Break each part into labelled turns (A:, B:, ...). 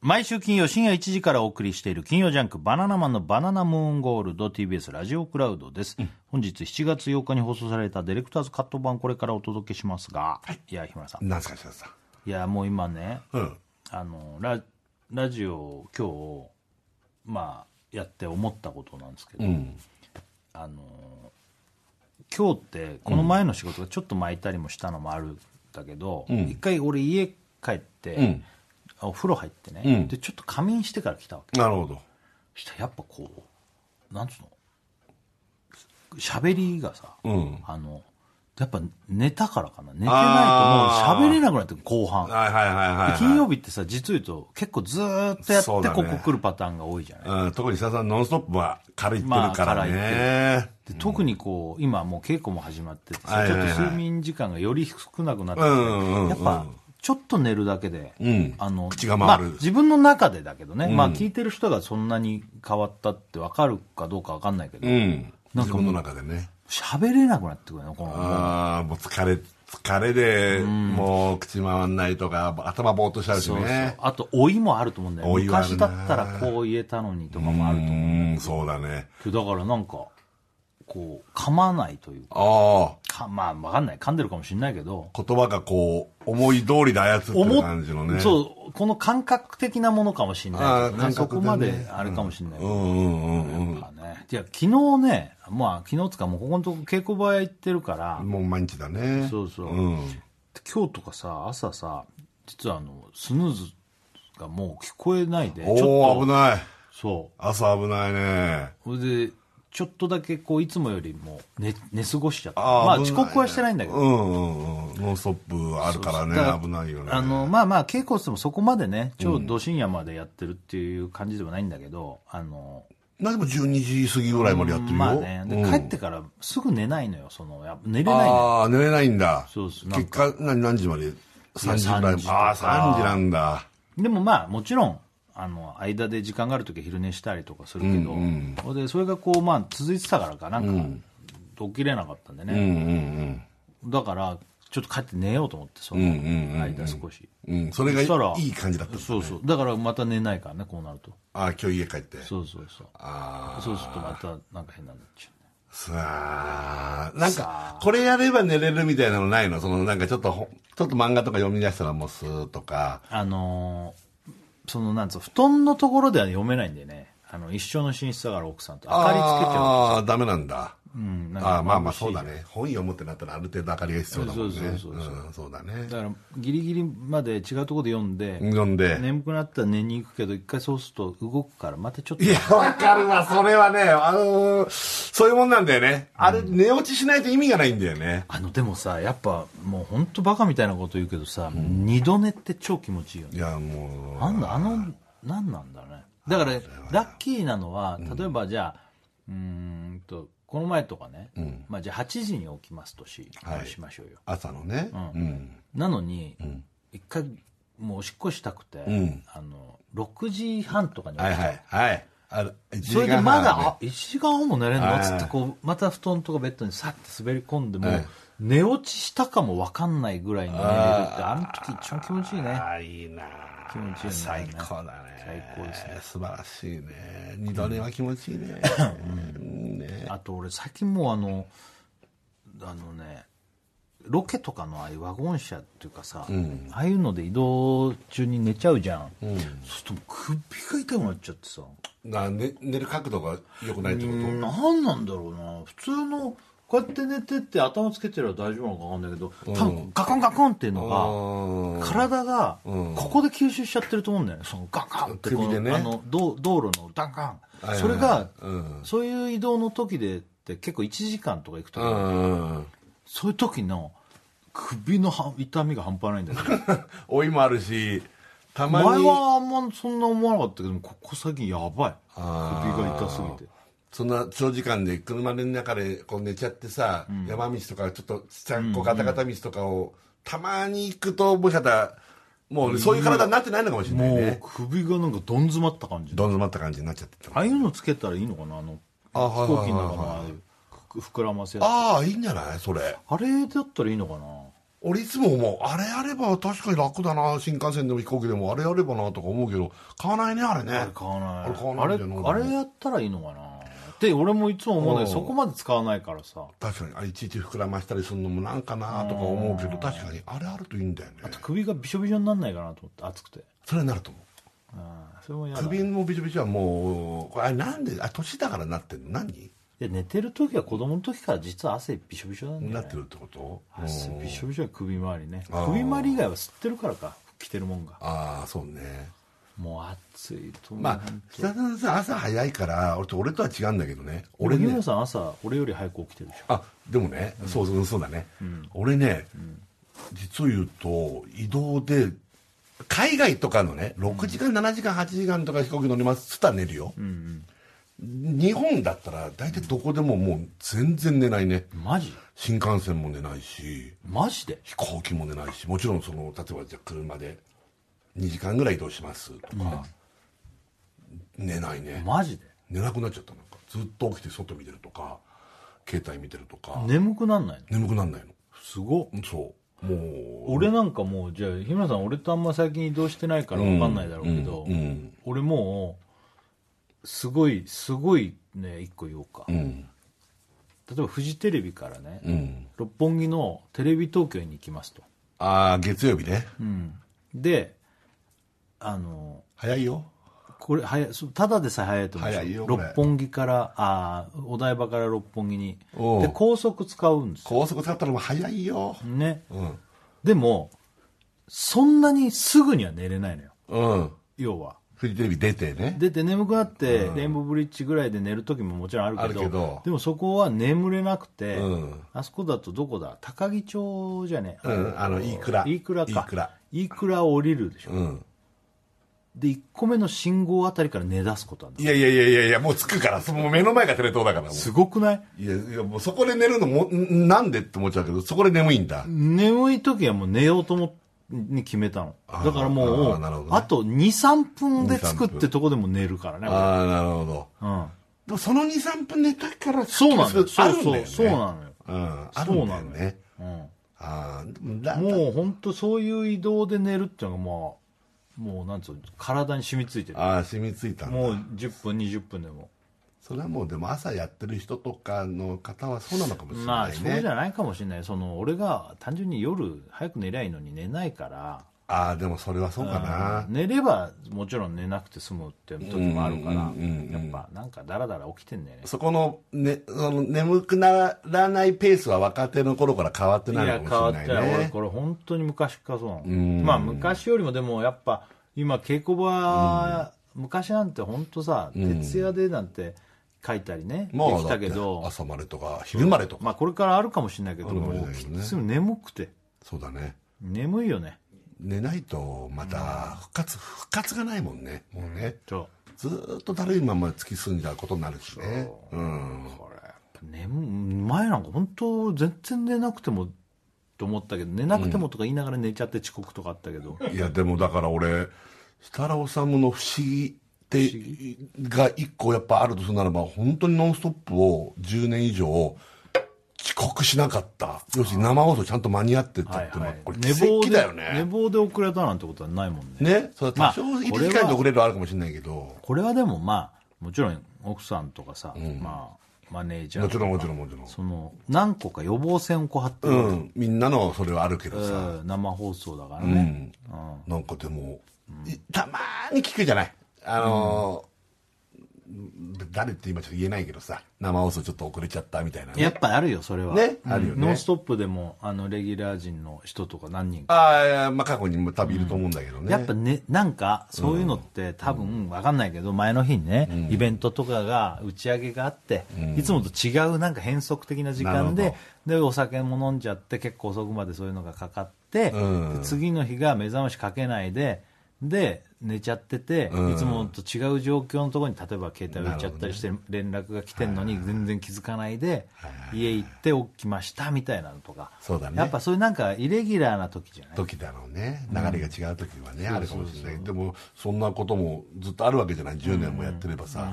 A: 毎週金曜深夜1時からお送りしている金曜ジャンクバナナマンのバナナムーンゴールド TBS ラジオクラウドです、本日7月8日に放送されたディレクターズカット版これからお届けしますが、い、や日村さん
B: なんすか、柴田さん。
A: いやもう今ね
B: うん。
A: あのララジオ今日まあやって思ったことなんですけど、あの今日ってこの前の仕事がちょっと巻いたりもしたのもあるんだけど、一回俺家帰って、お風呂入ってね、でちょっと仮眠してから来たわけ
B: なるほど。
A: そしたらやっぱこうなんつうの喋りがさ、
B: ん
A: あのやっぱ寝たからかな寝てないともう喋れなくなってくる後半
B: はいはいはいはい、は
A: で
B: い。
A: 金曜日ってさ実を言うと結構ずーっとや
B: そう
A: って
B: だね
A: ここ来るパターンが多いじゃない、
B: うん、特に久田さん、ノンストップは軽いってるからね。
A: で特にこう今もう稽古も始まっててさ、
B: はいはいはい
A: ちょっと睡眠時間がより少なくなって、
B: うんうんうん
A: やっぱちょっと寝るだけで、あの
B: 口が回る
A: まあ自分の中でだけどね、まあ聞いてる人がそんなに変わったって分かるかどうか分かんないけど
B: うん。
A: なん
B: 自
A: かもう
B: 分の中でね。
A: 喋、れなくなってくるのこの
B: ああ、もう疲れ、疲れで、もう口回んないとか、頭ぼーっとしちゃうし
A: そうそう
B: ね。
A: あと老いもあると思うんだよ
B: 老いはある
A: 昔
B: な
A: だったらこう言えたのにとかもあ
B: う
A: ると思う、
B: ん、そうだね。
A: けどだからなんかこう噛まないというか
B: あ
A: かまあ分かんない噛んでるかもしれないけど
B: あ、言葉がこう、思い通りで操って
A: 思
B: る
A: っ
B: 感じのね。う。
A: そうこの感覚的なものかもしれ
B: あ
A: ない
B: ー
A: けどね
B: 感
A: そ
B: 覚
A: こ
B: でね
A: まであれかもしれないけ
B: う
A: ど、
B: んうんうんうん。
A: まあね、いや昨日ねまあ昨日つかもうここのとこ稽古場へ行ってるから、
B: もう毎日だね。
A: そうそう、
B: うん。
A: 今日とかさ朝さ実はあのスヌーズがもう聞こえないでち
B: お
A: ょ
B: お危
A: っと
B: ない。
A: そう
B: 朝危ないね。
A: それでちょっとだけこういつもよりも寝寝過ごしちゃった
B: あー
A: まあ
B: 危ない
A: 遅刻はしてないんだけど、
B: うんうんうん。ノンストップあるからね、
A: だから
B: 危ないよね。
A: あのまあまあ稽古してもそこまでね超ど深夜までやってるっていう感じではないんだけど、あの
B: なでも12時過ぎぐらいまでやってるよ。
A: まあねで
B: うん
A: 帰ってからすぐ寝ないのよそのやっぱ寝れないのよ
B: ああ、寝れないんだ。
A: そうそうなん
B: 結果、何何時まで ?3 時ぐら
A: 3
B: い
A: 時。とか
B: ああ、3時なんだ。
A: でもまあもちろんあの間で時間がある時は昼寝したりとかするけど、それでそれがこうまあ続いてたからかなんか起きれなかったんで
B: うん
A: ね、
B: うん
A: だからちょっと帰って寝ようと思ってその間少し、
B: うん。うん、それが
A: そしたら
B: いい感じだった。
A: そうそうだからまた寝ないからねこうなると
B: ああ、今日家帰って。
A: そうそうそう
B: あ
A: そうするとまたなんか変なのになっちゃうね
B: あ、さあ、なんか、これやれば寝れるみたいなのないのその、なんかちょっとほ、ちょっと漫画とか読み出したらもうスーッとか。
A: あのーそのなんつうの布団のところでは読めないんでねあの一緒の寝室だから奥さんと明かりつけちゃう
B: ああ、ダメなんだ。
A: うんなんか
B: ああ、まあまあ
A: 眩しい
B: そうだね。本読むってなったらある程度明かりが必要だもんね。
A: そうそうそうそ
B: んそうだね。
A: だからギリギリまで違うところで読んで、
B: 飲んで。
A: 眠くなったら寝に行くけど一回そうすると動くからまたちょっと
B: いや、わかるわ。それはね、あのーそういうもんなんだよね。あれ、寝落ちしないと意味がないんだよね。
A: あのでもさやっぱもう本当バカみたいなこと言うけどさ、二度寝って超気持ちいいよ
B: い
A: ね
B: や、も
A: あんなあの何なんだろうねだからラッキーなのは例えばじゃあうーんとこの前とかね、まあ、じゃあ8時に起きますとし,、
B: はい
A: しましょうよ
B: う、朝のね。うん。
A: なのに、一回もうおしっこしたくて、
B: ん
A: あの6時半とかに起き
B: は
A: ちゃ
B: い
A: っ
B: はい。はい。ある1時
A: それで
B: 間
A: ま
B: 半
A: だ、
B: ね
A: あ、1時間半も寝れんの
B: はい
A: っつって、こう、また布団とかベッドにさって滑り込んでも
B: はい、
A: 寝落ちしたかもわかんないぐらいに寝れるって、あの時一番気持ちいいね。
B: ああ、いいなあ
A: 気持ちいいね
B: 最高だね。
A: 最高です
B: ね。素晴らしいね。二度寝は気持ちいいね。うんね。
A: あと俺最近もうあの、あのね、ロケとかのああいうワゴン車っていうかさ、ああいうので移動中に寝ちゃうじゃん。そうすると首が痛くなっちゃってさ、
B: な寝寝る角度が良くないってこ
A: 何なんだろうな普通のこうやって寝てって頭つけてれば大丈夫なのか分かんないけど多分ガコンガコンっていうのが、
B: とうん。
A: 体がここで吸収しちゃってると思うんだよね、そのガンガンってこ
B: 首で
A: の、
B: ね
A: あの道道路のダンガン、
B: いはい
A: それが、
B: うん
A: そういう移動の時でって結構1時間とか行くと、
B: うん。
A: そういう時の首のは痛みが半端ないんだけど
B: 老いもあるし、た ま
A: 前
B: に。
A: はあんまそんな思わなかったけどここ最近やばい首
B: あー
A: が痛すぎて
B: そんな長時間で車の中でこう寝ちゃってさ、山道とかちょっとちっちゃいこうガタガタ道とかをたまに行くともしかしたらもうそういう体になってないのかもしれない
A: もう
B: ね
A: 首がなんかどん詰まった感じ
B: どん詰まった感じになっちゃってた
A: ああいうのつけたらいいのかなあの
B: あはい
A: 飛行機の
B: は
A: 中
B: いは
A: の
B: い
A: ああいうふ膨らませやつあ
B: ああいいんじゃないそれ
A: れだったらいいのかな
B: 俺いつも思うあれやれば確かに楽だな新幹線でも飛行機でもあれやればなとか思うけど買わないねあれね
A: あれ買わない
B: あれ買わない
A: あれ
B: んだよな
A: あれやったらいいのかなって俺もいつも思うんだけど
B: うん
A: そこまで使わないからさ
B: 確かにあれいちいち膨らましたりするのもなんかなとか思うけど確かにあれあるといいんだよね
A: あと首がびしょびしょになんないかなと思って暑くて
B: それになると思う
A: うんそれも嫌だ
B: 首
A: い
B: もビチョビチョはもうこれあれなんであ年だからなってんの何
A: や寝てる時は子供の時から実は汗びしょびしょなんだよね
B: なってるってこと
A: 汗
B: うん
A: びしょびしょや首周りね
B: あー
A: 首周り以外は吸ってるからか着てるもんが
B: ああそうね
A: もう暑いと思う
B: まあ北田さん朝早いから俺と俺とは違うんだけどね
A: 俺
B: 俺
A: 日
B: ね
A: 村さん朝俺より早く起きてるでしょ
B: あでもね、そうそうそうだね、俺ね、実を言うと移動で海外とかのね6時間、7時間8時間とか飛行機乗りますっつったら寝るよ、
A: うん
B: 日本だったら大体どこでももう全然寝ないね
A: うんマジ
B: 新幹線も寝ないし
A: マジで
B: 飛行機も寝ないしもちろんその例えばじゃあ車で2時間ぐらい移動しますとか、寝ないね
A: マジで
B: 寝なくなっちゃったなんかずっと起きて外見てるとか携帯見てるとか、
A: 眠くなんないの
B: 眠くなんないの
A: すごっ
B: そうもう
A: 俺なんかもうじゃあ日村さん俺とあんま最近移動してないから分かんないだろうけど、
B: うんうん
A: 俺もうすごいすごいね一個言おうか、
B: う
A: 例
B: ん
A: えばフジテレビからね、
B: うん
A: 六本木のテレビ東京に行きますと、
B: ああ月曜日ね、
A: うん、であの
B: 早いよ
A: これ早いそうただでさえ早いと思う
B: 早いよこれ
A: 六本木からあーお台場から六本木に
B: おう
A: で高速使うんですよ
B: 高速使ったのも早いよ
A: ね
B: うん
A: でもそんなにすぐには寝れないのよ
B: うん
A: 要は
B: フジテレビ出てね
A: 出て眠くなって、レインボーブリッジぐらいで寝る時ももちろんあるけ
B: あ
A: ど
B: るけど
A: でもそこは眠れなくて、
B: うん
A: あそこだとどこだ高木町じゃね
B: うんあの飯倉
A: 飯倉か
B: 飯倉
A: 飯倉を降りるでしょ、
B: うん
A: で1個目の信号あたりから寝出すことなんだ
B: いやいやいやいやいやもう着くからその目の前がテレ東だからもう
A: すごくない
B: いやいやもうそこで寝るのもんなんでって思っちゃうけどそこで眠いんだ
A: 眠い時はもう寝ようと思ってに決めたの
B: あー
A: だからもう
B: あーなるほどね
A: あと23分で着く
B: 2-3
A: ってとこでも寝るからね
B: ああなるほど
A: うん、
B: でもその23分寝たから
A: そうなんだよ
B: あるんだよ
A: そう
B: ね
A: そうそうなのよ
B: うんあるんだよね
A: うん、
B: ああでもだ
A: もう本当そういう移動で寝るっていうのがもうもうなんつうの体に染みついてる
B: ああ染みついたんだ
A: もう10分20分でも
B: それはもうでも朝やってる人とかの方はそうなのかもしれ
A: ま
B: な
A: あ
B: い
A: そう
B: ね
A: じ、ゃないかもしれないその俺が単純に夜早く寝りゃいいのに寝ないから
B: ああでもそれはそうかな、
A: 寝ればもちろん寝なくて済むっていう時もあるから
B: うんうんうんうん
A: やっぱなんかダラダラ起きてんだよね
B: そこの,、ね、その眠くならないペースは若手の頃から変わって
A: い
B: ない
A: や
B: の
A: 変
B: か
A: わ
B: も
A: っ
B: したれ
A: よ
B: ない
A: 俺
B: ね
A: これ本当に昔からそうなの
B: ん
A: まあ昔よりもでもやっぱ今稽古場昔なんて本当さ徹夜でなんて書いたりねで
B: まあ
A: きたけ
B: だって
A: ど
B: 朝までとか昼までとか、
A: まあこれからあるかもしれないけど
B: あるかもし
A: も
B: れ
A: う
B: ないけどね
A: きつい眠くて
B: そうだね
A: 眠いよね
B: 寝ないとまた復活、復活がないもんねもうね
A: そ
B: ずーっとだるいまま突き進んだことになるし
A: う
B: ねうん
A: これやっぱ眠前なんか本当全然寝なくてもと思ったけど寝なくてもとか言いながら寝ちゃって遅刻とかあったけど
B: いやでもだから俺設楽治の「不思議」ってが一個やっぱあるとするならば本当に「ノンストップ!」を10年以上遅刻しなかった要するに生放送ちゃんと間に合ってた
A: は
B: っ
A: い
B: ての
A: は
B: はいこれ
A: 寝
B: 奇
A: 坊
B: 跡
A: で
B: だよ
A: 寝
B: ね
A: 坊で遅れたなんてことはないもんね
B: ねそれ
A: ま
B: は多
A: あ
B: 少1
A: これは
B: 時間で遅れるはあるかもしれないけど
A: これはでもまあもちろん奥さんとかさ、まあ、マネージャー
B: もち
A: と
B: ろ
A: か
B: んもちろんもちろん
A: その何個か予防線をこう張ってる、
B: うんみんなのそれはあるけどさ
A: うん生放送だから
B: う
A: ね、
B: んなんかでもいたまーに聞くじゃないあのー誰って今ちょっと言えないけどさ生放送ちょっと遅れちゃったみたいなね
A: やっぱあるよそれは
B: ね
A: うん
B: あるよね
A: ノンストップ」でもあのレギュラー陣の人とか何人か
B: ああいや、まあ、過去にも多分いると思うんだけどね、
A: やっぱねなんかそういうのって多分分かんないけど前の日にね、イベントとかが打ち上げがあって、いつもと違うなんか変則的な時間
B: な
A: で
B: る
A: でお酒も飲んじゃって結構遅くまでそういうのがかかって、
B: うん
A: で次の日が目覚ましかけないでで寝ちゃってて、
B: うん
A: いつもと違う状況のところに例えば携帯を置いちゃったりして、連絡が来てんのに全然気づかないで、家行って起きましたみたいなのとか、
B: そうだね
A: やっぱそういうなんかイレギュラーな時じゃない
B: 時だろうね流れが違う時はね、あるかもしれないでもそんなこともずっとあるわけじゃない10年もやってればさ、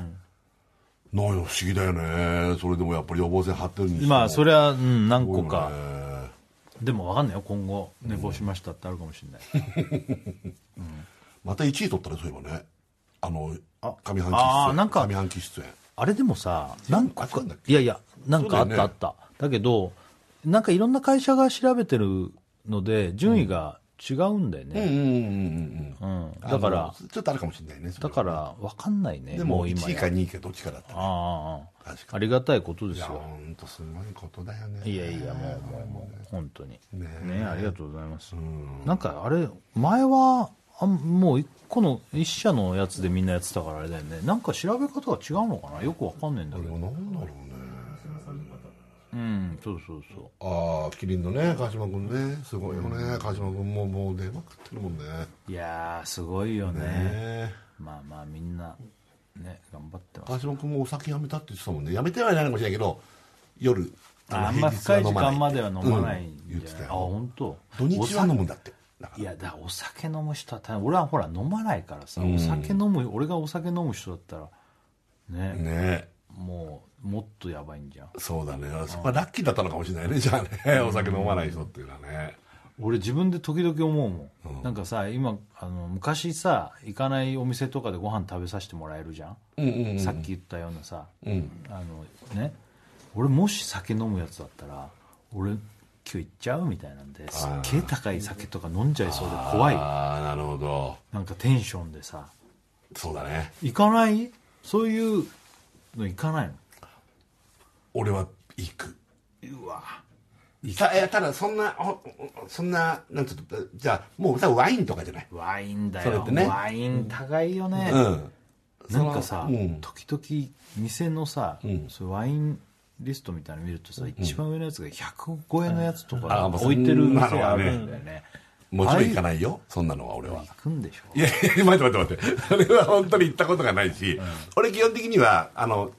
B: なんや不思議だよねそれでもやっぱり予防線張ってるにしても
A: まあそれは、うん、何個か
B: えー
A: でも分かんないよ今後寝坊しましたってあるかもしれない、
B: また1位取ったねそういえばねあの
A: あ
B: 上半期出
A: あー
B: 演
A: なんか
B: 上半期出演
A: あれでもさなんか
B: あ違うんだっけ
A: いやいやなんかあ
B: そう
A: っ
B: だ
A: た
B: よ
A: あ
B: ね
A: っただ,、けどなんかいろんな会社が調べてるので順位が違うんだよ
B: うん
A: ね、
B: うんうんう
A: う
B: ん
A: ん
B: うん
A: だから
B: あのちょっとあるかもしれないねそれ
A: だ
B: は
A: から分かんないね
B: でも
A: 今
B: 1位
A: や
B: か2位かどっちかだった
A: ああああ
B: 確
A: ありがたいことで
B: い
A: す
B: や
A: よ
B: ほんとすごいことだよね
A: いやいやもうもうもう本当にね
B: ねえ
A: ありがとうございます、
B: ん
A: なんかあれ前はあもう一個の一社のやつでみんなやってたからあれだよねなんか調べ方が違うのかなよくわかんないんだ
B: こ
A: け
B: れ
A: ど
B: は何だろうね
A: うんそうそうそう
B: ああキリンのね川島君ねすごいよね川島君ももう出まくってるもんねね
A: いやーすごいよね
B: え
A: まあまあみんなね頑張ってます
B: 川島君もお酒やめたって言ってたもんねやめてはいないのかもしれないけど夜の
A: あんま深い
B: 平
A: 時
B: 日は
A: 間
B: 飲
A: ま
B: ない
A: では飲まないん
B: うん言って
A: じゃ
B: た
A: ない、
B: よ
A: あ本当
B: 土日は飲むんだってだか
A: いやだからお酒飲む人は大変俺はほら飲まないからさ、お酒飲む俺がお酒飲む人だったら
B: ら
A: ね
B: ね
A: もうもっとやばいんじゃん
B: そうだねそこはラッキーだったのかもしれないねじゃあねお酒飲まない人っていうのはね
A: 俺自分で時々思うもん、なんかさ今あの昔さ行かないお店とかでご飯食べさせてもらえるじゃん、
B: うんうんうん
A: さっき言ったようなさ、
B: うん
A: あのね俺もし酒飲むやつだったら俺今日行っちゃうみたいなんですっげえ高い酒とか飲んじゃいそうで怖い
B: ああなるほど
A: なんかテンションでさ
B: そうだね
A: 行かないそういうの行かないの
B: 俺は行く
A: うわ
B: さいやただそんなおおそんななんつうのじゃあもうさワインとかじゃない
A: ワインだ
B: それっ
A: よ、
B: てね
A: ワイン高いよね、
B: うん
A: なんかさ、
B: うん
A: 時々店のさ、
B: ん
A: そういうワインリストみたいなの見るとさ、一番上のやつが105円のやつと
B: あ
A: か
B: まあ
A: 置いてる
B: そん
A: 店
B: なの
A: あ
B: はね
A: るんだよね
B: もちろん行か
A: ない
B: ないよそんなのは俺は
A: 行くんでし
B: いやいや待って待って待ってそれは本当に行ったことがないし、俺基本的にはあの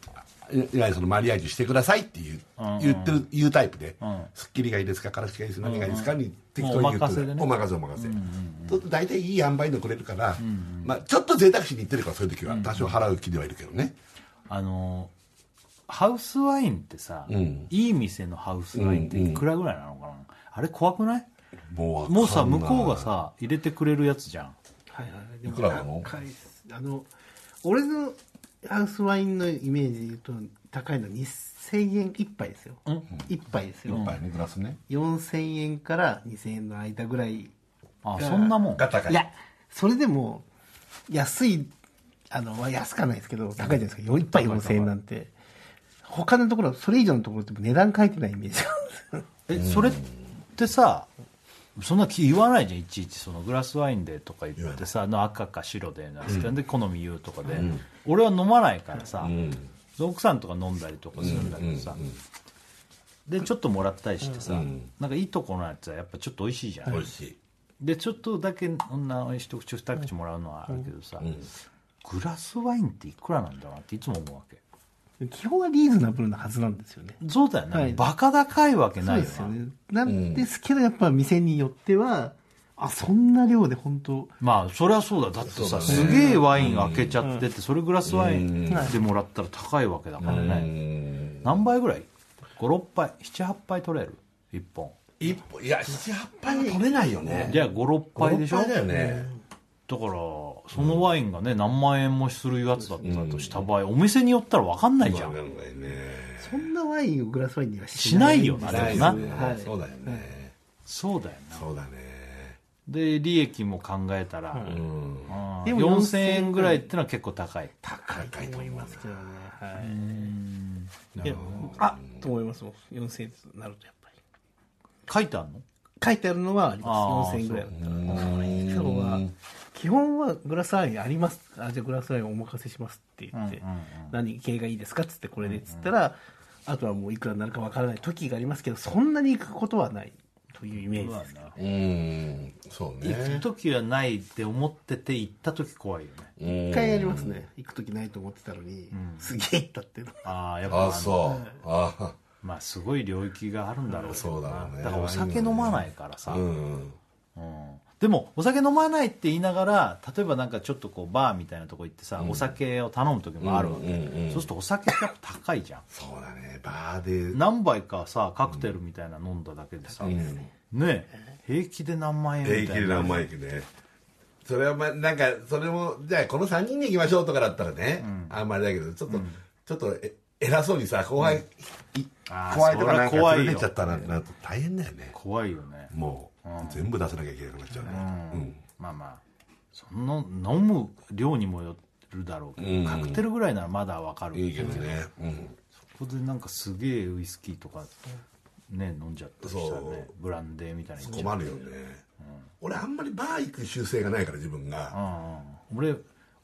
B: いいわゆるそのマリアージュしてくださいっていう、言ってる言うタイプで、スッキリがいいですかからしがいいですか何がいいですかに適当に言って
A: もうお任せでね
B: お任せお任せ、ちょっと大体いい塩梅のくれるから、まあ、ちょっと贅沢しに行ってるからそういう時は多少払う気ではいるけどね、
A: ょあのハウスワインってさ、
B: ん
A: いい店のハウスワインっていくらぐらいなのかな、あれ怖くない
B: もう
A: もうさ向こうがさ入れてくれるやつじゃん
C: はいはいでも
B: いくらなの
C: 高いっすあの俺のハウスワインのイメージで言うと高いのは2000円1杯ですよ、一1杯ですよ、
B: いっぱいねグラスね
C: 4000円から2000円の間ぐらい
A: あそんなもん
B: が高い
C: いやそれでも安いあのまあ安くはないですけど高いじゃないですかよ1杯4000円なんて他のところそれ以上のところって値段書いてないイメージなんで
A: え
C: すよ
A: それってさそんな気言わないじゃんいちいちそのグラスワインでとか言ってさの赤か白でなんつってで好み言うとかで、俺は飲まないからさ、奥さんとか飲んだりとかするんだけどさ、でちょっともらったりしてさ、なんかいいとこのやつはやっぱちょっと美味しいじゃん、
B: 美味しい
A: でちょっとだけ女一口二口もらうのはあるけどさ、グラスワインっていくらなんだろうなっていつも思うわけ
C: 基本はリーズナブルなはずなんですよね
A: そうだよね、
C: はい
A: バカ高いわけ
C: そ
A: ない
C: う
A: よ
C: で
A: な
C: すよねなんですけどやっぱ店によってはあそんな量で本当
A: まあそりゃそうだだってさ、すげえワイン開けちゃってて、それグラスワインでもらったら高いわけだからね、何杯ぐらい56杯78杯取れる1本
B: 一本いや78杯は取れないよね
A: じゃあ56杯でしょ
B: 5杯だよね
A: だからそのワインがね何万円もするやつだったとした場合、お店によったら分かんないじゃん、
B: わかんないね
C: そんなワインをグラスワインには
A: しないよな
C: は
A: でも
B: ない
A: な、
B: ね
C: はい
B: そうだよね
A: そうだよな
B: そうだね
A: で利益も考えたら、
B: うん
A: うん
C: でも
A: 4000円ぐらいってのは結構高い
C: 高いと思いますけどねはいいやあと思いますもん4000円となるとやっぱり
A: 書いてあるの
C: 書いてあるのはあります
A: あー
C: 4000円ぐらいだったら今日は基本はグラスワインありますあじゃあグラスワインお任せしますって言って、何系がいいですかっつってこれでっつったら、あとはもういくらになるかわからない時がありますけどそんなに行くことはないというイメージですけど
B: うんそう
A: 行く
B: ね
A: 時はないって思ってて行った時怖いよね
C: 一回やりますね行く時ないと思ってたのに、すげえ行ったっていうの
A: ああやっぱ
B: あそうあ
A: まあすごい領域があるんだろうけど
B: そうだろ
A: な
B: うね
A: だからお酒飲まないからさ、
B: うん
A: うんでもお酒飲まないって言いながら例えばなんかちょっとこうバーみたいなとこ行ってさ、お酒を頼む時もあるわけ、そうするとお酒ってやっぱ高いじゃん
B: そうだねバーで
A: 何杯かさカクテルみたいなの飲んだだけでさ、ね平気で何万円みたい
B: 平
A: な
B: 気で何万円ねそれはまあなんかそれもじゃあこの3人で行きましょうとかだったらね、あんまりだけどちょっと、ちょっとえ偉そうにさ後輩、い
A: あー
B: 怖いとかなん
A: そ
B: か
A: れは怖い
B: 連
A: よ
B: れてっちゃったらなると大変だよね
A: 怖いよね
B: もう、全部出さなきゃいけなくなっちゃうからうん、
A: まあまあその飲む量にもよるだろうけど、
B: うん
A: カクテルぐらいならまだわかる
B: いいけどね、うん、
A: そこでなんかすげえウイスキーとかね飲んじゃったりしたらね
B: そ
A: ブランデーみたいなのいっちゃう
B: 困るよね、俺あんまりバー行く習性がないから自分が、
A: うんうん俺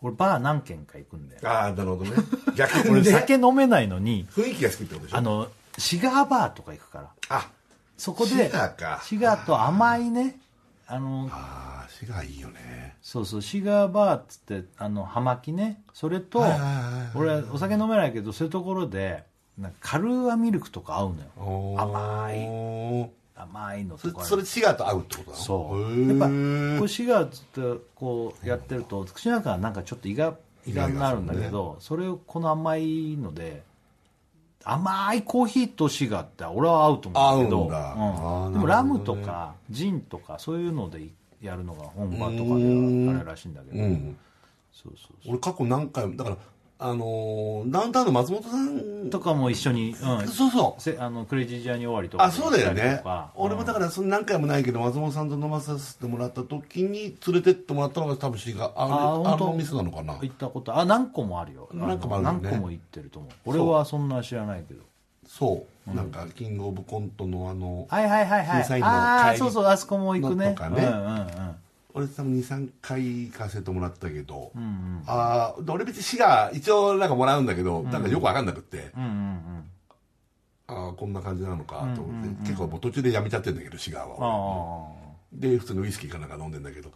A: 俺バー何軒か行くんだよ
B: あ あなるほどね逆に
A: 俺
B: ね
A: 酒飲めないのに
B: 雰囲気が好きってことでしょ
A: あのシガーバーとか行くから
B: あ
A: そこで
B: シガーか
A: シガーと甘いねあの
B: あーがいいよね
A: そうそうシガーバーっつってあの葉巻ねそれと
B: はいはいはいはい
A: 俺はお酒飲めないけどそういうところでなんかカルーアミルクとか合うのよ
B: 甘い
A: 甘いの
B: そ
A: と
B: れ
A: か
B: それシガーと合うってことだ
A: そうやっぱこうシガーっつってこうやってると口の中がなんかちょっと胃が胃がんになるんだけどそれをこの甘いので甘いコーヒーとシガーって俺は合うと思うんだけど
B: 合うんだあー
A: でも
B: な
A: ラ
B: るほどね
A: ムとかジンとかそういうのでやるのが本場と
B: うーん
A: かであれらしいんだけど
B: うん
A: そうそう
B: 俺過去何回もだからあのーダウンタウンの松本さん
A: とかも一緒に、うん、
B: そうそう
A: せあのクレイジージャーニー終わりとか
B: あそうだよ
A: 行ったり
B: ね
A: とか
B: 俺もだからその何回もないけど松本さんと飲まさせてもらった時に連れてってもらったのが多分シガーあ
A: あ
B: れ
A: ー
B: あの
A: 本当
B: 店なのかな
A: 行ったことあ何個もあるよあの
B: 何個もあるよね
A: 何個も行ってると思う俺はそんな知らないけど
B: そう、なんかキングオブコントのあの、
A: はいはいはいはい
B: 審査員の帰り
A: ああそうそうあそこも行くね
B: のとかね
A: うんうんうん
B: 俺多分23回行かせてもらったけど、
A: うんうん
B: ああ俺別に市が一応なんかもらうんだけど、なんかよく分かんなくって、
A: うんうん
B: ああこんな感じなのかと思って、結構もう途中でやめちゃってんだけどシガー
A: うん
B: は
A: あ
B: で普通のウイスキーかなんか飲んでんだけど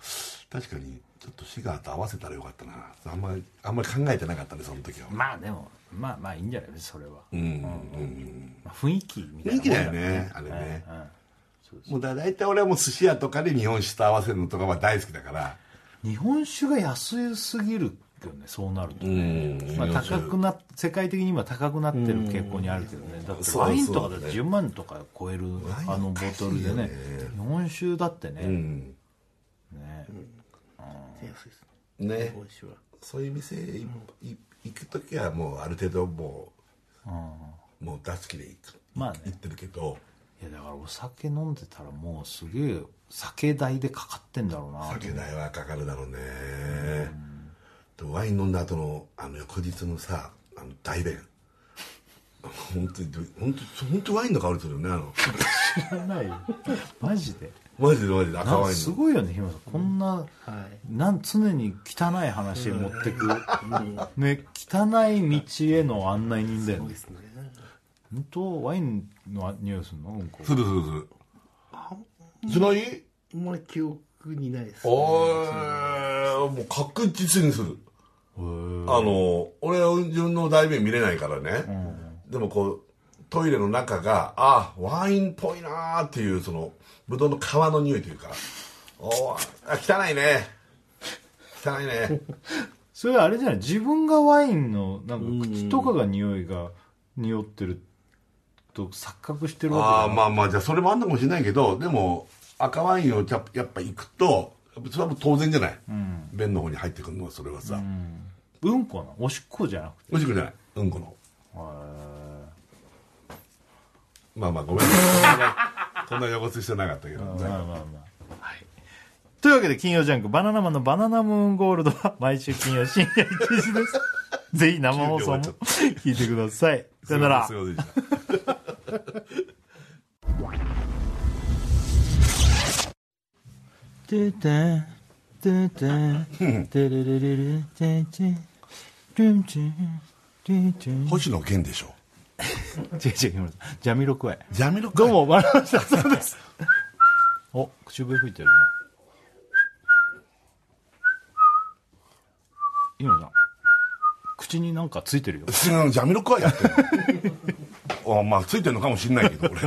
B: 確かにちょっとシガーと合わせたらよかったなあんまりあんまり考えてなかったねその時は
A: あまあでもまあまあいいんじゃない別にそれは、
B: うんうん
A: まあ雰囲気みた
B: 雰
A: いなもん
B: 囲気だよ
A: から
B: ねあれね
A: うんうん
B: もうだ大体俺はもう寿司屋とかで日本酒と合わせるのとかは大好きだから
A: 日本酒が安すぎるよねそうなると、
B: ん
A: まあ、高くな世界的に今高くなってる傾向にあるけどねだってワインとかだって10万とか超えるあのボトルでね日本酒だって
B: う
A: ね,、
B: ん
A: ね
C: 手安いですね
B: ね
C: 美味しいわ
B: そういう店へいい行く時はもうある程度もうもう出す気で行く、
A: まあね
B: 行ってるけど
A: いやだからお酒飲んでたらもうすげえ酒代でかかってんだろうな
B: 酒代はかかるだろうね、でワイン飲んだ後のあの翌日のさあの大便本当に本当本当ワインの香りするよねあの
A: 知らないよマジで
B: マジでマジで赤
A: なん
B: ワ
A: か
B: イ
A: す
B: ンの
A: ごいよね日村さんこんな
C: はい
A: なん常に汚い話持ってくね汚い道への案内人だよ
C: そう
A: ね
C: ですね
A: 本当ワインの匂いするのうんこ
B: するするするしない
C: あんまり記憶にないですね
B: おーもう確実にするあの俺は自分の大便見れないからね、でもこうトイレの中があワインっぽいなーっていうそのブドウの皮の匂いというかおーあ汚いね汚い ね
A: それあれじゃない自分がワインのなんか口とかが匂いが匂ってると錯覚してる
B: あ
A: わ
B: あ
A: け
B: まあまあじゃあそれもあんのかもしれないけどでも赤ワインをやっぱやっぱ行くとそれはもう当然じゃない、便の方に入ってくるのはそれはさ、
A: じゃんうんこなのおしっこじゃなくて
B: おしくじゃないうんこの
A: へー
B: まあまあごめんなさいこんな汚すしてなかったけど
A: まあまあまあ。はい。というわけで、金曜ジャンク、バナナマンのバナナムーンゴールドは、毎週金曜深夜1時です。ぜひ生放送も聞いてください。さよなら
B: す。いませんすいません
D: トゥタントゥタントゥルルルルチェンチェンルンチェンルンチェン
B: 星野源でしょ
A: 違う違う、日村さんジャミロクワイ。
B: ジャミロク
A: ど
B: ワ
A: う
B: イ
A: も、バナナマンさんです。お、口笛吹いてるな。日村さん。口になんかついてるよ
B: ジャミロクワやってるあまあついてるの かもしんないけど俺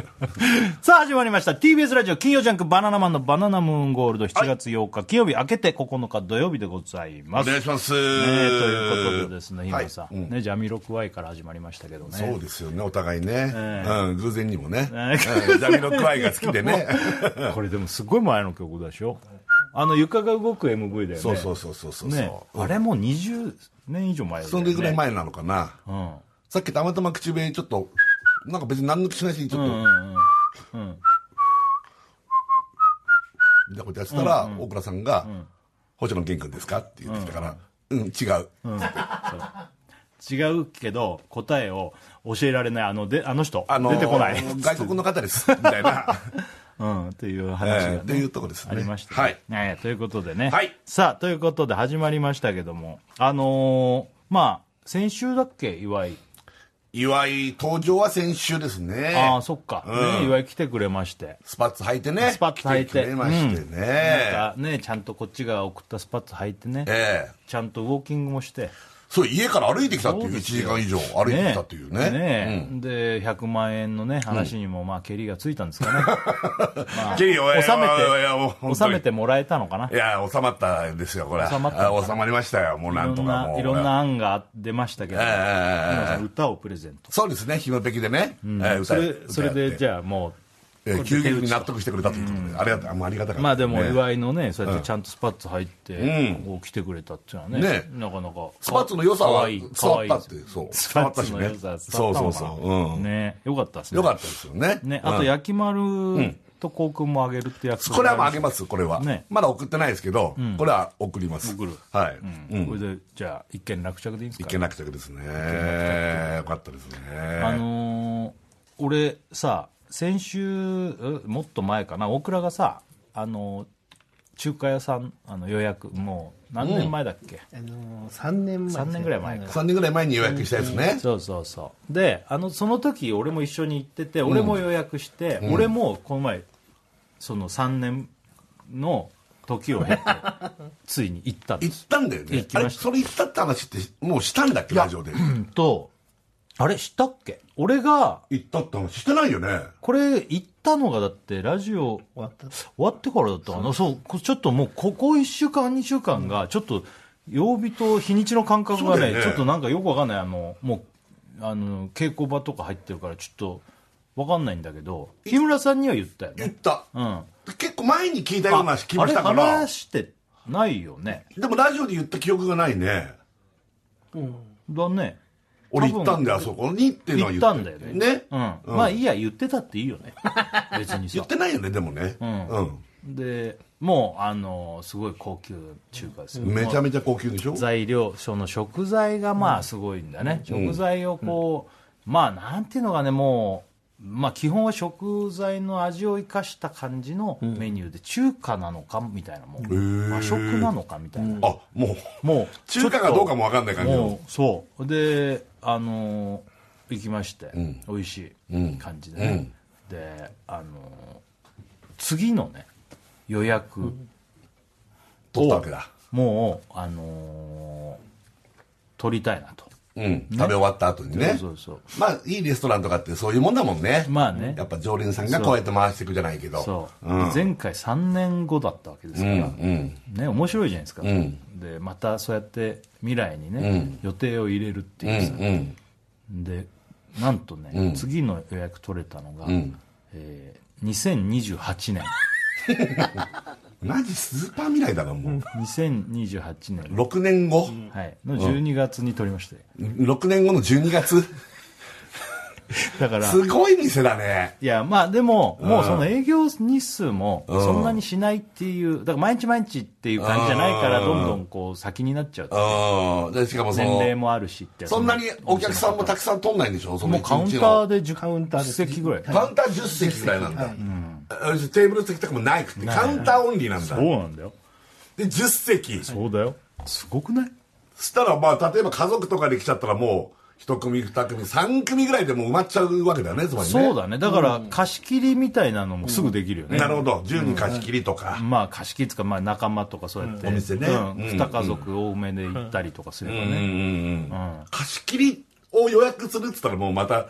A: さあ始まりました TBS ラジオ金曜ジャンク「バナナマンのバナナムーンゴールド」7月8日、金曜日明けて9日土曜日でございま
B: お
A: す
B: 願いします、
A: ねえということでですね日村さん、
B: はいうん
A: ねジャミロクワイから始まりましたけどね
B: そうですよねお互いね、
A: え
B: うん、偶然にもね、
A: え
B: うんジャミロクワイが好き でね
A: これでもすごい前の曲でしょあの床が動く MV だよね
B: そうそうそうそうそうそう、
A: ねあれもう20年以上前だよ
B: そ
A: ね
B: れぐらい前なのかな、
A: うん
B: さっきたまたま口紅ちょっとなんか別に何の気しないしちょっと、みたいなことやってたら、大倉さんが、星野源君ですか?」って言ってきたから「うん、違う、
A: 違うけど答えを教えられないあのであの人
B: あの
A: 出てこない、
B: 外国の方です」みたい な、
A: うん、という話
B: え
A: が、ね
B: ーっていうとこですね
A: ありました、
B: はい
A: ねということでね、
B: はい
A: さあということで始まりましたけどもあのーまあ先週だっけ岩井
B: 岩井登場は先週ですね
A: ああそっか、ね、岩井来てくれまして
B: スパッツ履いてね
A: スパッツ履いて
B: 来くれましてね、
A: なんかねちゃんとこっちが送ったスパッツ履いてね、
B: ええ
A: ちゃんとウォーキングもして
B: そう家から歩いてきたっていう
A: そう
B: 1
A: です
B: 時
A: よ
B: 間以上歩いてきたっていうね
A: ねで100万円のね話にもまあ蹴りがついたんですかね、まあ
B: 蹴り おいおいおい
A: 収
B: おい
A: め
B: おいおい
A: て
B: 本当
A: 収
B: に
A: めてもらえたのかない
B: や収まったですよこれ
A: 収まったの
B: あ収まりましたよもうなん
A: いろ
B: と
A: ん
B: か
A: な
B: もう
A: いろんな案が出ましたけど、
B: ええええええ
A: 日村さん歌をプレゼント
B: そうですね、ひまぺきでね、えー
A: そ
B: 歌
A: れそれでじ
B: ゃ
A: ゃあもう、これ
B: 急
A: で手
B: 激
A: 打
B: に
A: ち
B: 納得してくれたということで、ありがたい、まあ、ありがたかった、
A: まあでも
B: ね
A: 岩井のねそうやってちゃんとスパッツ入って、
B: うん
A: こう来てくれたっていうのはね
B: ね
A: なかなか
B: スパッツの良さは
A: かわいい
B: 伝
A: か
B: わ
A: わ
B: っ
A: いい
B: たっていう、そう、
A: ス
B: 伝わ
A: パ
B: っ
A: ッ
B: た
A: ツ
B: し
A: の
B: ね
A: 良さ伝わったのかな、
B: そうそうそう、うん
A: ねよかったですね
B: よかったですよね。
A: ねあと焼き丸とこうくんもあげるって約束
B: これはもうあげます、これは、
A: ね
B: まだ送ってないですけど、これは送ります。
A: 送る
B: はい。うん
A: うんこれでじゃあ一件落着でいいんです
B: い
A: か
B: けなくてですね。よかったですね。
A: あのー俺さ先週うもっと前かな大倉がさあのー中華屋さんあの予約もう何年前だっけ、
C: あのー、3年前
A: 3年ぐらい前か
B: 3年ぐらい前に予約したやつね。
A: そうそうそうであのその時俺も一緒に行ってて俺も予約して、俺もこの前その3年の時を経 てついに行ったんで
B: 行
A: す
B: ったんだよね
A: 行。き
B: あ
A: ました
B: れ、それ行ったって話って、もうしたんだっけ、ラジオで。
A: うんとあれしたっけ俺が
B: 行ったって話してないよね。
A: これ行ったのがだってラジオ
C: 終わった
A: 終わってからだったかなそうこちょっともうここ1週間2週間がちょっと曜日と日にちの感覚
B: そう
A: が
B: だ
A: ね
B: よね
A: ちょっとなんかよくわかんないあのもうあの稽古場とか入ってるからちょっとわかんないんだけど日村さんには言ったよ
B: 行っ
A: ね
B: た。
A: うんあ
B: 結構前に聞いたような気
A: あ
B: も
A: れ
B: したから
A: 話してないよね
B: でもラジオで言った記憶がないね
A: だね
B: 俺
A: 多
B: 行
A: 分
B: ったんだよあそこにっていうのは
A: 言っ
B: 言
A: た
B: って
A: んだよね
B: ね、
A: うん、まあいいや言ってたっていいよ ね別に
B: 言
A: さ
B: ってないよねでもね
A: んでもうあのすごい高級中華ですよ、
B: うんめちゃめちゃ高級でしょ
A: 材料その食材がまあすごいんだね、食材をこう、まあなんていうのがねもうまあ基本は食材の味を生かした感じのメニューで中華なのかみたいなもう和食なのかみたいな、
B: あもう
A: もう
B: 中華かどうかもわかんない感じの
A: もうそうであのー行きまして、美味しい感じでね、であのー次のね予約、
B: 取ったわけだ
A: もうあのー取りたいなと
B: うん食べ終わった後にね
A: そうそう
B: まあいいレストランとかってそういうもんだもんね
A: まあね
B: やっぱ常連さんがこうやって回していくじゃないけど
A: そう、
B: ん
A: で前回3年後だったわけですから、
B: うん
A: ね面白いじゃないですか、
B: ん
A: でまたそうやって未来にね、予定を入れるって
B: うん
A: いうさ、
B: うん
A: でなんとね、次の予約取れたのが、えー2028年
B: マジスーパー未来だなもう
A: 2028年、
B: 6年後
A: はい、の12月に取りまして、
B: 6年後の12月
A: だから
B: すごい店だね
A: いや、まあでも、もうその営業日数もそんなにしないっていう、だから毎日毎日っていう感じじゃないから、どんどんこう先になっちゃう。
B: うんでしかもそ
A: 前
B: の
A: 例もあるしって。
B: そんなにお客さんもたくさん取んないんでしょその
A: もう
B: 一
A: カウン
B: 日
A: タ
B: の
A: ーで10
C: カウンターで
A: 席ぐらい。
B: カウンター10席ぐらいなんだ、
C: はい
B: あテーブル席とかもないくてカウンターオンリーなんだ
A: そうなんだよ。
B: で10席
A: そうだよ。すごくない
B: そしたらまあ例えば家族とかで来ちゃったらもう一組二組三組ぐらいでもう埋まっちゃうわけだよねつまりね
A: そうだねだから貸し切りみたいなのもすぐできるよね、
B: なるほど10人貸し切りとか、
A: まあ貸し切りとか、まあ、仲間とかそうやって、
B: お店ね
A: うん
B: うん
A: 2家族多めで行ったりとかすれば
B: うん
A: ね、
B: うんうん貸し切りを予約するっつったらもうまた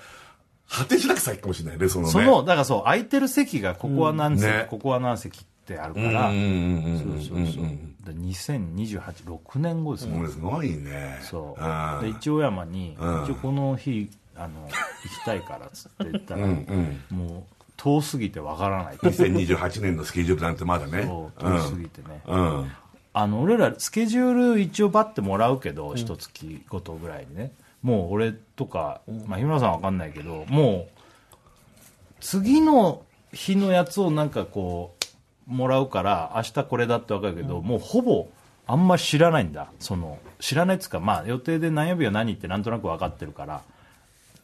B: 果てしなく先かもしれないねそのね
A: そのだからそう空いてる席がここは何席、
B: うんね
A: ここは何席ってあるか
B: うん
A: ら、
B: うんうんうん
A: そうそうそうで20286年後ですね、
B: もうすごいね
A: そう
B: あ
A: で一応山に、
B: うん
A: 一応この日あの行きたいからっつって言った ら、
B: うん
A: もう遠すぎてわから ないって
B: 2028年のスケジュールなんてまだね
A: そう遠すぎてね、
B: うんうん
A: あの俺らスケジュール一応バッてもらうけど一、月ごとぐらいにねもう俺とか、まあ、日村さんわかんないけどもう次の日のやつをなんかこうもらうから明日これだってわかるけど、もうほぼあんま知らないんだその知らないっつうか、まあ、予定で何曜日は何ってなんとなく分かってるから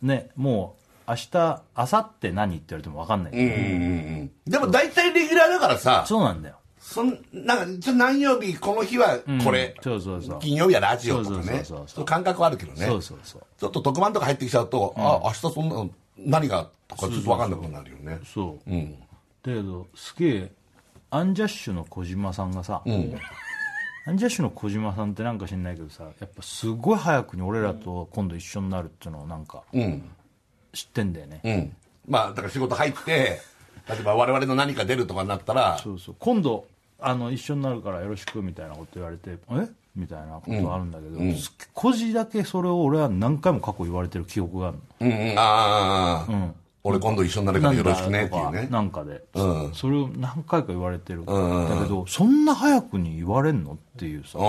A: ねもう明日明後日何って言われても分かんない、
B: うんうんうんでも大体レギュラーだからさ
A: そうなんだよ
B: そんなんかちょ何曜日この日はこれ、
A: そうそうそう
B: 金曜日はラジオとか
A: そうそうそ
B: ね
A: うそうそう
B: そう感覚はあるけどね
A: そうそうそう
B: ちょっと特番とか入ってきちゃうと、あ明日そんなの何がとかちょっと分かんなくなるよね
A: そう、
B: うん
A: だけどすげえアンジャッシュの小島さんがさ、アンジャッシュの小島さんってなんか知んないけどさやっぱすごい早くに俺らと今度一緒になるっていうのをなんか
B: うん
A: 知ってんだよね、
B: うんまあだから仕事入って例えば我々の何か出るとかになったら
A: そうそう今度あの一緒になるからよろしくみたいなこと言われてえみたいなことあるんだけど、すっげえ小児だけそれを俺は何回も過去言われてる記憶があるの
B: うんうんああ、俺今度一緒になるからよろしくねっていうね
A: なんかとかなんかで、
B: うん
A: それを何回か言われてる、
B: ん
A: だけどそんな早くに言われんのっていうさ、
B: う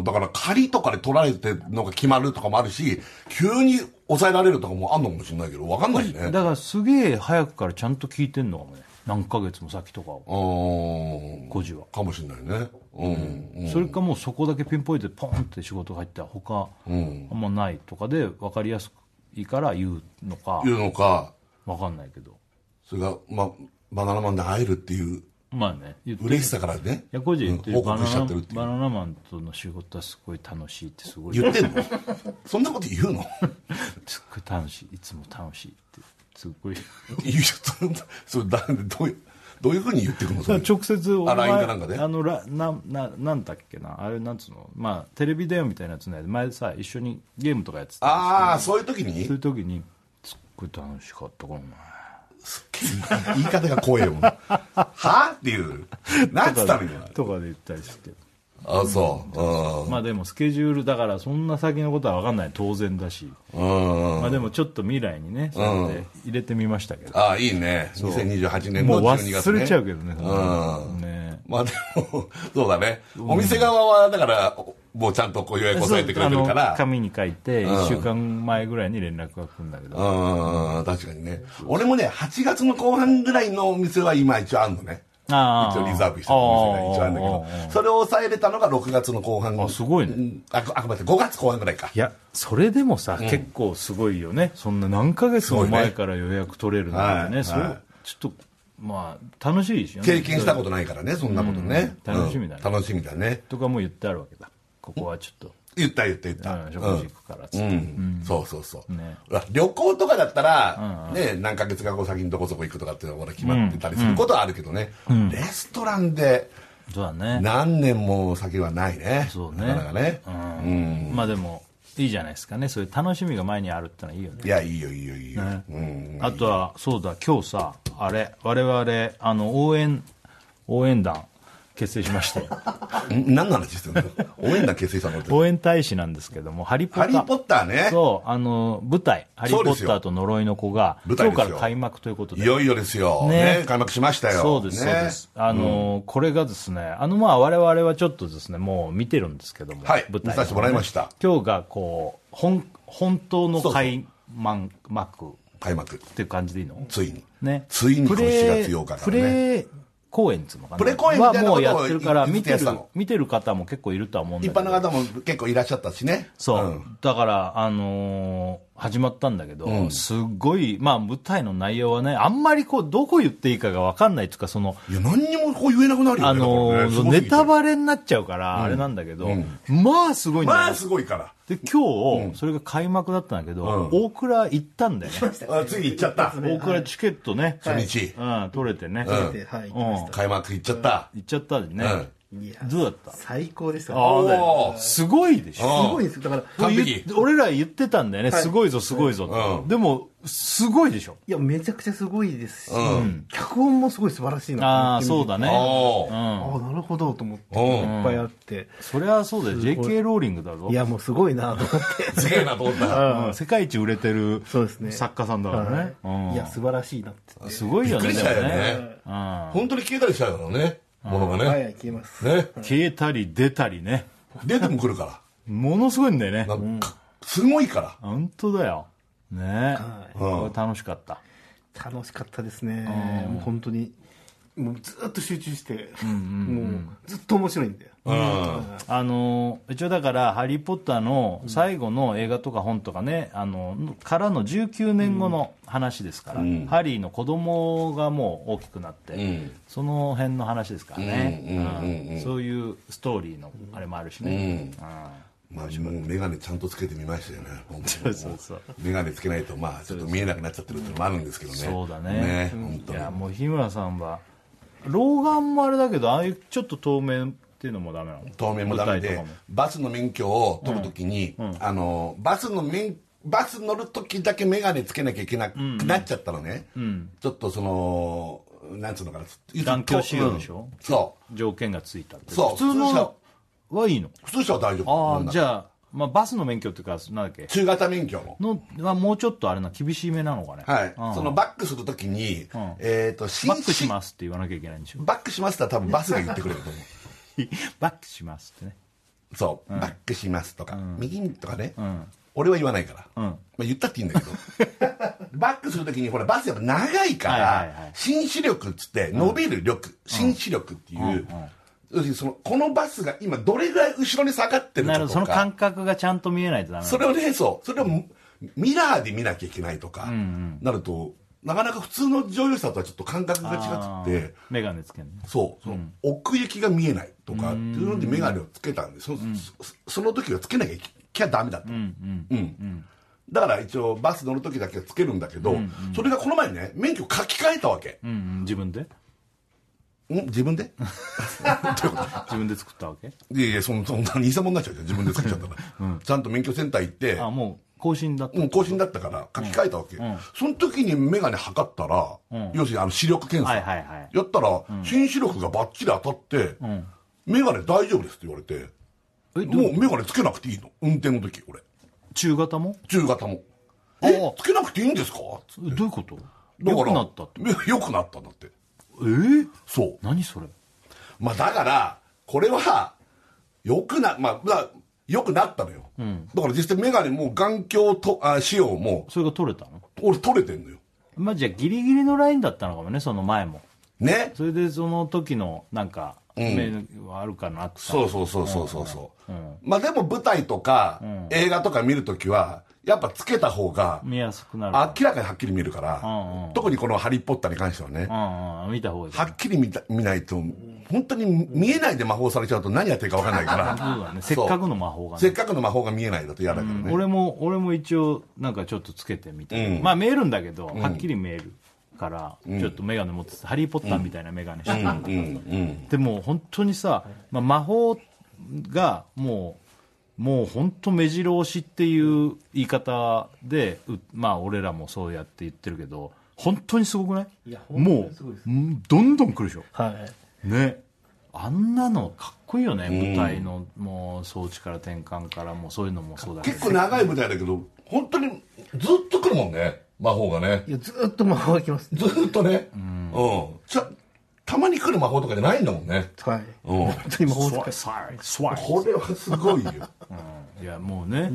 B: んだから仮とかで取られてるのが決まるとかもあるし急に抑えられるとかもあんのかもしれないけど分かんないしね
A: だからすげえ早くからちゃんと聞いてんのかもね何ヶ月も先とかを
B: うん
A: 5時は、
B: かもしれないねうん
A: それかもうそこだけピンポイントでポンって仕事が入ったら他、
B: ん
A: あんまないとかで分かりやすいから言うのか
B: いうのか
A: 分かんないけど
B: それが、ま、バナナマンで会えるっていう
A: まあね言って
B: 嬉しさからね
A: いやコジ言ってる
B: うん報
A: バ
B: 告しち
A: ナ
B: ゃ
A: ナ
B: ってるっていう
A: バナナマンとの仕事はすごい楽しいってすごい
B: 言ってんのそんなこと言うの
A: すっごい楽しいいつも楽しいってすっごい
B: 言うそんなそれ誰どういうどういうふうに言ってくのそれ
A: 直接お前
B: LINE かなんかで
A: あのらなななんだっけなあれなんつうのまあテレビ電話みたいなやつね前さ一緒にゲームとかやってたんですけど
B: ああそういう時に
A: そういう時にすっごい楽しかったこの前
B: 言い方が怖いよもうはっていう何つったのよ
A: とかで言ったりして
B: あそううん
A: まあでもスケジュールだからそんな先のことは分かんない当然だし、
B: うん
A: まあでもちょっと未来にねそうやって入れてみましたけど、
B: ああいいね2028年
A: もう
B: の12月、
A: 忘
B: ね、
A: れちゃうけどねそんなのね
B: まあでもそうだねお店側はだからもうちゃんとこう予約をされてくれてるか
A: そうあの
B: ら
A: 紙に書いて1週間前ぐらいに連絡が来るんだけど、
B: うん確かにね俺もね8月の後半ぐらいのお店は今一応あんのね
A: ああ
B: 一応リザーブしてるお店が一応あるんだけどそれを抑えれたのが6月の後半
A: あすごいね
B: うんああごめんなさい5月後半ぐらいか
A: いやそれでもさ、結構すごいよねそんな何ヶ月
B: すごい
A: も
B: ね
A: 前から予約取れるなんてね
B: はい
A: そう
B: はい
A: ちょっとまあ楽しいですよね
B: 経験したことないからねそんなことね、
A: うん楽しみだね
B: うん楽しみだね
A: とかも言ってあるわけだここはちょっと、
B: 言った言った言っ
A: うん、
B: た、
A: 食事行くからっつって、
B: うんそうそうそう、
A: ね
B: ほら旅行とかだったら、ね、何ヶ月か後先にどこそこ行くとかっていうのはほら決まってたりすることはあるけどね、レストランで
A: そうだね
B: 何年も先はないね
A: そうね
B: なかなかね、
A: うんまあでもいいじゃないですかねそういう楽しみが前にあるってのはいいよね
B: いやいいよいいよいいよ、うん
A: あとはそうだ今日さあれ我々あの応援応援団結成しまして
B: ん何の話してんの 応援団結成したのって
A: 応援大使なんですけども「ハリー・ポ
B: ハ
A: ッ
B: リ
A: タ
B: ー・
A: ー」
B: ポッターね
A: そうあの舞台「ハリー・
B: そう
A: ポ
B: です
A: ッ
B: よ
A: ターと呪いの子」が
B: 舞
A: 今
B: 台
A: 日
B: ですよ
A: から開幕ということで
B: いよいよですよ、
A: ね
B: ね開幕しましたよ
A: そうです、
B: ね
A: そうです。あのーこれがですね、あの、まあ、我々はちょっとですね、もう見てるんですけども、
B: はい
A: のね
B: 見させてもらいました
A: 今日が、こう、本、本当の開幕
B: 開幕
A: っていう感じでいいの
B: ついに、
A: ね。
B: ついにこの
A: プレ
B: 7月8日からね
A: プレ公演っつうのかな
B: プレ公演みたいなことを
A: はもうやってるから、
B: い
A: 見てる
B: いつやってたの、
A: 見てる方も結構いるとは思うんだ
B: 一
A: けど。
B: 般の方も結構いらっしゃったしね
A: そう、
B: ん
A: だから、あのー始まったんだけど、すっごい、まあ、舞台の内容はねあんまりこうどこ言っていいかが分かんないっていうかその
B: いや何にもこう言えなくなるよね
A: あの
B: だからねすごすぎ
A: ネ
B: て
A: タバレになっちゃうから、あれなんだけど、まあすごいんだよ、
B: まあすごいから
A: で今日それが開幕だったんだけど、大倉行ったんだよ ね
B: あ次行っちゃった
A: 大倉チケットね、
B: 初日
A: うん、取れてね、
C: ではい、行きまし
B: 開幕行っちゃった
A: 行っちゃったでね、
B: う
C: たいや
A: どうだった
C: 最高でした
A: ああ
C: す
A: だよすごいでしょ
C: ごいですよだから
B: 完
A: 言っ
B: 璧
A: 俺ら言ってたんだよね、
C: はい
A: すごいぞすごいぞって、
B: うん
A: でもすごいでしょ
C: いやめちゃくちゃすごいですし、
B: うん
C: 脚本もすごい素晴らしいな
A: ああそうだ
C: ね
A: ね
B: あ
A: うん
C: ああなるほどと思って
B: うん
C: いっぱいあって、
A: そりゃそうだよ JK ローリングだぞ
C: いやもうすごいなと思って
B: あすげえなと思っ た
A: うん世界一売れてる
C: そうですね
A: 作家さんだからね、
C: はい
A: うん
C: いや素晴らしいなって
A: すごいよね
B: びっくりしたよね
A: でもね、
B: 本当に消えたりしたからねものが
C: はい
B: ね
C: はい消えます
B: ね
A: うん、消えたり出たりね
B: 出ても来るか
A: ものすごいんだよね
B: らなんかすごいから
A: 本当だよね
C: はい
A: これ楽しかった
C: 楽しかったですねもう本当にもうずっと集中して、もうずっと面白いんだよ
B: うん
A: あの一応だから「ハリー・ポッター」の最後の映画とか本とかね、あのからの19年後の話ですから、ハリーの子供がもう大きくなって、その辺の話ですからね、うんそういうストーリーのあれもあるしね、
B: まあもう眼鏡ちゃんとつけてみましたよね本当に
A: そうそう
B: 眼鏡つけないとまあちょっと見えなくなっちゃってるってのもあるんですけどね
A: そうだね
B: ね本当
A: い
B: に
A: やもう日村さんは老眼もあれだけどああいうちょっと透明っていうのもダメなの
B: 透明もダメ
A: 舞台
B: で
A: とかも
B: バスの免許を取るときに、あのバスの免バス乗るときだけ眼鏡つけなきゃいけなくなっちゃったのね、ちょっとそのなんつうのかな
A: 眼鏡仕様でしょ
B: うんそ
A: 条件がついたって
B: そう
A: 普通
B: 普通車
A: のはいいの
B: う普通車は大丈夫
A: ああじ
B: ゃ
A: ゃあ、まあ、バスの免許っていうかなんだっけ
B: 中型免許の
A: のはもうちょっとあれな厳しめなのかね
B: はい、
A: うん
B: そのバックするときに、えっ、と新
A: バックしますって言わなきゃいけないんで しょ
B: バックしますとは多分バスが言ってくれると思う
A: バックしますってね
B: そう、バックしますとか、右にとかね、俺は言わないから、まあ、言ったっていいんだ けどバックするときにほらバスやっぱ長いから、
A: はいはいはい
B: 紳士力っつって伸びる力、紳士力っていう、要するにそのこのバスが今どれぐらい後ろに下がってる
A: な
B: か
A: るほ
B: と
A: ど
B: か
A: その感覚がちゃんと見えないとダメなの
B: それをねそうそれをミラーで見なきゃいけないとか、なるとなかなか普通の乗用車とはちょっと感覚が
A: あ
B: 違
A: ー
B: ってて
A: 眼鏡つけんね
B: そう、その奥行きが見えないとかっていうので眼鏡をつけたんでそ,、そその時はつけなきゃいきゃダメだと、うんだから一応バス乗る時だけはつけるんだけど、それがこの前ね免許書き換えたわけ、
A: うん、うん、自分で
B: ん自 分で
A: 自分で作ったわけ
B: いやいやそんそん な偽物になっちゃうじゃん自分でつけちゃったから、 ちゃんと免許センター行って
A: あもう更新だった、
B: うん、更新だったから書き換えたわけ、その時に眼鏡測ったら、要するにあの視力検査、
A: はいはいはい
B: やったら、新視力がバッチリ当たって、眼鏡大丈夫ですって言われて
A: えど
B: もう眼鏡つけなくていいの運転の時俺
A: 中型も
B: 中型も
A: あ
B: え
A: あ
B: つけなくていいんですかつって
A: どういうこと
B: だ
A: 良
B: から
A: くなったって
B: 目良くなったんだって
A: えー、
B: そう
A: 何それ
B: まあだからこれは良くなまあまあ良くなったのよ、だから実際眼鏡も眼鏡とあ仕様も
A: それが取れたの
B: 俺取れてんのよ
A: まあじゃあギリギリのラインだったのかもねその前も
B: ね
A: それでその時のなんか目はあるかなって
B: そうそうそうそうそうそう、まあでも舞台とか、映画とか見るときはやっぱつけた方が
A: 見やすくなるから
B: 明らかにはっきり見えるから、
A: ん
B: 特にこの「ハリー・ポッター」に関してはね、
A: うんうん見た方がいい
B: はっきり見た見ないと本当に見えないで魔法されちゃうと何やってるか分かんないから
A: そうだねせっかくの魔法が
B: せっ
A: ね
B: かくの魔法が見えないだと嫌だからね、
A: 俺も俺も一応なんかちょっとつけてみて、まあ見えるんだけど、はっきり見えるから、ちょっと眼鏡持っててハリー・ポッター」みたいな眼鏡して、でも本当にさ、まあ、魔法がもうもう本当目白押しっていう言い方でうまあ俺らもそうやって言ってるけど本当にすごくない
C: いや本当
A: も
C: にすごいです
A: ううんどんどん来るでしょ
C: はい
A: ねあんなのかっこいいよね、舞台のもう装置から転換からもうそういうのもそうだけど
B: 結構長い舞台だけど本当にずっと来るもんね魔法がね
C: いやずーっと魔法が来ますね
B: ずっとねうん、ちゃたまに来る魔法とかじゃないんだもんね
C: はい
B: うん
C: 本当に魔法使い
A: スワイスワイ
B: これはすご いよ
A: いやもうね、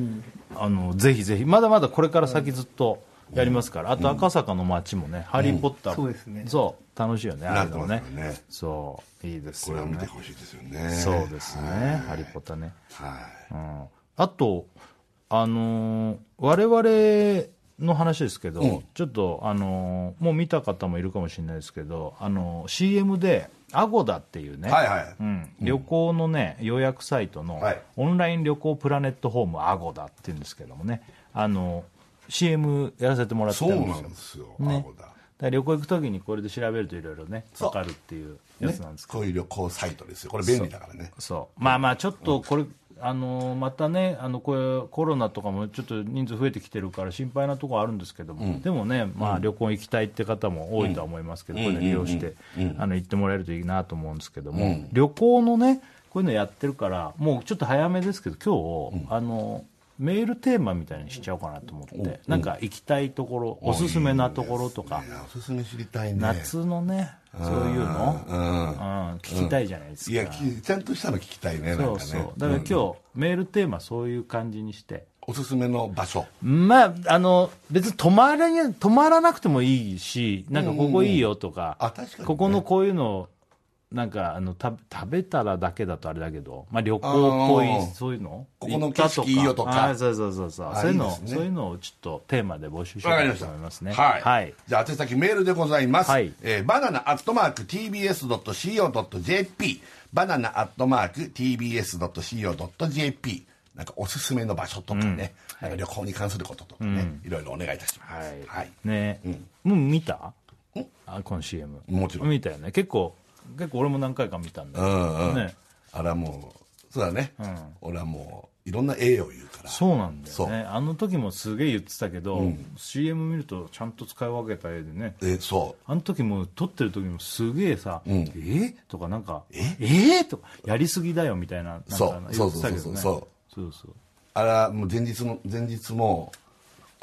A: あのぜひぜひまだまだこれから先ずっとやりますから、あと赤坂の街もね「ハリー・ポッター」
C: そうですね
A: そう楽しいよねあ
B: な
A: あい
B: っ
A: う
B: て
A: のも
B: ますよ
A: ね
B: ね
A: そういいです
B: これ
A: よ
B: は見て
A: ね
B: ほしいですよね
A: そうですね「ハリー・ポッターね」
B: はい
A: あとあのー我々の話ですけど、ちょっと、あのーもう見た方もいるかもしれないですけど、あのー CM でアゴダっていうね、
B: はいはい
A: うん、旅行のね予約サイトの
B: はい
A: オンライン旅行プラネットホームアゴダっていうんですけどもねあの CM やらせてもらって
B: そう
A: るんで
B: な
A: すよ
B: んですよ、ア
A: ね
B: ゴダ
A: だから旅行行く時にこれで調べるといろいろね
B: そう
A: 分かるっていうや
B: ね
A: つなんですけど、
B: こういう旅行サイトですよこれ便利だからね
A: そうまあまあちょっとこれ、あのまたねあのこれコロナとかもちょっと人数増えてきてるから心配なところあるんですけども、でもね、まあ、旅行行きたいって方も多いとは思いますけど、これ利用して、あの行ってもらえるといいなと思うんですけども、旅行のねこういうのやってるからもうちょっと早めですけど今日、あのメールテーマみたいにしちゃおうかなと思って、なんか行きたいところおすすめなところとか、
B: いやおすすめ知りたいね
A: 夏のねそういうの、うん聞きたいじゃないですか。
B: いやきちゃんとしたの聞きたいねなんかね
A: そうそうだから今日、メールテーマそういう感じにして
B: おすすめの場所
A: まああの別に泊まらに泊まらなくてもいいしなんかここいいよとか,、
B: うんあ確かにね
A: ここのこういうのなんかあのた食べたらだけだとあれだけど、まあ、旅行
B: あー
A: こういうそういうの
B: ここの
A: 行ったと
B: 景色いいよとか
A: あーそうそうそうそう
B: あ
A: そういうの
B: いいですね
A: そういうのをちょっとテーマで募集しよう
B: わかり
A: か
B: まし
A: なと
B: た。
A: 思いますね
B: はい。
A: はい、
B: じゃあ、宛先メールでございます。
A: はい
B: えーバナナアットマーク tbs.co.jp。バナナアットマーク tbs.co.jp。なんかおすすめの場所とかね、なんか旅行に関することとかね、いろいろお願いいたします。はい。
A: ね、もう見たあこの CM
B: もちろん
A: 見たよね結構結構俺も何回か見たんだ
B: う
A: よ
B: んうん。
A: ね
B: あらもう、そうだね。俺はもう、いろんな栄を言うから。
A: そうなんだ
B: そ
A: よ
B: う
A: ねあの時もすげえ言ってたけど、CM 見るとちゃんと使い分けた絵でね
B: えーそう。
A: あの時も撮ってる時もすげえさ「えーとかなんか「えーとか「やりすぎだよ」みたいななんか
B: そう
A: 言ってたけどね
B: そう
A: そうそう
B: あら、もう前日の、前日も、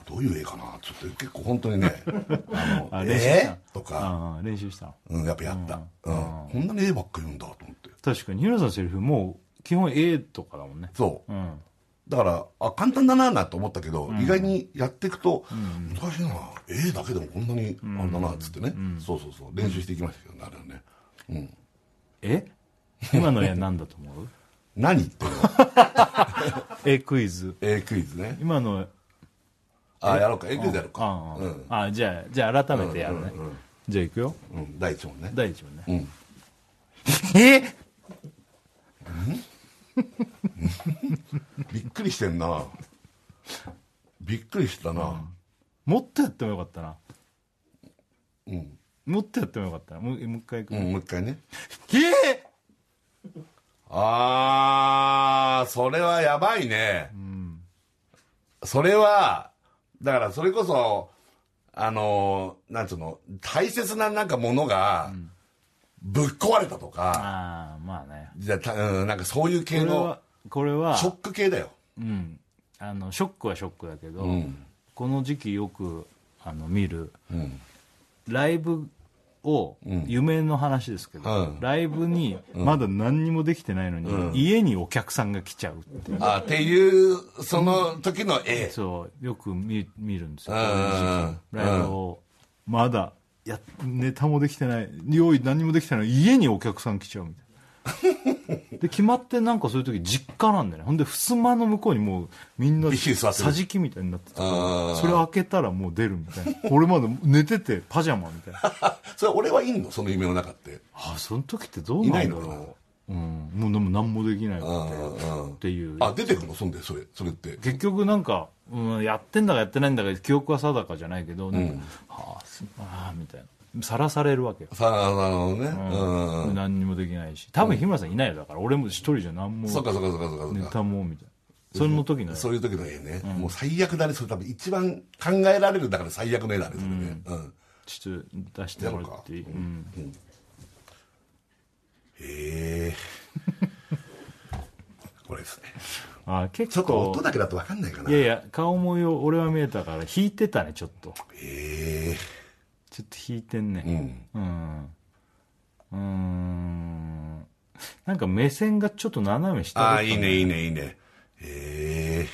B: どういう絵かなちょっと結構本当にね、 あの、
A: 練習した
B: えーとか、
A: ああ練習したの
B: うん、やっぱやった。うん。こんなに絵ばっか言うんだと思って。
A: 確かにヒロさんのセリフもう基本「えーとかだもんね
B: そう。
A: うん
B: だから、あ、簡単だなぁなと思ったけど、意外にやっていくと、難しいな絵だけでもこんなにあれだなっつってね、そうそうそう。練習していきましたけどね、あれはね。
A: え今の絵なんだと思う
B: 何言ってるの
A: 絵クイズ
B: 絵クイズね。
A: 今の
B: あ、やろうか。絵クイズやろうか。
A: あ、うんあじゃあじゃあ改めてやるね、じゃあいくよ
B: うん、第一問ね。
A: 第一問ね、
D: え
B: びっくりしてんなびっくりしたな
A: もっとやってもよかったな
B: うん。
A: もっとやってもよかったなもうもう一回いく、
B: うん、もう一回ね。
A: え
B: あー、それはやばいね。それは、だからそれこそ、あのー、なんつうの、大切ななんかものが、ぶっ壊れたとか、
A: ああまあね
B: じゃあたうん、なんかそういう
A: こ
B: 系
A: れ
B: の
A: は、これは
B: ショック系だよ。
A: うん、あのショックはショックだけど、
B: ん
A: この時期よくあの見る
B: うん。
A: ライブを、夢の話ですけど、
B: うん
A: ライブにまだ何にもできてないのに、家にお客さんが来ちゃうっていう
B: あっていう、その時の絵。
A: そうよく見見るんです
B: う
A: よ
B: ん
A: ライブをまだやネタもできてない用意何もできてない家にお客さん来ちゃうみたい なで決まってなんかそういう時実家なんだよねほんで襖の向こうにもうみんな
B: びっしり座ってる
A: さじきみたいになってて
B: うん
A: それ開けたらもう出るみたいな俺まだ寝ててパジャマみたいな
B: それ俺はいんのその夢の中って。
A: あその時ってどうなんだ
B: いないのかな
A: ろううん、もうでも何もできないって
B: うん
A: っていう
B: あ、出てくるのそんで、それ、それって。
A: 結局なんか、うん、やってんだかやってないんだか記憶は定かじゃないけど、なんかはあすあーみたいなさらされるわけよ、
B: さあ、なるほどね。うん。
A: 何にもできないし多分日村さんいないよだから俺も一人じゃ何も
B: そっかそっかそっかそっかそっか。
A: ネタもみたいなそれの時の
B: そういう時の絵ね、もう最悪だねそれ多分一番考えられるだから最悪の絵だねそれね、うん
A: ちょっと出してもらっていい、うん、
B: へえこれですね
A: あー
B: ちょ
A: 結
B: っと
A: 構
B: 音だけだと分かんないかない
A: やいや顔もよ俺は見えたから引いてたねちょっと
B: へえ
A: ちょっと引いてんね
B: うん
A: うんうーんなんか目線がちょっと斜め下だ
B: あ
A: った
B: あ
A: ん
B: い
A: だ
B: い
A: よ
B: ねいいねいいねへえ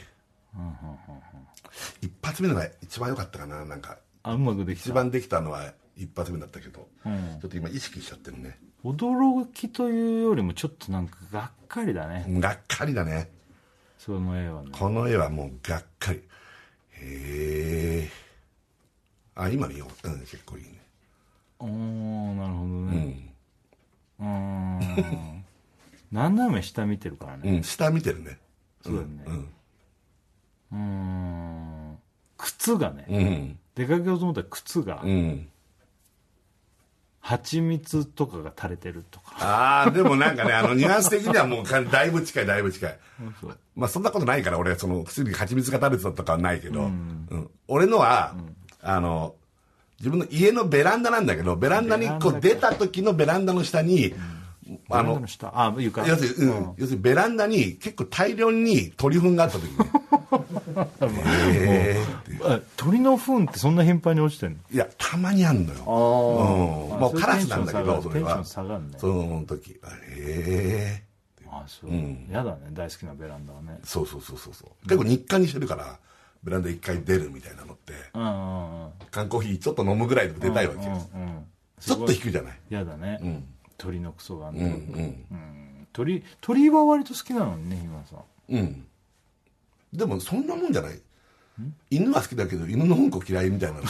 B: 一発目のが一番良かったかななんか
A: あうまくでき
B: 一
A: た
B: 番できたのは一発目だったけど、
A: ん
B: ちょっと今意識しちゃってるね
A: 驚きというよりもちょっとなんかがっかりだね、
B: がっかりだね
A: その絵はね
B: この絵はもうがっかりへえあ今見よううん結構いいね
A: おーなるほど
B: う
A: ね
B: ん、
A: うーん斜め下見てるからね
B: うん、下見てるね
A: そうだよね
B: うん
A: うーん靴がね
B: うん
A: 出かけようと思ったら靴が
B: うん
A: 蜂蜜とかが垂れてるとか
B: ああでもなんかねあのニュアンス的にはもうかだいぶ近いだいぶ近い
A: そう
B: まあそんなことないから俺その薬に蜂蜜が食べてたとかはないけど、うん俺のは、あの自分の家のベランダなんだけどベランダにこう出た時のベランダの下に、あ
A: ベランダ
B: の
A: の下あ床
B: 要するに、うん要するにベランダに結構大量に鳥糞があった時ねへーって
A: あ鳥の糞ってそんな頻繁に落ちてんの
B: いやたまにあんのようん、まあカラスなんだけどそ
A: そ
B: れ
A: れテンショ
B: は
A: ン下がるね
B: その時へえ
A: あそう、やだね大好きなベランダはね
B: そうそうそうそうそう結構日課にしてるからベランダ一回出るみたいなのって
A: うんうんうん
B: 缶コーヒーちょっと飲むぐらいでも出たいわけよ、
A: うんうん
B: ちょっと低いじゃない
A: やだね、
B: ん
A: 鳥のクソがあん
B: うん
A: ねうん鳥鳥は割と好きなのにね今さん
B: うんうんでもそんなもんじゃない犬は好きだけど犬のうんこ嫌いみたいな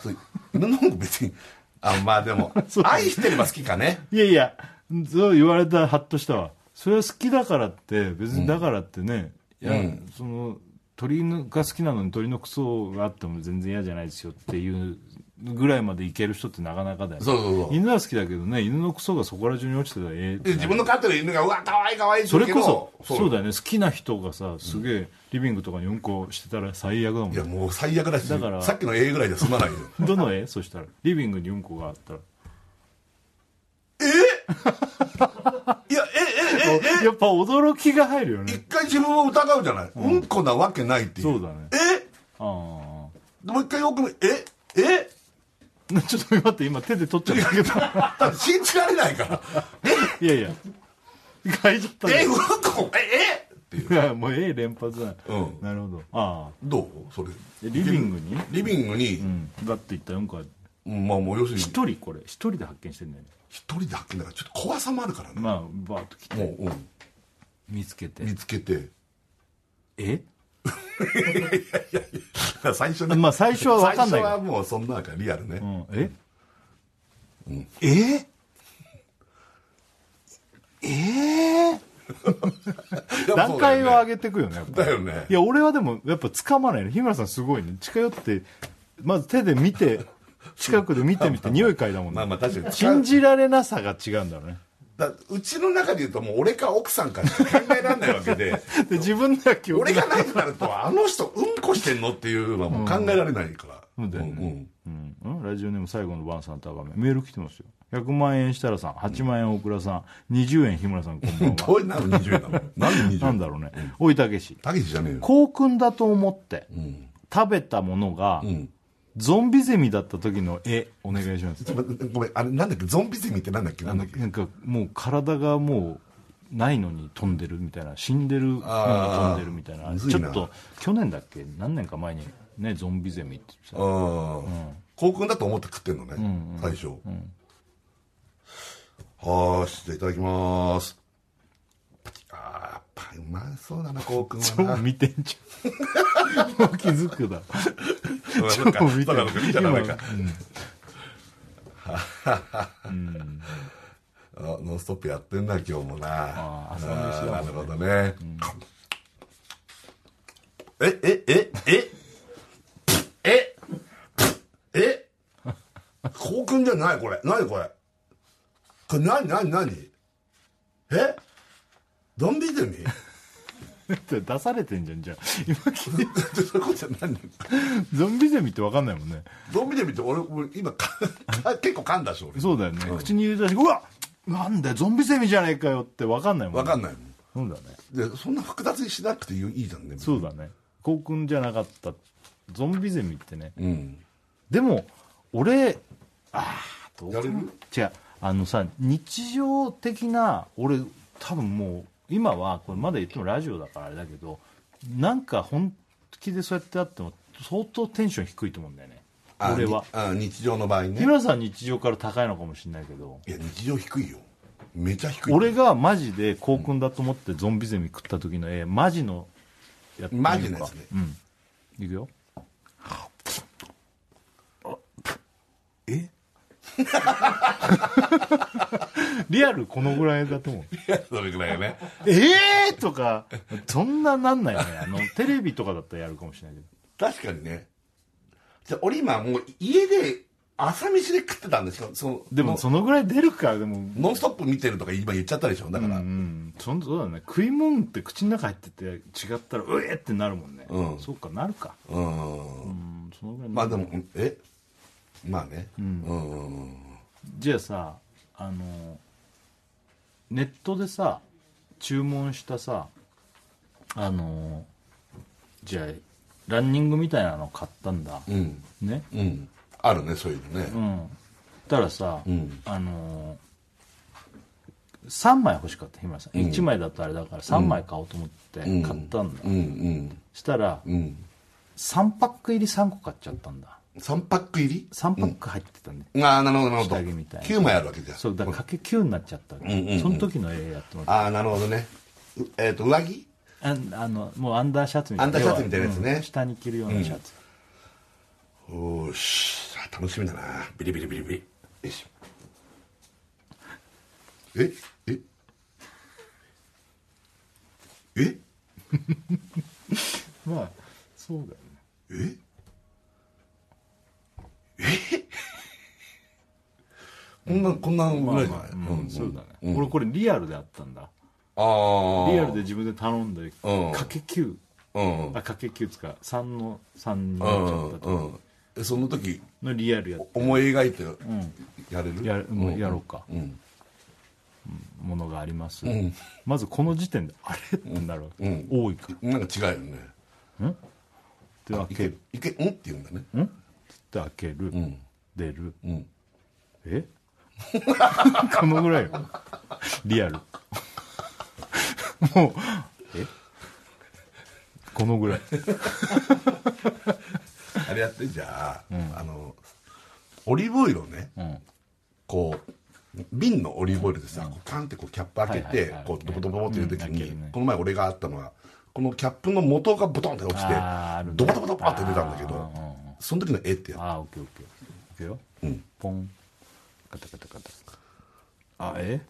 B: そう犬のうんこ別にあまあでも愛してれば好きかね
A: いやいやそう言われたらハッとしたわそれは好きだからって別にだからってね、いや、その鳥のが好きなのに鳥のクソがあっても全然嫌じゃないですよっていうぐらいまでいける人ってなかなかだよね
B: そうそうそう
A: 犬は好きだけどね犬のクソがそこら中に落ちてたらええって
B: で自分の飼ってる犬がうわかわいいかわいいって
A: そ
B: 言
A: れ
B: うけ
A: こ
B: ど
A: そそうだよね好きな人がさすげえリビングとかにうんこしてたら最悪だもん
B: いやもう最悪だし
A: だから
B: さっきの A ぐらいじゃ済まないよ
A: どの絵そしたらリビングにうんこがあったら
B: いやええええ
A: やっぱ驚きが入るよ
B: 一
A: ね
B: 回自分を疑うじゃない、うん、こなわけないっていう
A: そうだね
B: え
A: あ
B: もう一回よく見ええ
A: あちょっと待って今手で取っちゃっ たけど
B: だって信じられないから
A: いやいや 変えちゃった
B: ええ
A: ね
B: うんこええっていう
A: いやもう絵連発だ、
B: うん
A: なるほどああ
B: どうそれ
A: でリビングに
B: リビングに
A: う、んだって言ったうんこは
B: うんまあもう要するに
A: 一人これ一人で発見してんだよね
B: 一人だけだからちょっと怖さもあるからね、
A: まあバーッと来て
B: もう、うん、
A: 見つけて
B: 見つけて
A: え
B: 最初
A: まあ最初は分かんな
B: 最
A: いけ
B: 初は
A: ど
B: もうそんなわけリアルね、
A: うん、え、
B: え
A: え
B: え
A: 段階を上
B: げ
A: げていくよねやっぱ
B: だよね
A: いや俺はでもやっぱ掴まないね日村さんすごいね近寄ってまず手で見て 近くで見てみて匂い嗅いだもんね、
B: まあまあ確かに
A: 信じられなさが違うんだろうね
B: だうちの中で言うともう俺か奥さんかしか考えられないわけ で
A: で自分では記憶
B: 俺がないとなるとあの人うんこしてんのっていうのはもう考えられないから、
A: そうだよね
B: ん
A: うん、うんラジオネーム最後の晩さんとはメール来てますよ100万円設楽さん8万円大倉さん20円日村さんこんばんは
B: どういうなの20円なのなんで20円
A: なんだろうねおいたけし
B: たけしじゃねえよ
A: 幸訓だと思って食べたものが、
B: ん
A: ゾンビゼミだった時の絵お願いします
B: ちょっと待ってごめんあれなんだっけゾンビゼミってなんだっけなんだっけ
A: なんかもう体がもうないのに飛んでるみたいな死んでるのに飛んでるみたい
B: あー
A: な
B: むずい
A: ち
B: な
A: ょっと去年だっけ何年か前にねゾンビゼミって言って
B: ああ幸君だと思って食ってんのね、最初、はーしじゃあいただきますパチあーやっぱうまそうだな幸君
A: た超
B: はな
A: 見てんじゃん もう気づくだ
B: そうかそうか
A: 超見て
B: そう
A: る
B: かそうか見ちゃダメか
A: 今うん
B: あノンストップやってんな今日もな
A: あー朝飯だもんね
B: あーなるほどね、えええええええ幸君じゃないこれ何これこれ何何何えゾンビゼミ
A: 出されてんじゃんじゃあ 今聞いて
B: そういうことじゃないの
A: ゾンビゼミって分かんないもんね
B: ゾンビゼミって俺俺今かか結構噛んだし俺
A: そうだよね、口に入れたしうわなんだよゾンビゼミじゃねえかよって分かんないもん、ね、
B: 分かんないもん
A: そうだね
B: でそんな複雑にしなくていいいいじゃんね
A: そうだね幸君じゃなかったゾンビゼミってね
B: うん
A: でも俺ああどうか
B: や
A: な
B: れる
A: 違うあのさ日常的な俺多分もう今はこれまだ言ってもラジオだからあれだけどなんか本気でそうやってあっても相当テンション低いと思うんだよね
B: あ
A: 俺は
B: にあ日常の場合ね
A: 日村さん日常から高いのかもしれないけど
B: いや日常低いよめちゃ低い
A: 俺がマジで幸君だと思ってゾンビゼミ食った時の絵マジのやってみようか
B: マジのやつで、
A: いくよえ リアルこのぐらいだと思う
B: それぐらいよね
A: ええー、とかそんななんないよねあのテレビとかだったらやるかもしれないけど
B: 確かにねじゃあ俺今もう家で朝飯で食ってたんですよその
A: でもそのぐらい出るかでも
B: 「ノンストップ!」見てるとか今言っちゃったでしょだから、
A: うんそんそうだね食い物って口の中入ってて違ったらうえってなるもんね、
B: うん
A: そうかなるか
B: うん
A: うんそのぐらい
B: まあで
A: も
B: もうんえまあねうんうん
A: じゃあさあのネットでさ注文したさあのじゃあランニングみたいなの買ったんだ、
B: うん
A: ね
B: うんあるねそういうのね、
A: うんたらさ、
B: ん
A: あの3枚欲しかった日村さん、一1枚だとあれだから3枚買おうと思って
B: ん
A: 買ったんだ、
B: うん
A: したら
B: うんうん
A: 3パック入り3個買っちゃったんだ
B: 3パック入り
A: 3パック入ってたんで、
B: ああなるほどなるほど
A: 下着みたいな
B: 9枚あるわけじゃん
A: そうだからかけ9になっちゃったわけ、
B: うんうんうん
A: その時の絵やってもらっ
B: ああなるほどねうえっ、と上着
A: たああのもうアンダーシャツみたいな
B: アンダーシャツみたいなやつね
A: 要はうん下に着るようなシャツ、
B: おーしあ楽しみだなビリビリビリビリよいしょえええ
A: まあそうだよね
B: え えこんなこんなぐらいじゃない、
A: うんそうだね、俺これリアルであったんだ
B: ああ
A: リアルで自分で頼んで
B: うん
A: かけ9
B: うんうん
A: あかけ9つか3の3に
B: う
A: なっちゃ
B: ん
A: った
B: う
A: と
B: んえその時
A: のリアルやっ
B: 思い描いてやれる、
A: やるもうやろうか、
B: ん
A: ものがあります、
B: ん
A: まずこの時点であれってなるわけ、
B: うん
A: 多いかっ
B: なんか違うよね
A: て開
B: い
A: け
B: け
A: る
B: いけうんって言うんだね
A: んって開ける、
B: ん
A: 出る
B: うん
A: え このぐらいよリアルもうえこのぐらい
B: あれやってじゃあ、あのオリーブオイルをね、
A: ん
B: こう瓶のオリーブオイルでさ、こうパンってこうキャップ開け
A: はいはい
B: て
A: はい
B: こうドボドボドボって入れる時
A: うん開
B: に、
A: けるね
B: この前俺があったのはこのキャップの元がボトンって落ちて
A: あーあるね
B: ドボドボドボって出たんだけど、
A: あーうんうん
B: その時の絵ってや
A: あーオッケーオッケーいくよ、ポンカタカタカタあえ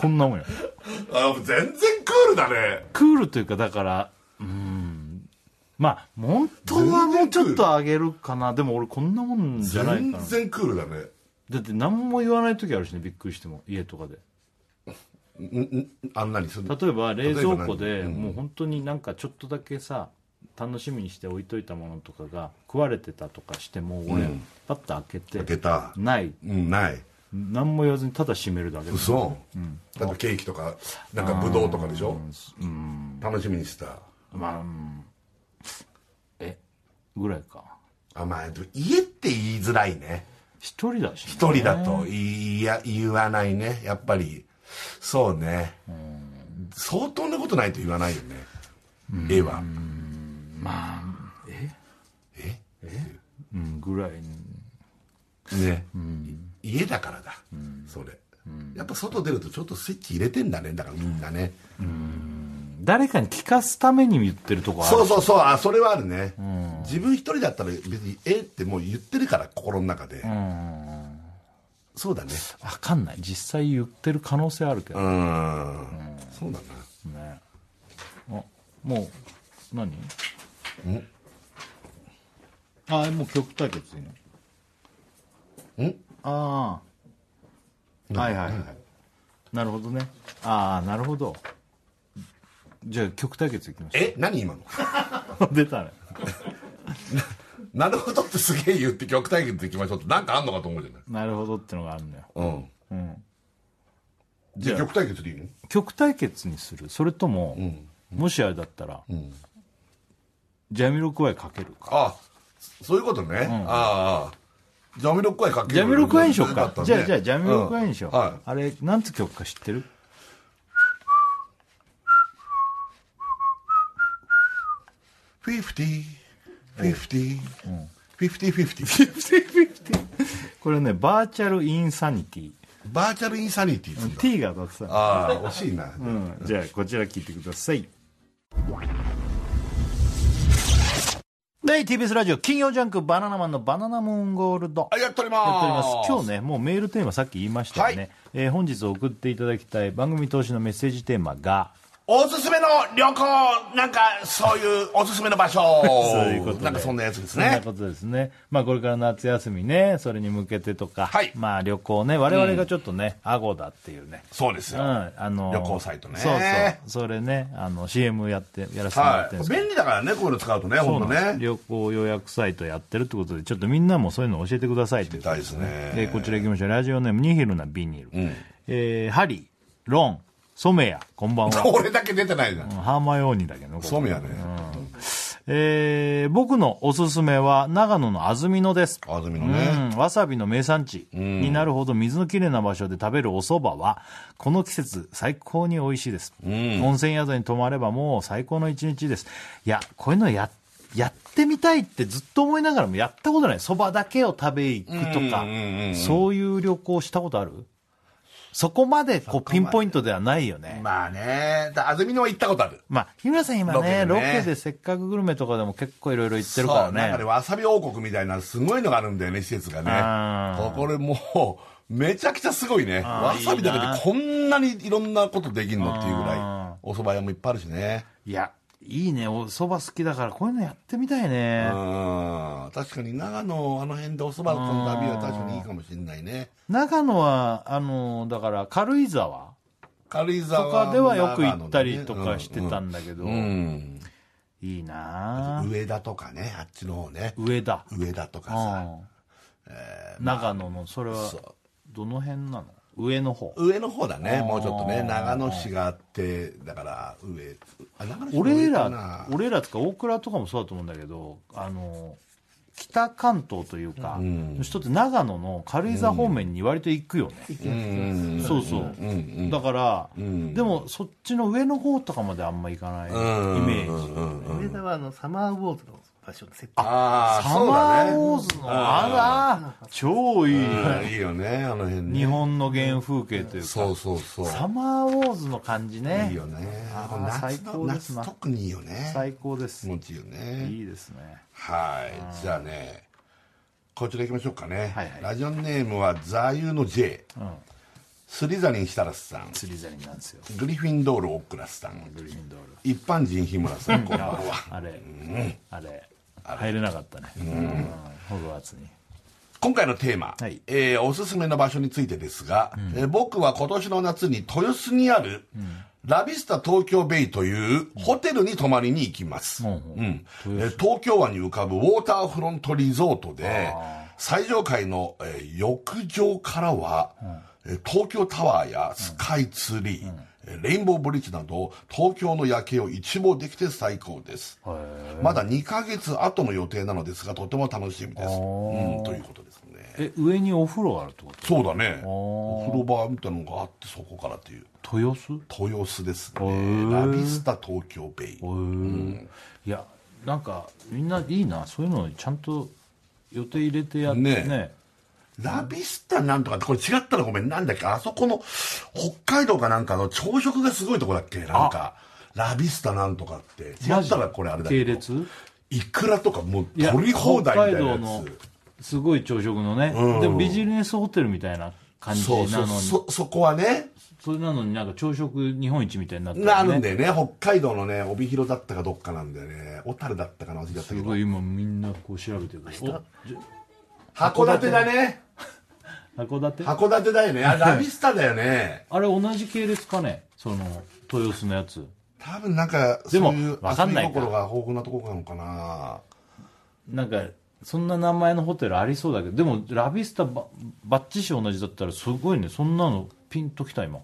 A: こんなもんよ
B: あ全然クールだね
A: クールというかだからうんまあ本当はもうちょっと上げるかなでも俺こんなもんじゃないか
B: 全
A: な
B: 然クールだね
A: だって何も言わない時あるしねびっくりしても家とかで
B: んんあんなにその
A: 例えば冷蔵庫
B: 例え
A: で
B: ば何うん
A: もう本当になんかちょっとだけさ楽しみにして置いといたものとかが食われてたとかしても俺
B: うん
A: パッと開けて、
B: 開けた
A: ない
B: うんない
A: 何も言わずにただ閉めるだけだ
B: 嘘、だってケーキとかなんかブドウとかでしょ
A: うん
B: 楽しみにしてた
A: まあうんえぐらいか
B: あまあでも家って言いづらいね
A: 一人だしね、
B: 一人だといや言わないねやっぱりそうね相当なことないと言わないよね絵は
A: うん、ぐらい
B: ね家だからだそれやっぱ外出るとちょっとスイッチ入れてんだねだからみんなね
A: 誰かに聞かすために言ってるとこある
B: そうそうそうあそれはあるね自分一人だったら別に「えっ?」てもう言ってるから心の中でそうだね
A: わかんない実際言ってる可能性あるけど
B: う、んそうだな
A: ねあもう何あもう曲対決いいの
B: ん
A: ああはいはいはい、なるほどねああなるほどじゃあ曲対決いきまし
B: え何今の
A: ょう 出たね
B: なるほどってすげえ言って曲対決できましょうってなんかあんのかと思うじゃない
A: なるほどってのがあるのよ
B: うんじゃあ曲対決でいいの
A: 曲対決にするそれとも、もしあれだったら、ジャミロクワイかける
B: あ
A: か
B: そういうことね、ああジャミロクワイかけ
A: ジャミロクワイにしよう
B: よ
A: か
B: ったね
A: じゃあじゃあジャミロクワイにしよう、
B: んは
A: あれなんつう曲か知ってる
B: い50 50 50 50
A: これねバーチャルインサニティ
B: バーチャルインサニティっていうの
A: T が当たってた、
B: ああ惜しいな、
A: うん、じゃあこちら聞いてくださいはい TBS ラジオ金曜ジャンク「バナナマンのバナナムーンゴールド」
B: あやっております
A: やっております今日ねもうメールテーマさっき言いましたよね、
B: はい
A: えー本日送っていただきたい番組投資のメッセージテーマが
B: おすすめの旅行なんかそういうおすすめの場所
A: そういうことで
B: なんかそんなやつです
A: そんな
B: ね
A: ことですね、まあ、これから夏休みねそれに向けてとか、
B: はい
A: まあ、旅行ね我々がちょっとね、アゴだっていうね
B: そうです
A: うん、
B: よ、
A: あの
B: 旅行サイトね
A: そうそうそれねあの CM やってやらせてもらっ
B: は
A: てるんですけど、
B: い便利だからねこういうの使うとね
A: そう
B: 本
A: な
B: 当
A: んです
B: ね
A: 旅行予約サイトやってるってことでちょっとみんなもそういうの教えてくださいということ
B: たいですね
A: えーこちら行きましょうラジオネームニヒルなビニール、えーハリーロンソメヤこんばんは
B: 俺だけ出てないじゃん
A: ハーマヨーニーだけどねこれ
B: そうみやね
A: えー僕のおすすめは長野の安曇野です
B: 安曇野ね
A: うん、わさびの名産地になるほど水のきれいな場所で食べるお蕎麦はこの季節最高に美味しいです、温泉宿に泊まればもう最高の一日ですいやこういうのややってみたいってずっと思いながらもやったことない蕎麦だけを食べ行くとかそういう旅行したことあるそこまでこうピンポイントではないよね
B: まあねだ安曇野は行ったことある
A: まあ日村さん今
B: ロケ
A: ね
B: でね
A: ロケで「せっかくグルメ」とかでも結構いろいろ行ってる
B: そうな
A: か
B: ん
A: ら
B: かね
A: ね
B: わさび王国みたいなすごいのがあるんだよね施設が
A: あ
B: ねこれもうめちゃくちゃすごいねわさびだけでこんなにいろんなことできるのっていうぐらいお蕎麦屋もいっぱいあるしね
A: いやいいねお蕎麦好きだからこういうのやってみたい
B: うん
A: ね
B: 確かに長野あの辺でお蕎麦の旅は確かにいいかもしれないね
A: 長野はあのだから軽井沢
B: 軽井
A: と
B: 沢
A: か
B: の
A: ではよ
B: 長
A: く
B: 野
A: 行ったりとかしてた
B: ね
A: んだけど、
B: うんうん
A: いいなあ
B: 上田とかねあっちの方ね
A: 上田、
B: 上田とか
A: う
B: さ
A: ん長野のそれはどの辺なの上の方
B: 上の方だねもうちょっとね長野市があってだから上あ長野市の上
A: 俺
B: かな
A: ら俺らとか大倉とかもそうだと思うんだけどあの北関東というか、の人って長野の軽井沢方面に割と行くよね、
B: うん
A: そうそう、だから、でもそっちの上の方とかまであんま行かないイメージ、
C: 上田はあのサマーウォーズの場所の設定
B: ああ
A: サ
B: そう
A: マ
B: だ
A: ー
B: ね
A: ウォーズのあら超いい
B: うんいいよねあの辺ね
A: 日本の原風景というか
B: そうそうそう
A: サマーウォーズの感じね
B: いいよね
A: あー
B: この夏
A: 最高
B: の
A: ですな
B: 夏特にいいよね
A: 最高です
B: 気持ちいいよね
A: いいですね
B: はいじゃあねこちら行きましょうかね
A: はいはい
B: ラジオネームは座右の J スリザリン設楽さん
A: 釣りザリなんですよ
B: グリフィンドール大倉さん
A: グリーンドール
B: 一般人日村 さんこんばんは
A: あれあれ入れなかったねうんホグワーツに
B: 今回のテーマ、
A: はい
B: えーおすすめの場所についてですが、えー僕は今年の夏に豊洲にある、ラビスタ東京ベイというホテルに泊まりに行きます、
A: ん
B: うんえー東京湾に浮かぶウォーターフロントリゾートで最上階の、えー浴場からは、えー東京タワーやスカイツリー、えーレインボーブリッジなど東京の夜景を一望できて最高ですまだ2ヶ月後の予定なのですがとても楽しみです、うん、ということですね
A: え上にお風呂あるってこ
B: そうだねお風呂場みたいなのがあってそこからっていう
A: と豊洲
B: 豊洲です
A: ー
B: ねラビスタ東京ベイ
A: いやなんかみんないいなそういうのちゃんと予定入れてやって
B: ねえ
A: ね
B: ラビスタなんとかってこれ違ったらごめんなんだっけあそこの北海道かなんかの朝食がすごいとこだっけなんかラビスタなんとかって違ったらこれあれだ
A: 系
B: けど
A: 列
B: いくらとかもう
A: いや
B: 取り放題みたいな
A: 北
B: や
A: 海道の
B: つ
A: すごい朝食のね、でもビジネスホテルみたいな感じな
B: そ
A: の
B: う
A: に
B: そ
A: そう
B: そそこはね
A: れなのになんか朝食日本一みたいになってるね
B: なるんだよね北海道のね帯広だったかどっかなんだよね小樽だったかな忘れちゃった
A: す
B: けど
A: ごい今みんなこう調べてるおじ
B: 函館だね
A: ゃ函館
B: 函館だよねあラビスタだよね
A: あれ同じ系列かねその豊洲のやつ
B: 多分なんか
A: でも
B: そういう
A: わか
B: 遊
A: ん
B: び
A: ないか
B: 心が豊富なとこなのかな
A: なんかそんな名前のホテルありそうだけどでもラビスタばバッチシ同じだったらすごいねそんなのピンときた今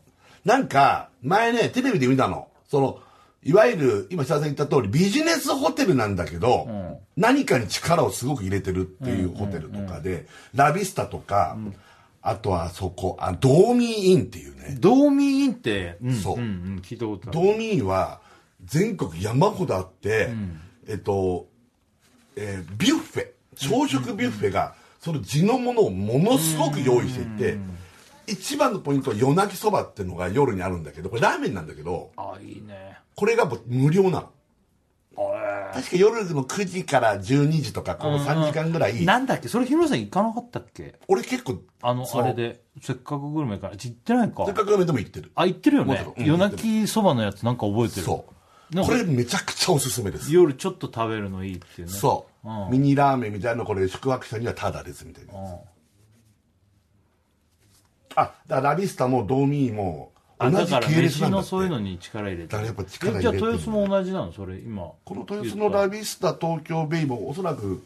B: なんか前ねテレビで見たのそのいわゆる今設楽さん言った通りビジネスホテルなんだけど、何かに力をすごく入れてるっていうホテルとかで、ラビスタとか、あとはそこあドーミーインっていうね
A: 道民院って、うん、
B: そう
A: うんうん、聞いたことあ
B: ド
A: る
B: ーミーインは全国山ほどあって、えっと、えービュッフェ朝食ビュッフェがその地のものをものすごく用意していて、一番のポイントは夜泣きそばっていうのが夜にあるんだけどこれラーメンなんだけど
A: あいいね
B: これがもう無料なの
A: あ
B: 確か夜の9時から12時とかこの3時間ぐら
A: れ
B: い
A: なんだっけそれ日村さん行かなかったっけ
B: 俺結構
A: あの
B: そう
A: あれでせっかくグルメから行ってないか
B: せっかくラーメンでも行ってる
A: あ行ってるよね
B: も、ちろんうん
A: 夜泣きそばのやつなんか覚えてる
B: そう
A: なんか
B: これめちゃくちゃおすすめです
A: 夜ちょっと食べるのいいっていうね
B: そう、ミニラーメンみたいなのこれ宿泊者にはタダですみたいなやつあだからラビスタもドーミーも同
A: あだ
B: じ
A: から
B: 系列な
A: 飯
B: んだ
A: の
B: って
A: そういうのに力入れて
B: だからやっぱ力入れて
A: え
B: る
A: じゃあ豊洲も同じなのそれ今
B: この豊洲のラビスタ東京ベイもおそらく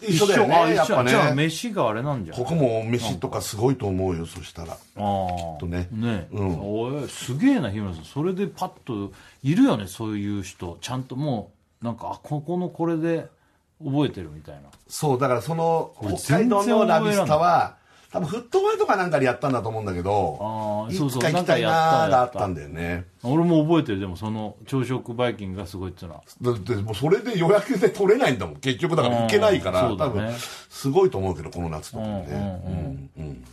B: 一
A: 一
B: 緒だよ
A: 緒あ
B: ねやっ
A: 一緒
B: ぱ
A: じゃ
B: ね
A: あ飯があれなんじゃん
B: ここも飯とかすごいと思うよそしたら
A: ああ
B: とね
A: ね、
B: うん
A: おいすげえな日村さんそれでパッといるよねそういう人ちゃんともうなんかあここのこれで覚えてるみたいな
B: そうだからその
A: れ
B: 北海道のラビスタは多分フットワーとかなんかでやったんだと思うんだけど
A: あー
B: い
A: そうそ
B: つ
A: う
B: か行きたい
A: な
B: なん
A: かやった
B: ーがあったんだよね
A: 俺も覚えてるでもその朝食バイキングがすごいっていうのは
B: だってもうそれで予約で取れないんだもん結局だから行けないから、多
A: うんそうだ
B: 分
A: ね
B: すごいと思うけどこの夏とかね、うん うん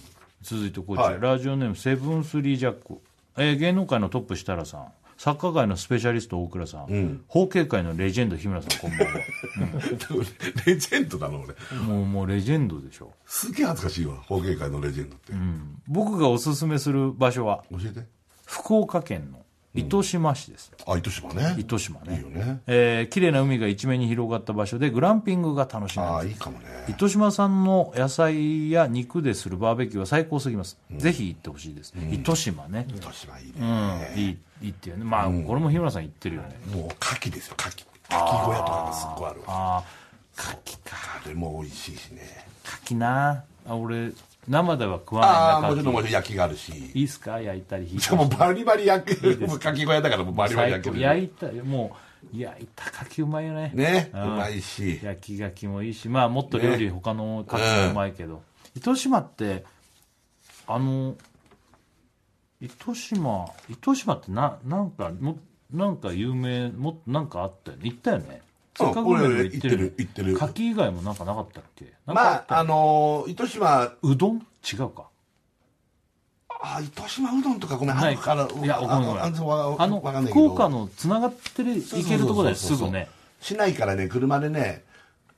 A: 続いてこちら、
B: はい
A: ラジオネームセブンスリージャック、えー芸能界のトップ設楽さんサッカー界のスペシャリスト大倉さん、法茎界のレジェンド日村さんこんばんは
B: レジェンドだな俺
A: もうもうレジェンドでしょ
B: すげえ恥ずかしいわ方芸界のレジェンドって、
A: 僕がおすすめする場所は
B: 教えて
A: 福岡県の糸島市です、
B: あ糸島ね
A: 糸島ね
B: いいよね
A: えー綺麗な海が一面に広がった場所でグランピングが楽しめ
B: あ
A: ま
B: あ
A: す
B: いいかもね
A: 糸島産の野菜や肉でするバーベキューは最高すぎます、ぜひ行ってほしいです、糸島ね、
B: 糸島いいね、
A: うん、いいいいっていうねまあ、これも日村さん行ってるよね、
B: もう牡蠣ですよ牡蠣牡蠣小屋とかがすっごいあるわ
A: ああ牡蠣か
B: あれも美味しいしね
A: 牡蠣なあ俺生では食
B: あ
A: わ
B: あ
A: ない
B: も
A: ん
B: ち
A: だ牡
B: ろんもち
A: 蠣
B: ろん焼きがあるし
A: いいっすか焼いたり引い
B: したか
A: り
B: もバリバリ焼くもう牡蠣小屋だからもうバリバリ
A: 最
B: 焼
A: 高
B: ける
A: 焼いたもう焼いた牡蠣うまいよね
B: ねうんまいし
A: 焼き牡蠣もいいしまあもっと料理
B: ね
A: 他の牡蠣もうまいけど、糸島ってあの糸島糸島ってななんかもなんか有名もっとなんかあったよね行ったよね
B: うん
A: せっかくグルメでよね
B: 俺行ってる行ってる
A: 牡蠣以外もなんかなかったっけなんか
B: ま
A: あっ
B: あ
A: たよね
B: あのー糸島
A: うどん違うか
B: あ糸島うどんとかごめん
A: ない
B: あ
A: か
B: のあの
A: いやごめんごめん
B: あのわ
A: あの
B: わかんないけ
A: 福
B: ど
A: 岡のつながってる
B: そうそうそうそう
A: 行けるとこだよすぐね
B: 市内からね車でね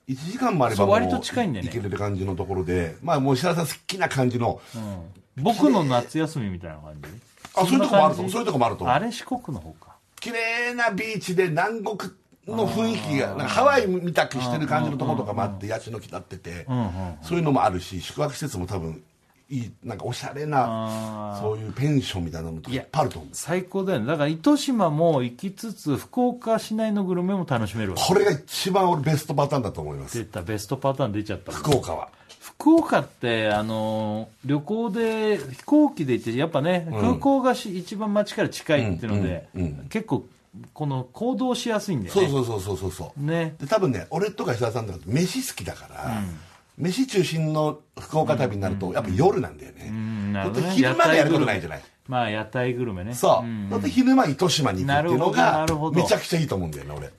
B: 1時間もあれば
A: そう
B: もう
A: 割と近いんだよね
B: 行ける感じのところでまあもう石原さん好きな感じの
A: 僕の夏休みみたいな感じ
B: あそういうとこもあると
A: そ
B: 思う
A: んな感じ
B: そういうとこもあると思う
A: あれ四国の方か
B: 綺麗なビーチで南国の雰囲気がなんかハワイみたくしてる感じのところとかもあってヤシの木立っててそういうのもあるし宿泊施設も多分いいなんかおしゃれなそういうペンションみたいなのとかいっぱいあると思う
A: 最高だよねだから糸島も行きつつ福岡市内のグルメも楽しめるわ
B: これが一番俺ベストパターンだと思います
A: 出たベストパターン出ちゃった
B: 福岡は
A: 福岡ってあのー旅行で飛行機で行ってやっぱね、空港がし一番街から近いっていうので、結構この行動しやすいんだよね
B: そうそうそうそうそうそう
A: ね
B: で多分ね俺とか久田さんとか飯好きだから、飯中心の福岡旅になるとやっぱ夜なんだよね,、
A: うんな
B: だ
A: る
B: っ
A: ほ
B: て
A: どね
B: 昼間でやることないじゃない
A: まあ屋台グルメね
B: そう、
A: ん
B: だって昼間糸島に行くっていうの
A: な
B: が
A: るほどなるほど
B: めちゃくちゃいいと思うんだよね俺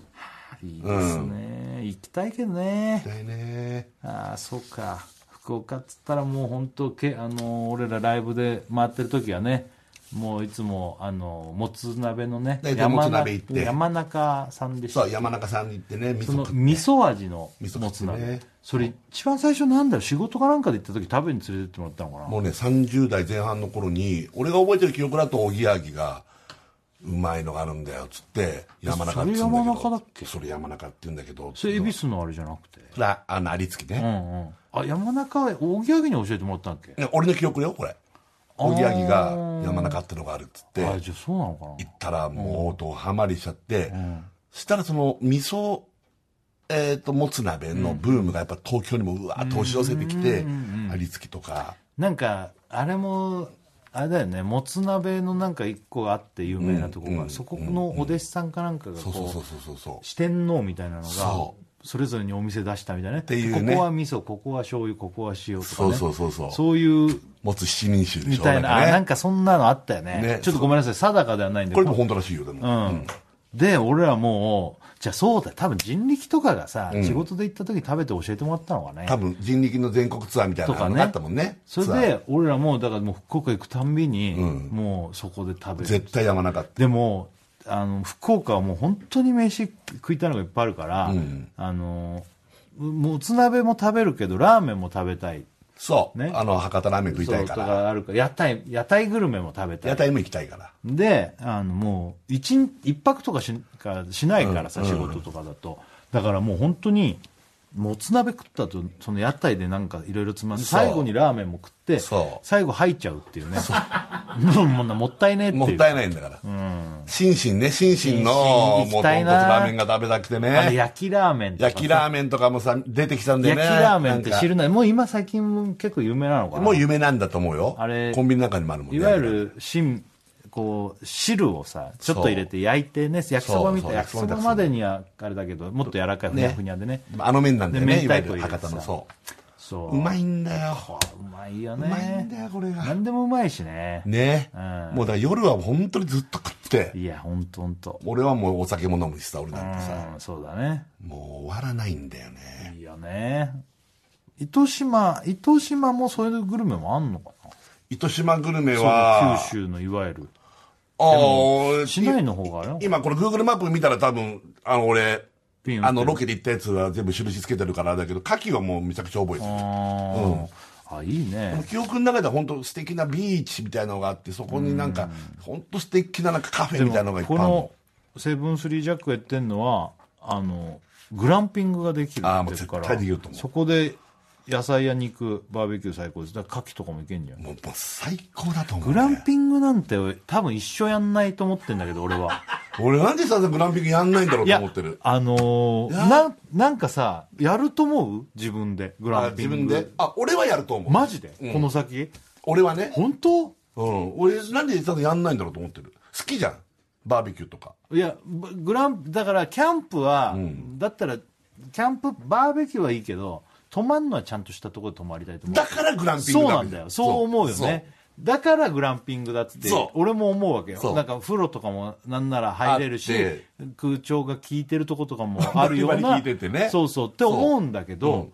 A: いいですね、行きたいけどね
B: だよね
A: ああそうか福岡っつったらもう本当けあのー俺らライブで回ってる時はねもういつもあのーもつ鍋のね
B: 大体もつ鍋行って
A: 山中さんでした
B: そう山中さんに行ってね味
A: そ
B: 噌
A: の
B: 食って
A: 味噌味の
B: 味噌食ってね
A: もつ鍋、それ一番最初なんだろう仕事かなんかで行った時食べに連れてってもらったのかな
B: もうね30代前半の頃に俺が覚えてる記憶だとおぎやはぎがうまいのがあるんだよっつって山中って言うんだけど
A: それ山中だっけ
B: それ山中って言うんだけど
A: それ恵比寿のあれじゃなくて
B: らあのありつきね、
A: うんうんあ山中大木上げに教えてもらったんだっけ
B: ね俺の記憶だよこれおぎやはぎが山中ってのがあるっつって
A: あじゃあそうなのかな
B: 行ったらもうどハマりしちゃって、そしたらその味噌えー、ともつ鍋のブームがやっぱ東京にもうわーっと押し寄せてきてありつきとか
A: なんかあれもあれだよねもつ鍋のなんか一個あって有名なとこが、そこのお弟子さんかなんかが
B: そうそうそ
A: こ
B: うそうそうそう
A: う四天王みたいなのが
B: そ
A: それぞれにお店出したみたいなね
B: ていうね
A: ここは味噌ここは醤油ここは塩とか、
B: そ
A: ね、
B: うそうそうそう
A: そういう
B: もつ七人衆で
A: み
B: しょ
A: たいな、あなん
B: かね
A: かそんなのあったよね
B: ね
A: ちょっとごめんなさい定かではないんで
B: これも本当らしいよでも、
A: うんで、俺らもう、じゃあそうだ、多分人力とかがさ、仕事で行った時に食べて教えてもらったのかね。
B: 多分人力の全国ツアーみたい
A: と
B: な
A: か
B: の
A: ね
B: があったもんね
A: それ
B: ツアー
A: で、俺らもう、だからもう福岡行くたんびに、もうそこで食べる。
B: 絶対やまなかった
A: でも、あの、福岡はもう本当に飯食いたいのがいっぱいあるから、あの、もつ鍋も食べるけど、ラーメンも食べたい。
B: そう、
A: ね
B: あの博多ラーメン食いたいか
A: そうと
B: ら
A: かあるから、屋台、屋台グルメも食べたい
B: 屋。台も行きたいから
A: であのもう一日一泊とかしかしないからさ、仕事とかだとだからもう本当にもつ鍋食ったとその屋台でなんかいろいろつまんで
B: そう
A: 最後にラーメンも食って
B: そう
A: 最後吐いちゃうっていうね もうもうもったいねえっていう
B: もったいないんだから、心身ね心身の
A: 心身行
B: もう
A: きた
B: 豚
A: い
B: 骨
A: な
B: ラーメンが食べたくて
A: あの
B: ね
A: 焼きラーメンとかさ
B: 焼きラーメンとかもさ出てきたんでね
A: 焼きラーメンって知
B: る
A: るないもう今最近も結構有名なのかな
B: もう夢なんだと思うよ
A: あれ
B: コンビニなんかにもあるもんね
A: いわゆる芯こう汁をさちょっと入れて焼いてね焼きそばみた
B: そう
A: いな焼きそば
B: そう
A: までにはあれだけどもっと柔らかいふにゃふにゃでね
B: あの麺なんだよ
A: で
B: ねい
A: 明
B: わ
A: 太
B: ゆる
A: 子入れてさ
B: 博多のそう
A: そう
B: うまいんだよ
A: うまいよ
B: う
A: ね
B: まいんだよこれが
A: 何でもうまいしね
B: ね、
A: うん
B: もうだから夜は本当にずっと食って
A: いやほんとほんと
B: 俺はもうお酒も飲むしさ俺なんてさ、
A: うんそうだね
B: もう終わらないんだよね
A: いいよね糸島糸島もそういうグルメもあんのかな
B: 糸島グルメ
A: そう
B: は
A: 九州のいわゆる
B: ああ
A: 市内の方があれなの
B: 今これ Google マップ見たら多分あの俺
A: ピン打ってる
B: あのロケで行ったやつは全部印つけてるからあれだけど牡蠣はもうめちゃくちゃ覚えてる
A: あーあいい
B: でも
A: ね
B: 記憶の中では本当素敵なビーチみたいなのがあってそこになんか本当素敵ななんかカフェみたいなのがいっぱい
A: こ
B: ある
A: のセブンスリージャックやってんのはあのグランピングができる
B: あーも
A: っ
B: う
A: てから
B: 絶対できると思う
A: そこで野菜や肉バーベキュー最高ですだから牡蠣とかもいけんじゃん
B: もうもう最高だと思う、
A: グ
B: ね、
A: ランピングなんて多分一生やんないと思ってんだけど 俺は
B: 俺なんでさグランピングやんないんだろう
A: い
B: と
A: や
B: 思ってる
A: あのーななんかさやると思う自分でグラ
B: あ
A: ンピ
B: 自
A: ング
B: 分であ俺はやると思う
A: マジで、
B: うん
A: この先
B: 俺はね
A: 本当
B: うん俺なんでさやんないんだろうと思ってる好きじゃんバーベキューとか
A: いやぶグランだからキャンプは、だったらキャンプバーベキューはいいけど泊まんのはちゃんとしたところで泊まりたいと思う
B: だからグランピング
A: そうなんだよそう思うよねだからグランピングだっつって
B: そう
A: 俺も思うわけよ
B: そう
A: なんか風呂とかもなんなら入れるし
B: あって
A: 空調が効いてるとことかもあ るよう
B: バリ
A: な
B: バリ効いててね
A: そうそうって思うんだけど、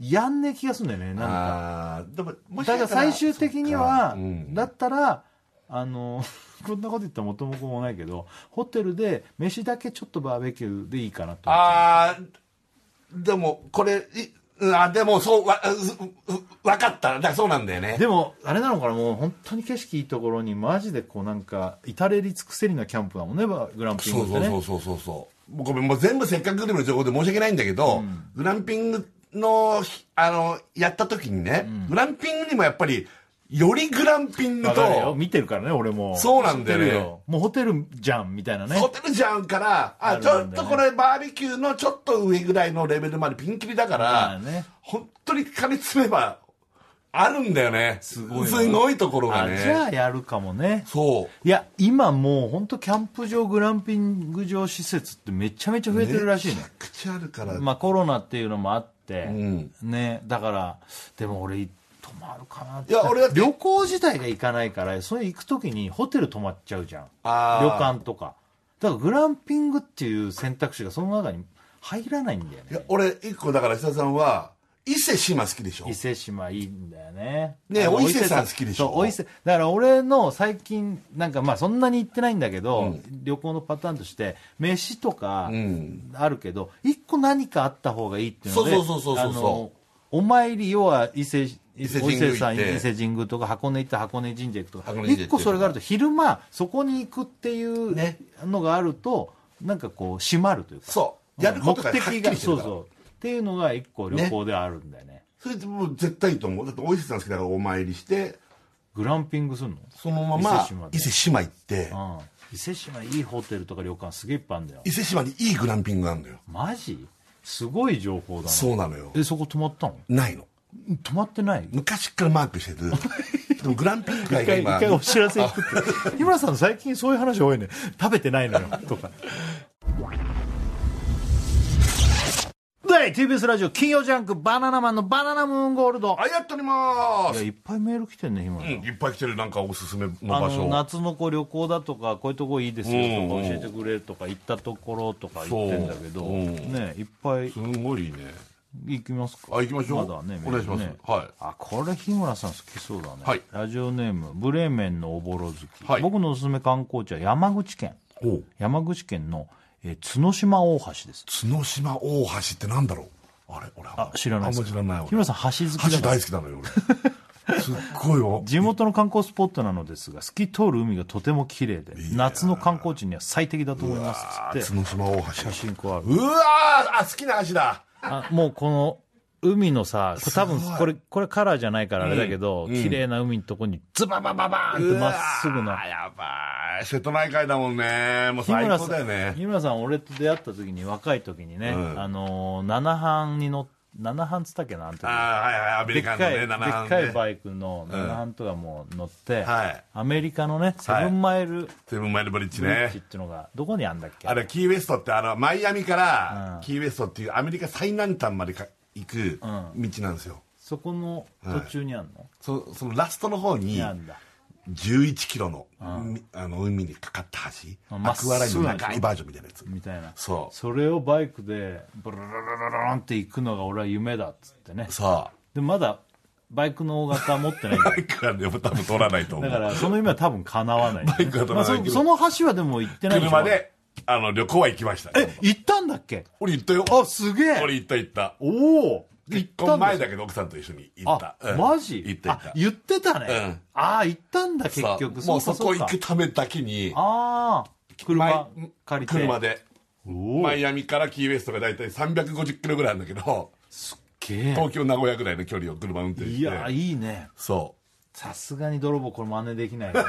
A: やんねえ気がするんだよねなんか
B: ああーでもも
A: だ
B: しか
A: か
B: した
A: ら
B: ら
A: 最終的には、
B: そっかうん
A: だったらあの こんなこと言ったら元も子もないけどホテルで飯だけちょっとバーベキューでいいかなと思っ
B: ああでもこれいうんあでもそうわううわかっただからそうなんだよね
A: てでもあれなのかなもう本当に景色いいところにマジでこうなんか至れり尽くせりなキャンプだもんねばグランピン
B: そ
A: グっ
B: う
A: て
B: そう
A: ね
B: そうそうそうそうもうごめんもう全部せっかくグルメの情報で申し訳ないんだけど、グランピングのひあのやった時にね、グランピングにもやっぱりよりグランピング
A: わかるよ
B: と
A: 見てるからね俺も
B: そうなんだよね
A: 知ってるもうホテルじゃんみたいなね
B: ホテルじゃんから
A: あ
B: あ
A: るん
B: ち
A: だよ
B: ょ
A: ね
B: っとこれバーベキューのちょっと上ぐらいのレベルまでピンキリだか
A: ま
B: ら
A: あ、ね
B: 本当にかみつめばあるんだよねす
A: ごいな
B: ごいところが
A: あじゃ
B: ね
A: あやるかもね
B: そう
A: いや今もう本当キャンプ場グランピング場施設ってめちゃめちゃ増えてるらしいね
B: 口あるから、
A: まあ、コロナっていうのもあって、
B: ん
A: ね、だからでも俺泊まるかなって
B: いや俺だって
A: 旅行自体が行かないからそれ行く時にホテル泊まっちゃうじゃん
B: あー
A: 旅館とかだからグランピングっていう選択肢がその中に入らないんだよ
B: いや
A: ね
B: 俺一個だから久田さんは伊勢志摩好きでしょ
A: 伊勢志摩いいんだよね
B: ねえ
A: あの
B: お伊勢さん好きでしょ
A: そうお伊勢だから俺の最近なんかまあそんなに行ってないんだけど、旅行のパターンとして飯とか
B: ん
A: あるけど、一個何かあった方がいいっていうので
B: そうそうそうそうそうそう
A: あのお参り要は伊勢
B: 伊勢
A: お
B: 神
A: 伊
B: 宮行って
A: 勢さん伊勢神宮とか箱根行ったら箱根神社行くとか
B: 箱根神社行って
A: 一個それがあると昼間そこに行くっていう
B: ね
A: のがあると、なんかこう締まるというか
B: そうやることがはっきりしてるから
A: そうそうっていうのが一個旅行であるんだよね
B: それってもう絶対いいと思うだってお伊勢さん好きだからお参りして
A: グランピングするの
B: そのまま伊
A: 伊
B: 勢
A: 勢
B: 志摩行って
A: うん伊勢志摩いいホテルとか旅館すげえいっぱいあるんだよ
B: 伊勢志摩にいいグランピングがあるのよ
A: マジすごい情報だな
B: そうなのよ
A: えそこ泊まったの
B: ないの
A: 泊まってない
B: 昔っからマークしてる でもグランピングが
A: 一回一
B: 今
A: 回お知らせ行くって日 村さん最近そういう話多いね食べてないのよとかでザイ TBS ラジオ金曜ジャンクバナナマンのバナナムーンゴールド
B: あやっておりま
A: いや
B: す
A: いっぱいメール来てんね日村
B: うんいっぱい来てるなんかおすすめの場
A: あの
B: 所
A: 夏のこう旅行だとかこういうとこいいですよと
B: うんう
A: か
B: ん
A: 教えてくれとか行ったところとか言ってんだけど、
B: そううん
A: ねいっぱい
B: すごいね
A: 行きますか
B: あ行きましょう
A: だね
B: お願いします
A: メールね
B: はい
A: あこれ日村さん好きそうだね、
B: はい
A: ラジオネームブレーメンのおぼろ好き、
B: はい
A: 僕のおすすめ観光地は山口県
B: おう
A: 山口県の、えー角島大橋です
B: 角島大橋ってなんだろうあれ俺
A: あ知らない
B: あん
A: で
B: ます知らない
A: 日
B: 俺
A: 村さん橋好き
B: 橋
A: だから
B: 大好きなのよ 俺すっごいよ
A: 地元の観光スポットなのですが透き通る海がとても綺麗で夏の観光地には最適だと思います
B: あ
A: つ
B: ー
A: って
B: 角島大橋
A: 写真こうある
B: うわーあ好きな橋だ
A: あもうこの海のさこれ多分
B: すごい
A: これこれカラーじゃないからあれだけど、
B: うん
A: 綺麗な海のとこにズババババーンっ
B: う
A: て
B: わー
A: まっすぐな
B: やばい瀬戸内海だもんねもう
A: 日
B: 最
A: 村
B: 高
A: さ
B: だよ
A: ん、
B: ね
A: 日村さん俺と出会った時に若い時にね、
B: うん
A: あのー七班に乗っ七班っつったっけなあの時
B: ああはいはいアメリ
A: でっ
B: カ
A: か
B: ン
A: い、
B: のね
A: でっ
B: 七班
A: かいバイクの七班とかも乗って、
B: はい
A: アメリカのねセブンマイル
B: セブンマイルブリッジ
A: ブリッ
B: ね
A: ジっていうのがどこにあんだっけ
B: あれキーウェストってあのマイアミか
A: う
B: ら
A: ん
B: キーウェストっていうアメリカ最南端までか行く道なんですよ、
A: そこの途中にあるの、
B: そそのラストの方に
A: にあんだ
B: 11キロのみあの海にかかった橋
A: あま
B: ア
A: っす
B: ク
A: ぐ
B: ア
A: な
B: ライ
A: んでし
B: ン
A: ょ
B: の長いバージョンみたいなやつ
A: みたいな
B: そう
A: それをバイクでブルルルルルンって行くのが俺は夢だっつってね
B: さあ
A: でまだバイクの大型持 ってないん だ
B: バイクはでも多分通らないと思
A: だか
B: う
A: らその夢は多分叶わない、
B: イクは通らないけど
A: まあそその橋はでも行ってないしょ
B: 車であの旅行は行きました
A: え行ったんだっけ
B: 俺行ったよ
A: あすげえ
B: 俺行った行った
A: おお行
B: 結
A: った
B: 婚
A: んだ
B: 前だけど奥さんと一緒に行った
A: あ、
B: うん
A: マジ
B: 行った行った
A: あ言ってたね、
B: うん
A: ああ行ったんだ結
B: さあ
A: 局
B: もう
A: か
B: そこ
A: か
B: 行くためだけに
A: ああ車
B: マイ
A: 借りて
B: 車で
A: おお
B: マイアミからキーウェストが大体350キロぐらいあるんだけど
A: すげえ
B: 東京名古屋ぐらいの距離を車運転して
A: いやいいね
B: そ
A: さすがに泥棒これ真似できないね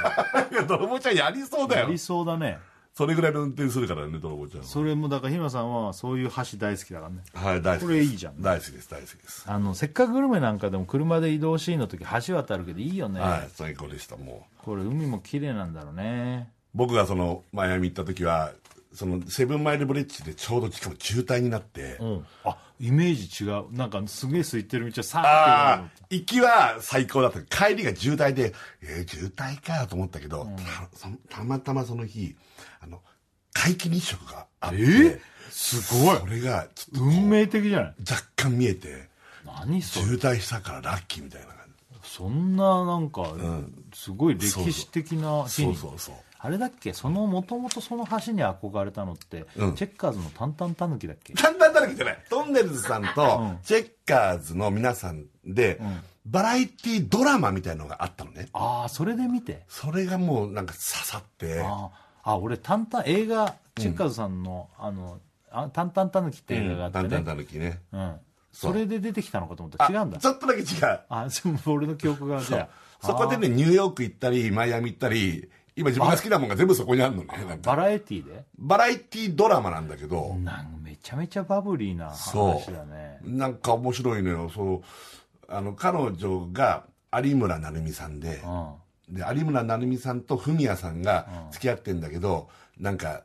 B: ういや泥棒ちゃんやりそうだ
A: や
B: よ
A: りそうだね
B: それぐらいの運転するからね泥棒ちゃんは
A: それもだから日村さんはそういう橋大好きだからね
B: はい大好きです
A: これいいじゃん
B: 大好きです大好きです
A: あのせっかくグルメなんかでも車で移動しいの時橋渡るけどいいよね、
B: はい最高でしたもう
A: これ海も綺麗なんだろうね
B: 僕がそのマイアミ行った時はそのセブンマイルブリッジでちょうどしかも渋滞になって
A: うんあイメージ違うなんかすげえ空いてる道はさーって
B: ああ、行きは最高だった。帰りが渋滞で、えー渋滞かよと思ったけど、たそたまたまその日、あの、皆既日食があって、
A: すごい
B: それが、ちょっ
A: 運命的じゃない
B: と若干見えて、
A: 何それ
B: 渋滞したからラッキーみたいな感
A: そんななんか、すごい歴史的な
B: じ。そ
A: 日に
B: うそうそう。
A: あれだっけそのもともとその橋に憧れたのって、
B: うん
A: チェッカーズの「タンタンタヌキ」だっけ
B: だんだんだらけじゃない。トンネルズさんと、チェッカーズの皆さんで、バラエティドラマみたいのがあったのね。
A: ああそれで見て
B: それがもうなんか刺さって、
A: あーあ俺タンタン映画チェッカーズさんの「あのあタンタンタヌキ」って映画があって
B: だんだん
A: ね、
B: だらけね。
A: うん
B: そう
A: それで出てきたのかと思ったら違うんだ
B: ちょっとだけ違う。
A: あそう俺の記憶がじゃあ
B: そこでね、ニューヨーク行ったり、マイアミ行ったり、今自分が好きなもんが全部そこにあるのね。なんか
A: バラエティーで
B: バラエティドラマなんだけど、
A: なんかめちゃめちゃバブリーな
B: そ
A: 話だね
B: う。なんか面白いのよ。その、あの、彼女が有村成美さんで、
A: うん
B: で、有村成美さんと文也さんが付き合ってんだけど、なんか、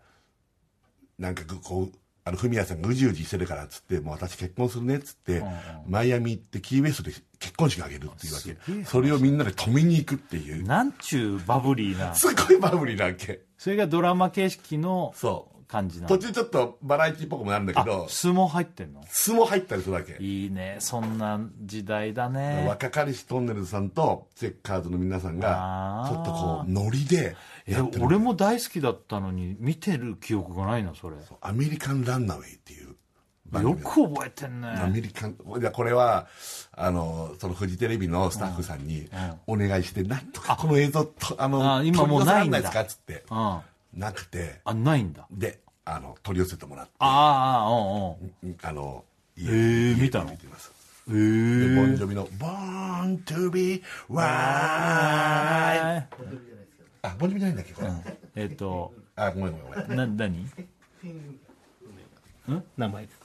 B: なんかこう、あの、文也さんがうじうじしてるからっつって、もう私結婚するねっつって、マイアミ行ってキーウェストで結婚式あげるっていうわけ。それをみんなで止めに行くっていう。
A: なんちゅうバブリーな
B: すっごいバブリーなわけ。
A: それがドラマ形式の
B: そう。
A: 感じな
B: 途
A: の
B: 中ちょっとバラエティっぽくもなるんだけ
A: あ
B: ど
A: 相撲入ってんの
B: 相撲入ったりするわけ、
A: いいねそんな時代だね
B: 若かりしトンネルズさんとチェッカーズの皆さんが
A: あー
B: ちょっとこうノリで
A: え
B: やってる
A: 俺も大好きだったのに見てる記憶がないなそれよ
B: アメリカン・ランナウェイっていう番組
A: く
B: が
A: 覚えてん
B: ア
A: ね
B: メリカンいやこれはあのそのフジテレビのスタッフさんにお願いして、なんとかこの映像とあの
A: あ今もうないん
B: 取り寄せられな
A: だ
B: いですかっつって
A: うんあ
B: なくて
A: ないんだ
B: であの取り寄せてもらって
A: あああうんうん
B: あの家
A: えー
B: 家
A: 見たの
B: 見てます
A: え
B: で
A: ー
B: ボンジョビの「Born to be Wild」あボンジョビじゃないんだっけこれ、
A: えっと
B: あごめんごめんごめん
A: な何
C: 名前です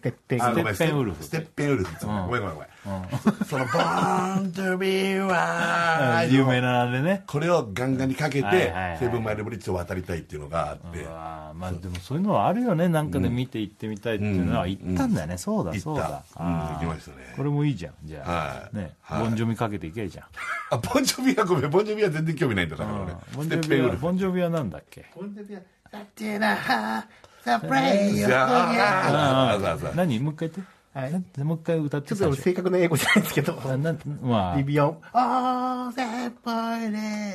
C: テッペン
B: あごめん
A: ステッペンウルフ
B: ステッペンウルフごめんごめんごめんそその「Born to be wild」
A: 有名 なあれね
B: これをガンガンにかけ
A: はいはいは
B: て
A: い
B: セブンマイルブリッジを渡りたいっていうのがあって
A: うわーまあでもそういうのはあるよねなんかで見て行ってみたいっていうのは行ったんだよねそうだ
B: 行
A: そう
B: っ
A: だ
B: たうん行きましたね
A: これもいいじゃんじ
B: は
A: ゃ
B: い
A: あね
B: はい
A: ボンジョビかけていけばいいじゃん
B: あボンジョビはごめんボンジョビは全然興味ないんだから俺
A: ボ
B: ステ
A: ンジ
B: ッ
A: ョ
B: ペ
A: ビ
B: ンウ
A: は
B: ルフ
A: ボンジョビはなんだっけ
C: これでねだってなあサプライ
B: い
C: ズ
B: やーあ
A: あ
B: ざあざ
A: 何もう一回言って、
C: はい
A: なんもう一回歌って
C: ちょっと俺
A: 最
C: 正確な英語じゃないんですけど
A: 初ななんまあ
C: リビオン。オーセプレイ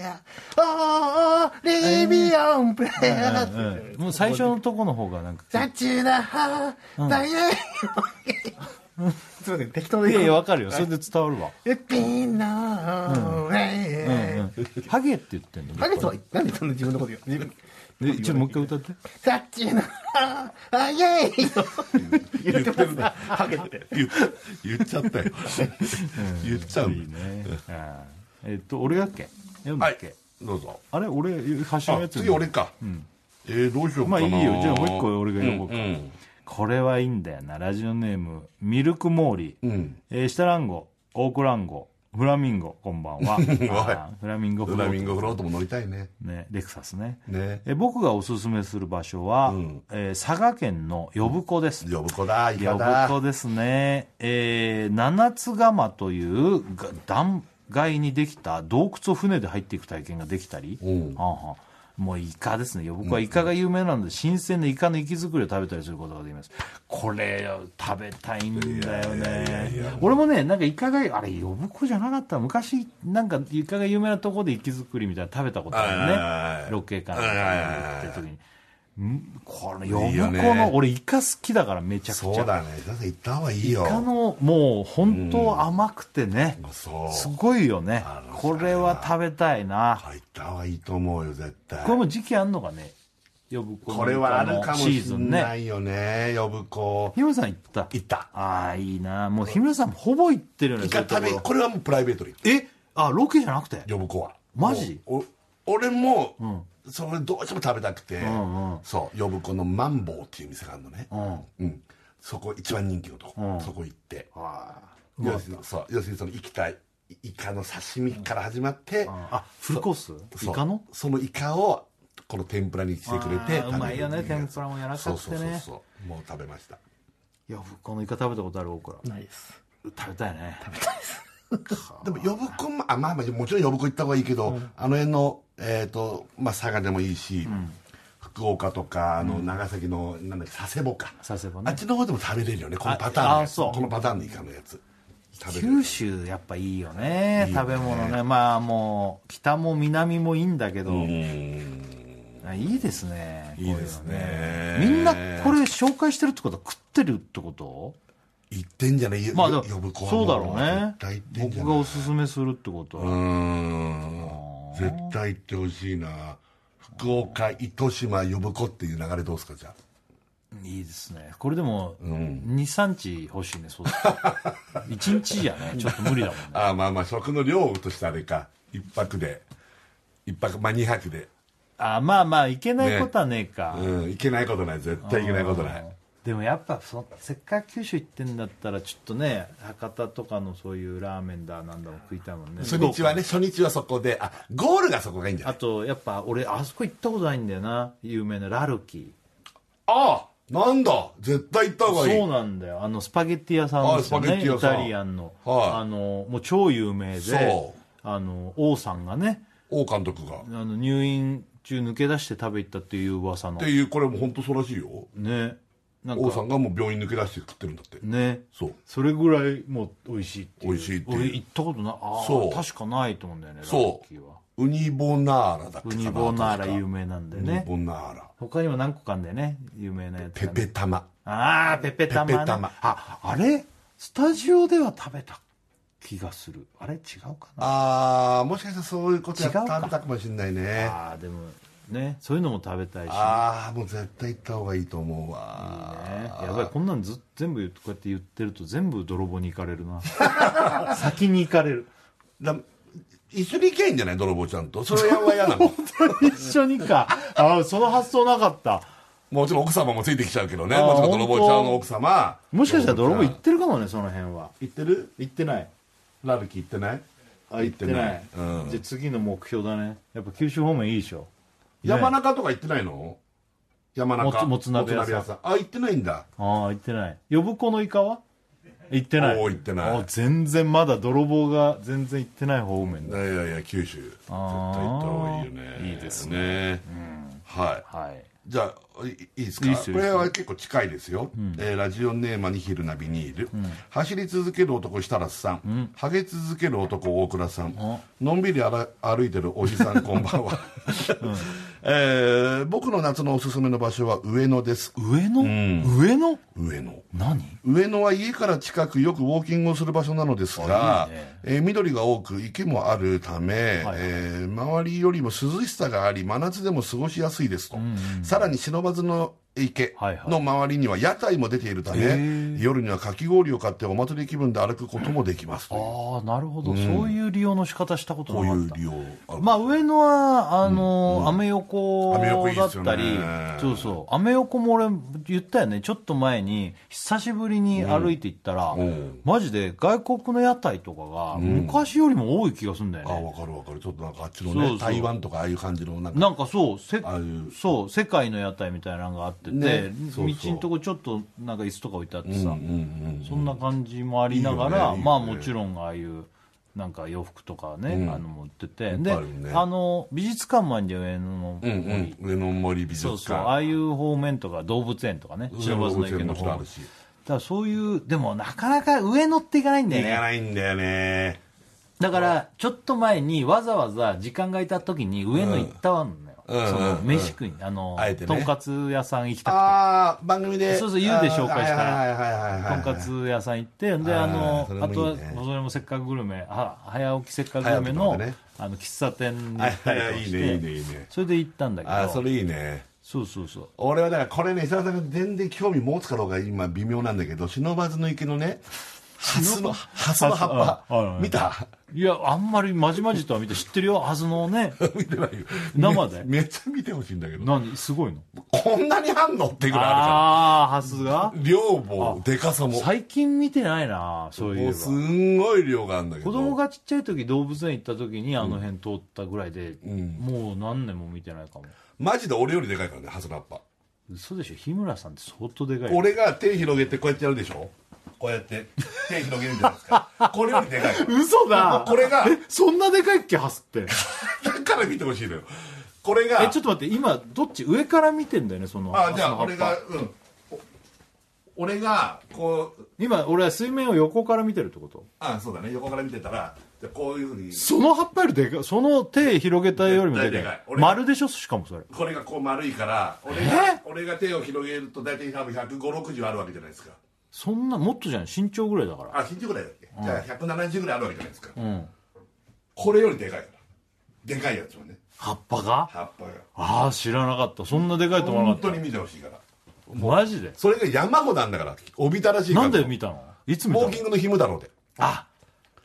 C: ヤー。オーリビオンプレイヤ
A: う
C: ー。
A: んもう最初のとこの方がなんか
C: ザチュナハダ イヤすいません、適当で
A: いやいやわかるよそれで伝わるわ
C: ウッピーナーレイ。
A: ハゲって言ってんの
C: ハゲとは、なんでそんな自分のこと言う
A: えちょっともう一回歌って
C: ザチュナハダイヤイ言ってますね、ハゲって。
B: 言っ言っちゃったよ言っちゃう
A: いいねうんえっと俺だっけ読んだ
B: は
A: っ
B: い
A: け
B: どうぞ
A: あれ俺端の
B: あ
A: やつ
B: 次俺かえーどうしようか
A: まあ
B: ない
A: いよじゃあもう一個俺が呼ぼうか、
B: うん
A: これはいいんだよなラジオネームミルクモーリー、
B: ん
A: えーシタランゴオークランゴフラミンゴこんばん はあーフラミンゴ
B: フ
A: フ
B: ラ
A: ラ
B: ミ
A: ミン
B: ン
A: ゴ、
B: ゴフロートも乗りたいね
A: ね、レクサスね
B: ね
A: えー僕がおすすめする場所は、えー佐賀県の呼子です、
B: 呼ぶ子だイカ
A: 呼
B: だ
A: 子ですね、えー七つ釜というが断崖にできた洞窟を船で入っていく体験ができたり、
B: ん
A: はんはんもうイカですね僕はイカが有名なので新鮮なイカの生き作りを食べたりすることができますこれ食べたいんだよね俺もねなんかイカがあれ呼子じゃなかった昔なんかイカが有名なとこで生き作りみたいなの食べたこと
B: はいはい
A: あ
B: は
A: る
B: い
A: ねロケかなんかに行った時にんこの
B: いいよ
A: 呼
B: ね
A: 子の俺イカ好きだからめちゃくちゃ
B: そうだねだって行った方がいいよ
A: イカのもう本当甘くてね、
B: そう
A: すごいよね
B: あの
A: これは食べたいな
B: 入った方がいいと思うよ絶対
A: これも時期あんのかね呼ぶ子の
B: これはあるかも
A: シー
B: し
A: ズ
B: れ
A: ン
B: な
A: ね
B: いよね呼ぶ子
A: 日村さん行った
B: 行った
A: ああいいなもう日村さんもほぼ行ってるよね
B: イカ食べ
A: そういうとこ
B: これはもうプライベートで行っ
A: ろえあロケじゃなくて
B: た呼ぶ子は
A: マジ
B: もうお俺もそれどうしても食べたくてそう呼ぶ子のマンボウっていう店があるのねうんそこ一番人気のとこそこ行って要するにそう要するにその生きたイイカの刺身から始まって
A: あフルコースイ
B: そう
A: カの
B: そのイカをこの天ぷらにしてくれて
A: あーうまいよね
B: 食べるってうやつ
A: 天ぷらも柔らかくて
B: そ
A: ね
B: うそうそうそうもう食べました
A: いやこのイカ食べたことある僕ら
C: ないです。
A: 食べたいね
B: でも呼ぶ子もあまあまあもちろん呼ぶ子行った方がいいけど、あの辺のえっ、とまあ佐賀でもいいし、福岡とかあの長崎のなんだっけ佐世保か
A: 佐世保
B: あ
A: ね
B: っちの方でも食べれるよねこのパターンのやつ
A: ああそう
B: このパターンのイカのやつ食べれる
A: 九州やっぱいいよね食べ物ねまあもう北も南もいいんだけど、あいいですね
B: いいですね
A: こういうのねみんなこれ紹介してるってことは食ってるってこと
B: 行ってんじゃないよ
A: まあで
B: よ
A: も
B: 呼ぶ子は
A: そうだ
B: も
A: ろうね
B: 絶対行ってんじゃな
A: 僕が
B: い
A: おすすめするってこと
B: うー
A: は、
B: ん絶対行ってほしいな福岡糸島呼ぶ子っていう流れどうですかじゃあ
A: いいですねこれでも23日欲しいねそうだ1日じゃねちょっと無理だもんね
B: ああまあまあ食の量としてあれか一泊で一泊まあ二泊で
A: あまあまあいけないことはねえか、
B: うんいけないことない絶対いけないことない
A: でもやっぱそのせっかく九州行ってんだったらちょっとね博多とかのそういうラーメンだなんだも食いたいもんね
B: 初日はね初日はそこであゴールがそこがいいんじゃな
A: あ
B: い
A: とやっぱ俺あそこ行ったことないんだよな有名なラルキ
B: ああなんだ絶対行った方がいい
A: そうなんだよあのスパゲッティ屋さんですよ
B: あスパゲッ
A: ね
B: ティ
A: イ
B: 屋さん
A: タリアンの,、
B: はい
A: あのもう超有名で
B: そう
A: あの王さんがね
B: 王監督がっ
A: あの入院中抜け出して食べ行ったっていう噂の
B: ていうこれも本当そうらしいよ
A: ねなん
B: 王
A: か
B: さんがもう病院抜け出して食ってるんだって
A: ね
B: そう
A: それぐらいもう美味しいっていう
B: 美味しいっていう
A: 俺行ったことないあ
B: そう
A: あ確かないと思うんだよねラ
B: そ
A: ッキーは
B: うウニボナーラだっけか
A: ウ
B: な
A: ニボナーラ
B: 確か
A: 有名なんだよ
B: ウニ
A: ね
B: ボナーラ
A: 他にも何個かあんだよね有名なやつ
B: ペ
A: がね
B: ペ玉
A: ああペペ玉ね
B: ペペ玉
A: ああれスタジオでは食べた気がするあれ違うかな
B: ああもしかしたらそういうことやっ
A: 違うか
B: 食べたかもしれないね
A: ああでもねそういうのも食べたいし
B: ああもう絶対行った方がいいと思うわ
A: ね、やばいこんなんず全部言うこうやって言ってると全部泥棒に行かれるな 先に行かれる
B: だ一緒に行けばいいんじゃ ない泥棒ちゃんとそれは嫌なの
A: 一緒にかああその発想なかった
B: もちろん奥様もついてきちゃうけどね
A: あー
B: もちろん泥棒ちゃんの奥様
A: もしかしたら泥棒行
B: 行
A: ってるかもねその辺は
B: ってる
A: 行ってない
B: ラルキ行ってない
A: あ行ってない
B: 行ってないうん
A: じゃあ次の目標だねやっぱ九州方面いいでしょ
B: 山中とか行ってないの山中
A: もつもつ鍋屋さん
B: もつあ行ってないんだ
A: ああ行ってない呼子のイカは行ってない
B: おー行ってない
A: おー全然まだ泥棒が全然行ってない方面
B: い
A: だ
B: やいやいや九州絶対
A: あー
B: 行った方がいいよね
A: いいです
B: ねはい
A: はい
B: じゃあいいいですか
A: いいっすよ
B: これは結構近いですよ、えーラジオネームはニヒルなビニール、走り続ける男設楽さん、ハゲ続ける男大倉さんのんびりあら歩いてるおじさんこんばんは、 えー僕の夏のおすすめの場所は上野です
A: 上野、上野
B: 上野
A: 何
B: 上野は家から近くよくウォーキングをする場所なのですが
A: あいいね
B: えー緑が多く池もあるため、
A: はい
B: えー周りよりも涼しさがあり真夏でも過ごしやすいですと、さらに不忍の池
A: はいはい
B: の周りには屋台も出ているため、夜にはかき氷を買ってお祭り気分で歩くこともできますという
A: ああなるほど、そういう利用の仕方したこと
B: こう
A: なか
B: い
A: っ
B: う
A: た
B: 利用ある
A: まあ上野はあのアメ横
B: アメ横いい
A: だ
B: っ
A: っ
B: すよ
A: た
B: ね
A: りそうそうアメ横も俺言ったよねちょっと前に久しぶりに歩いて行ったら、
B: ん
A: マジで外国の屋台とかが昔よりも多い気がするんだよ
B: あ
A: ね、
B: 分かる分かるちょっとなんかあっちの
A: そ
B: ね
A: うそう
B: 台湾とかああいう感じのなんか
A: なんかそうせ
B: ああいう
A: そう世界の屋台みたいなのがあっ
B: ねそ
A: てて、
B: うそう
A: 道のとこちょっとなんか椅子とか置いてあってさ、
B: うんうん
A: そんな感じもありながら
B: いいよねいいよね
A: まあもちろんああいうなんか洋服とかね、あの持ってて
B: ぱい
A: で
B: あるね
A: あの美術館もあるんだよ上野の
B: うんうんうん上野森美術
A: そ
B: 館
A: うそうああいう方面とか動物園とかね
B: 上野
A: 忍
B: 動
A: ばず
B: 物
A: の
B: 園
A: 池の
B: もち
A: 方
B: ろんあ
A: だ
B: る
A: か
B: し
A: らそういうでもなかなか上乗っていかないんだよ
B: 行か
A: ね
B: ないんだよね
A: だからちょっと前にわざわざ時間が空いた時に上野行ったわんのよ、
B: うん
A: そ
B: うん
A: の
B: うん
A: 飯食いにあの
B: あえてね
A: とんかつ屋さん行きたくて
B: ああ番組で
A: そうそう言うで紹介したら
B: あーはいはいはいはい
A: とんかつ屋さん行って、で、あ
B: あー
A: の
B: それ、も
A: あ
B: いい
A: とは、
B: ね
A: それもせっかくグルメ、は早起きせっかくグルメの、
B: 早起きとかね
A: あの、喫茶店に行
B: はい
A: ったりと
B: は
A: か
B: いい
A: し
B: い
A: て、
B: ねいいねいいね
A: それで行ったんだけど、
B: ああそれいいね
A: そうそうそう。
B: 俺はだからこれね石原さんが全然興味持つかどうか今微妙なんだけど忍ばずの池のねハスのハスの葉っ
A: あある
B: ぱ
A: ね
B: 見た
A: いや、あんまりまじまじとは見て知ってるよ、はずのね。
B: 見てないよ
A: 生で
B: めめっちゃ見てほしいんだけど
A: 何、すごいの
B: こんなにあんのっていうぐらいあ
A: あー、はずが
B: るから量もでかさも
A: 最近見てないな、そうい
B: も
A: え
B: う
A: ば。
B: すんごい量があるんだけど
A: 子供がちっちゃい時動物園行った時にあの辺通ったぐらいで、もう何年も見てないかも。
B: マジで俺よりでかいからねハスの葉っぱ
A: 嘘でしょ、日村さんって相当でかいよ。
B: 俺が手広げてこうやってやるでしょこうやって手広げるじゃないです かこれよりでかいから
A: 嘘だ
B: これが
A: えそんなでかいっけハスって
B: だから見てほしいのよこれが
A: えちょっと待って今どっち上から見てんだよねその
B: あじ
A: ハ
B: ゃあ
A: スの葉っ
B: 俺
A: ぱ
B: がうんお俺がこう
A: 今俺は水面を横から見てるってこと
B: あそうだね横から見てたらじゃあこういうふうに
A: その葉っぱよりでかいその手広げたよりもで
B: 絶対で
A: か
B: か
A: い
B: い俺
A: 丸でしょしかもそれ
B: これがこう丸いから俺
A: え
B: が俺が手を広げると大体多分15060あるわけじゃないですか
A: そんなもっとじゃん身長ぐらいだから
B: あ身長ぐらいだっけ、じゃあ170ぐらいあるわけじゃないですか、
A: ん
B: これよりでかいからでかいやつはね
A: 葉っぱが
B: 葉っぱが
A: ああ知らなかったそんなでかいと思わな
B: 本
A: か
B: 当
A: っ
B: に見てほしいから
A: たマジで
B: それが山ほどあんだからおびただしい
A: な
B: 数
A: んで見たのいつ
B: ウ
A: 見た
B: ォ
A: の
B: ーキングのひむだろうで
A: あ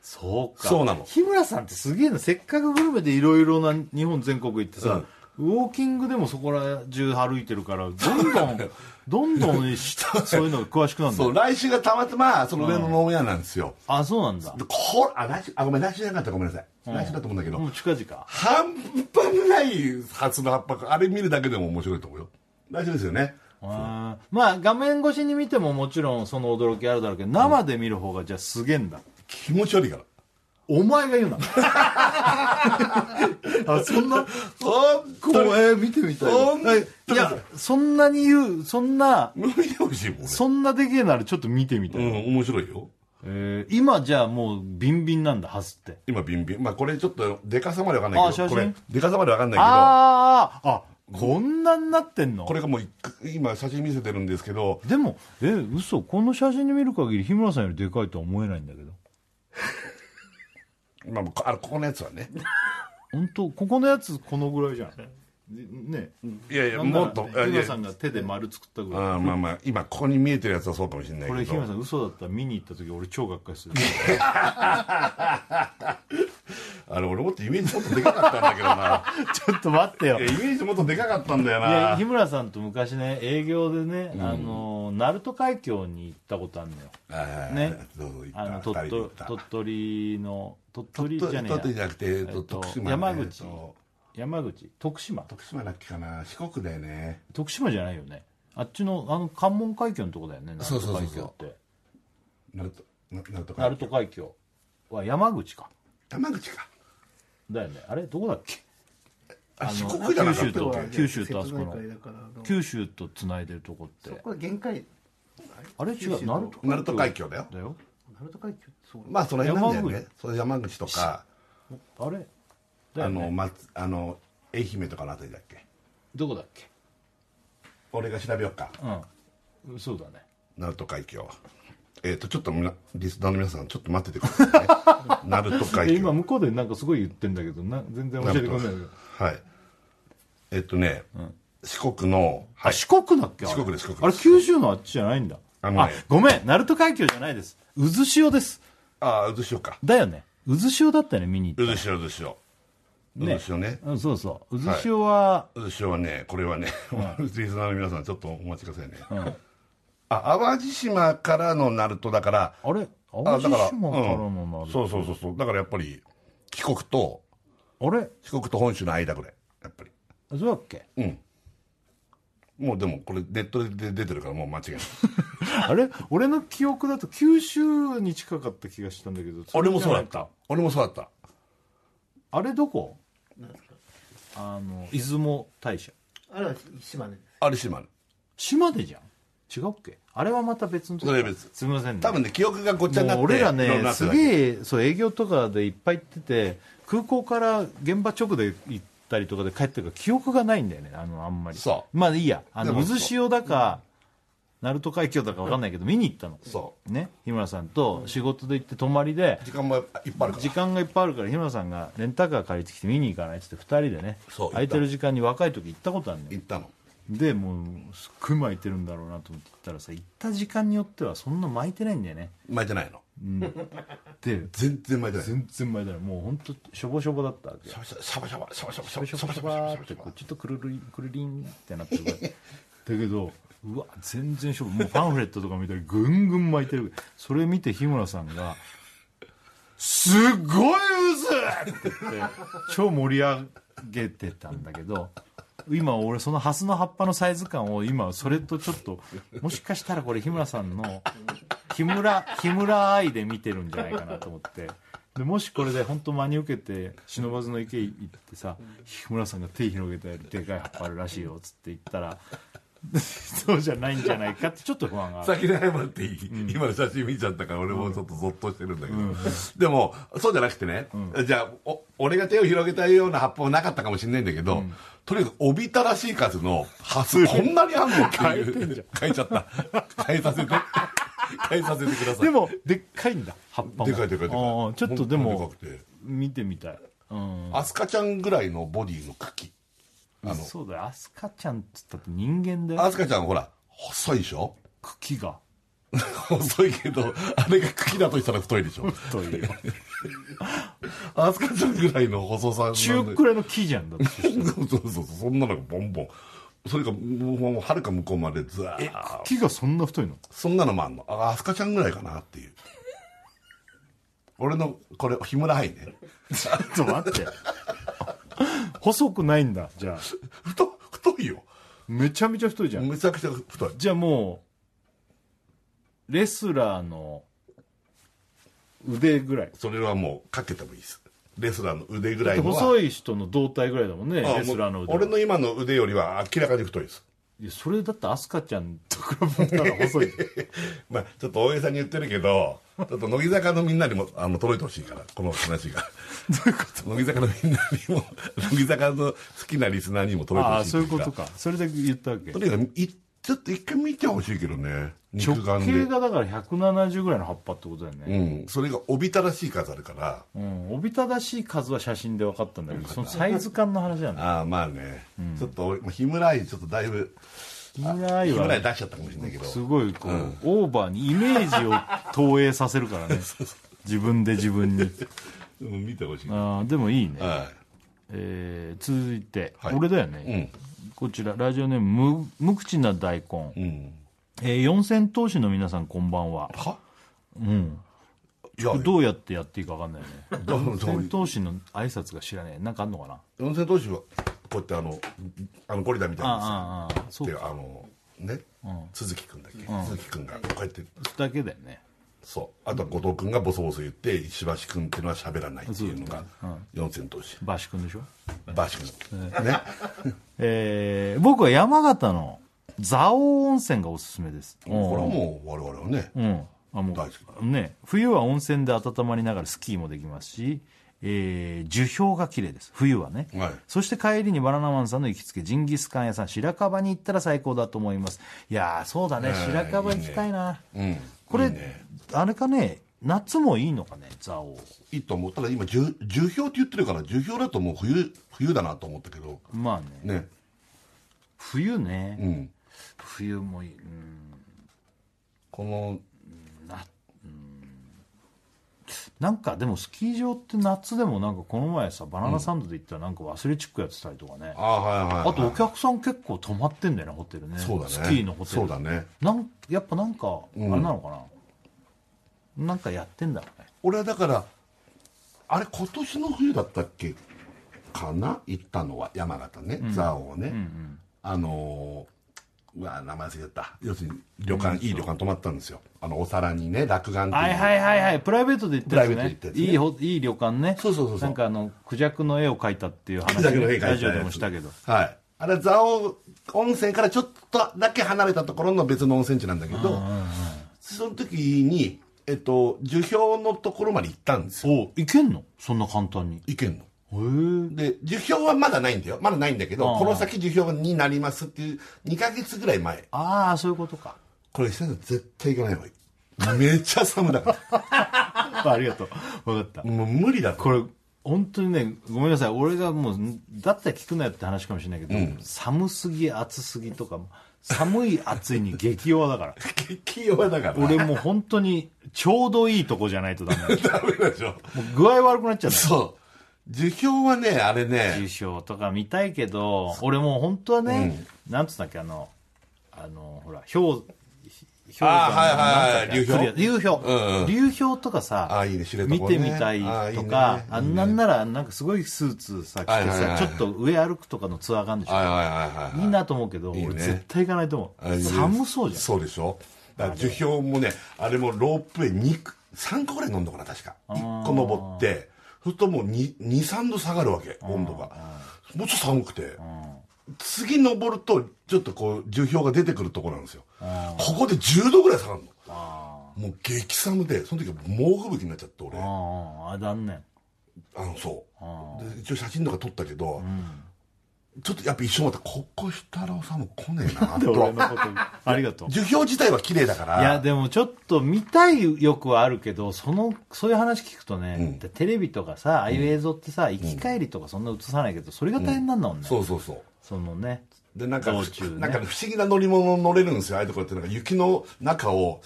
A: そうか
B: そうなの
A: 日村さんってすげえなせっかくグルメでいろいろな日本全国行ってさ、ウォーキングでもそこら中歩いてるからどんど んどんどんし そういうのが詳しくなるんだ
B: そう
A: よ
B: 来週がたまたまその上野のオンエアなんですよ、
A: あそうなんだ
B: でこあ来週あごめん来週じゃなかったごめんなさい、来週だと思うんだけど、
A: もう近々
B: 半端ない初の八拍あれ見るだけでも面白いと思うよ来週ですよね
A: あーまあ画面越しに見てももちろんその驚きあるだろうけど生で見る方がじゃあすげえんだ
B: 気持ち悪いから
A: お前が言う なあそん
B: 本
A: なこうえー見てみたい
B: ほん
A: な
B: と
A: え
B: に
A: いやそんなに言うそんな
B: 見てほしいもん俺
A: そんなでけえならちょっと見てみたい、
B: うん面白いよ
A: えー今じゃあもうビンビンなんだハスって
B: 今ビンビンまあこれちょっとでかさまでわかんないけ
A: あ
B: ど
A: 写
B: こ
A: 真
B: れでかさまでわかんないけど
A: あーあこんなになってんの
B: これがもう一今写真見せてるんですけど
A: でもえ嘘この写真で見る限り日村さんよりでかいとは思えないんだけど
B: まあ、あのここのやつは ね
A: 本当ここのやつこのぐらいじゃんね
B: いやいや
A: なんなら
B: もっと
A: 日
B: いやいや
A: 村さんが手で丸作ったぐらい
B: ああまあまあ今ここに見えてるやつはそうかもしれないけど
A: これ日村さん嘘だったら見に行った時俺超がっかりする
B: あれ俺もっとイメージもっとでかかったんだけど な
A: ちょっと待ってよ
B: いやイメージもっとでかかったんだよ
A: いや
B: な
A: 日村さんと昔ね営業でね、あの鳴門海峡に行ったことあるのよ
B: はい
A: ね
B: どうぞ行った
A: あの鳥
B: 二人で行
A: 取
B: った
A: 鳥取の鳥取
B: 鳥
A: じゃ
B: 取
A: ねえや
B: 鳥取じゃなくて、えっ
A: えっ
B: と、
A: と
B: 徳島、ね、
A: 山口
B: えっと
A: 山口徳島
B: 徳島だっけかな四国だよね
A: 徳島じゃないよねあっちのあの関門海峡のとこだよね鳴
B: そうそ
A: 門
B: うそう
A: 海
B: そう
A: 峡って
B: 鳴門な鳴門
A: 鳴
B: か
A: 門海峡は山口か
B: 山口か
A: だよねあれどこだっけ
B: あ
A: あの
B: 四国じゃなかったっ
A: 九州と
B: け
A: 九州とあそこの
C: 瀬戸内海だからあの
A: 九州とつないでるとこっ
C: そ
A: て
C: こは限界
A: あれ違う鳴
C: と
B: 鳴門海峡だよ
A: だよ
C: 鳴門海峡そう
B: まあその辺なんだよ
A: 山
B: ねそれ山口とか、
A: あれだ
B: あ
A: よ
B: の,、
A: ね
B: ま、あの愛媛とかのあたりだっけ
A: どこだっけ
B: 俺が調べようか
A: うんそうだね
B: 鳴門海峡えっ、とちょっとみなリスナーの皆さんちょっと待っててく ださいね鳴門
A: え
B: 海
A: 今
B: 峡
A: 向こうでなんかすごい言ってんだけどな全然教えてくれないけど
B: はいえっ、とね、四国の、は
A: あ
B: い、
A: 四国だっけあれ
B: 四国です四国
A: あれ九州のあっちじゃないんだ
B: あ
A: あ,、
B: のね
A: ごめん鳴門海峡じゃないです渦潮です
B: ああ渦潮か
A: だよね渦潮だったよね見に行っ
B: 渦潮渦潮
A: たね
B: 渦潮ね
A: うんそうそう渦潮は、
B: 渦潮はねこれはね、 リスナーの皆さんちょっとお待ちくださいね、あ淡路島からの鳴門だから
A: あれ
B: あ
A: 淡
B: だ
A: 路
B: から
A: 島からのな
B: うん
A: る、
B: そうそうそうそうだからやっぱり四国と
A: あれ
B: 四国と本州の間ぐらいやっぱり
A: そうだっ け
B: うんもうでもこれネットで出てるからもう間違いない
A: あれ俺の記憶だと九州に近かった気がしたんだけど
B: 俺もそうだ
A: れ
B: っ
A: じゃな
B: た
A: いか
B: 俺もそうだった
A: あれどこあの出雲大社
C: あれは島根です
B: あれ島根
A: 島根じゃん違うっけあれはまた別のとこ
B: それは別
A: すみませんね
B: 多分ね記憶がごっちゃになっ
A: も
B: て
A: う俺ら
B: いろんな
A: ね
B: やつ
A: す
B: だけ
A: げえそう営業とかでいっぱい行ってて空港から現場直で行ったりとかで帰ってるから記憶がないんだよねあのあんまり
B: そう
A: まあいいやあの
B: でもそう
A: 渦潮だか鳴門海峡だか分かんないけど見に行ったの
B: そ
A: ね日村さんと仕事で行って泊まりで
B: 時間もいっぱいあるから
A: 時間がいっぱいあるから日村さんがレンタカー借りてきて見に行かないっつって2人でね
B: そう
A: 空いてる時間に若い時行ったことあるのよ
B: 行ったの
A: でもうすっごい巻いてるんだろうなと思って行ったらさ行った時間によってはそんな巻いてないんだよね
B: 巻いてないの
A: で
B: 全然巻いてない
A: 全然巻いてないもう本当しょぼしょぼだったわけ
B: シ
A: し
B: ャバシャバシャバシャバシャバシャ
A: ょぼ
B: バ
A: し
B: シャバシャバシャバシャバシ
A: ょぼしょぼシょぼシょぼって
B: ャ
A: こ
B: バ
A: うちょっとくるりんくるりんってなってるからだけどうわ全然しょぼもうパンフレットとか見たらぐんぐん巻いてるそれ見て日村さんが「すっごい渦!」って言って超盛り上げてたんだけど今俺そのハスの葉っぱのサイズ感を今それとちょっともしかしたらこれ日村さんの日村日村愛で見てるんじゃないかなと思ってでもしこれで本当真に受けて忍ばずの池行ってさ日村さんが手広げたよりでかい葉っぱあるらしいよっつって言ったら そうじゃないんじゃないかってちょっと不安がある
B: 先に謝っていい、今の写真見ちゃったから俺もちょっとゾッとしてるんだけど、でもそうじゃなくてね、じゃあお俺が手を広げたような葉っぱもなかったかもしれないんだけど、とにかくおびたらしい数の蓮こんなにあんのっていう変えちゃった変えさせて変えさせてください
A: でもでっかいんだ葉っぱも
B: でかいでかいでかい
A: あーちょっとで
B: 本
A: も
B: 当にでかくて
A: 見てみたいうん
B: アスカちゃんぐらいのボディの茎あの
A: そうだよアスカちゃんっつったって人間だよ
B: アスカちゃんほら細いでしょ
A: 茎 が
B: 細いけどあれが茎だとしたら太いでしょ
A: という
B: アスカちゃんぐらいの細さなんで
A: 中くらいの木じゃん だって
B: そうそうそうそんなのがボンボンそれがもうはるか向こうまでずわー
A: 木がそんな太いの
B: そんなのもあんのあアスカちゃんぐらいかなっていう俺のこれ日村愛ね
A: ちょっと待って。細くないんだ、じゃあ。
B: 太太いよ
A: めちゃめちゃ太いじゃん。
B: めちゃくちゃ太い
A: じゃあもう、レスラーの腕ぐらい。
B: それはもうかけてもいいですレスラーの腕ぐらいのは
A: 細
B: い
A: い人の胴体ぐらいだもんね、レスラーの腕は。
B: 俺の今の腕よりは明らかに太いです
A: いやそれだってアスカちゃんと比べたら細 いじゃん。
B: まあちょっと大江さんに言ってるけどちょっと乃木坂のみんなにもあの届いてほしいからこの話が乃木坂のみんなにも乃木坂の好きなリスナーにも届いて
A: あ
B: ほ
A: あ、
B: しい
A: そういう
B: とい
A: こ
B: うか
A: とか。それで言ったわけ
B: と。にかくいちょっと一回見てほしいけどね
A: 直
B: 肉眼
A: 径
B: で
A: がだから170ぐらいの葉っぱってことだよ
B: う
A: ね。
B: んそれがおびたらしい数あるから
A: うん。おびただしい数は写真で分かったんだけど、そのサイズ感の話なんだよ。
B: ああまあね、ちょっと俺まあ日村愛ちょっとだいぶ
A: 木村愛
B: 日
A: は
B: 村愛出しちゃったかもしれないけど
A: すごいこう、 オーバーにイメージを投影させるからね自分で自分に
B: うん見てほしい。は
A: あーでもいいね、
B: い。
A: えー続いて、
B: はい
A: 俺だよね、こちらラジオネーム無無口な大根、
B: うん。
A: えー四千頭身の皆さんこんばんは
B: は
A: うん
B: いや、
A: どうやってやっていいか分かんないよね
B: だから
A: 四千頭身の挨拶が知らねえなんかあんのかな
B: 四千頭身は、こうやってあの、あのゴリラみたいな
A: ああああそ
B: やつ
A: う
B: で、あの、ね、鈴木くんだっけ鈴木くんが、こうやって、
A: だけだよね
B: そう。あとは後藤くんがボソボソ言って、石橋くんっていうのは喋らないっていうのが、四千頭身。
A: バシ君でしょ、
B: バシ君。ね。
A: えー僕は山形の蔵王温泉がおすすめです
B: これはもう我々はね、
A: うん、あもう
B: 大好
A: ね、冬は温泉で温まりながらスキーもできますし、えー樹氷が綺麗です冬はね、
B: はい
A: そして帰りにバナナマンさんの行きつけジンギスカン屋さん白樺に行ったら最高だと思いますいやーそうだね白樺行きたいなこれあれかね夏もいいのかね蔵王
B: いいと思う。ただ今、重重氷って言ってるから、重氷だともう冬、冬だなと思ったけど、
A: まあね
B: ね。
A: 冬ね、
B: うん。
A: 冬もいい、うん、
B: この、
A: なんかでもスキー場って夏でもなんかこの前さバナナサンドで行ったらなんかアスレチックやってたりとかね、
B: ああ、はいはい、はい。
A: あとお客さん結構泊まってんだよねホテルね
B: そうだね。
A: スキーのホテル
B: そうだね。
A: なんやっぱなんかあれなのかな、なんかやってんだろうね
B: 俺はだから、あれ今年の冬だったっけかな行ったのは、山形ね、蔵王ね。あのー、うわ名前忘れちゃった。要するに、旅館、いい旅館泊まったんですよ。あの、お皿にね、落眼っていう。
A: はいはいはいはいプライベートで行ったやつね
B: プライベートで行ったやつね
A: いいほいい旅館ね
B: そうそうそうそう
A: なんかあのクジャクの絵を描いたっていう話
B: クジャクの絵描いたやつ
A: ラジオでもしたけど
B: はい。あれ、蔵王温泉からちょっとだけ離れたところの別の温泉地なんだけど、その時に、えっと、樹氷のところまで行ったんですよ。
A: おいけんのそんな簡単にへ
B: 行けんの。
A: え
B: で、樹氷はまだないんだよ。まだないんだけど、この先樹氷になりますっていう、2ヶ月ぐらい前。
A: ああそういうことか
B: これ、先生絶対行かない方がいい。めっちゃ寒かった。
A: ありがとう分かった
B: もう無理だと。
A: これ本当にねごめんなさい俺がもうんだったら聞くなよって話かもしれないけど、寒すぎ暑すぎとか寒い暑いに激弱だから
B: 激弱だから。
A: 俺もう本当にちょうどいいとこじゃないとダメなのも
B: ダメでしょ。
A: う具合悪くなっちゃう
B: そう。樹氷はね、あれ
A: 優
B: ね、
A: 勝とか見たいけど俺もう本当はね、なんつったっけあのあのほら氷氷
B: あーはいはいはい
A: なんつったっけ
B: 流
A: 流氷、
B: うんうん
A: 流氷とかさ
B: あーいいね知床ね
A: 見てみたいと
B: あーいいね
A: か
B: いいね
A: あんなんならなんかすごいスーツさ着てさ、
B: はいはいはい
A: ちょっと上歩くとかのツアーがあるんでしょ、
B: はいはいはいはい。
A: いいなと思うけど、
B: いいね
A: 俺絶対行かないと
B: あ
A: 思
B: れね
A: う寒そうじゃん
B: そうでしょだから樹氷もねあれもロープウェイ2 3個ぐらい飲んだかな確か1個登ってそうするともう23度下がるわけ温度がもうちょっと寒くて次登るとちょっとこう樹氷が出てくるところなんですよここで10度ぐらい下がるのもう激寒でその時は猛吹雪になっちゃって俺あ
A: ああ残念
B: のそうで一応写真とか撮ったけどちょっとやっぱ一生またここ設楽さんも来ねえな
A: で
B: と
A: 俺のことありがとう
B: 樹氷自体は綺麗だから
A: いやでもちょっと見たい欲はあるけどそのそういう話聞くとね、でテレビとかさああいう映像ってさ、行き帰りとかそんな映さないけどそれが大変なんだもんね、
B: そうそうそう
A: そのね
B: でなんか、
A: 道中ね
B: なんか不思議な乗り物乗れるんですよああいうとこってなんか雪の中を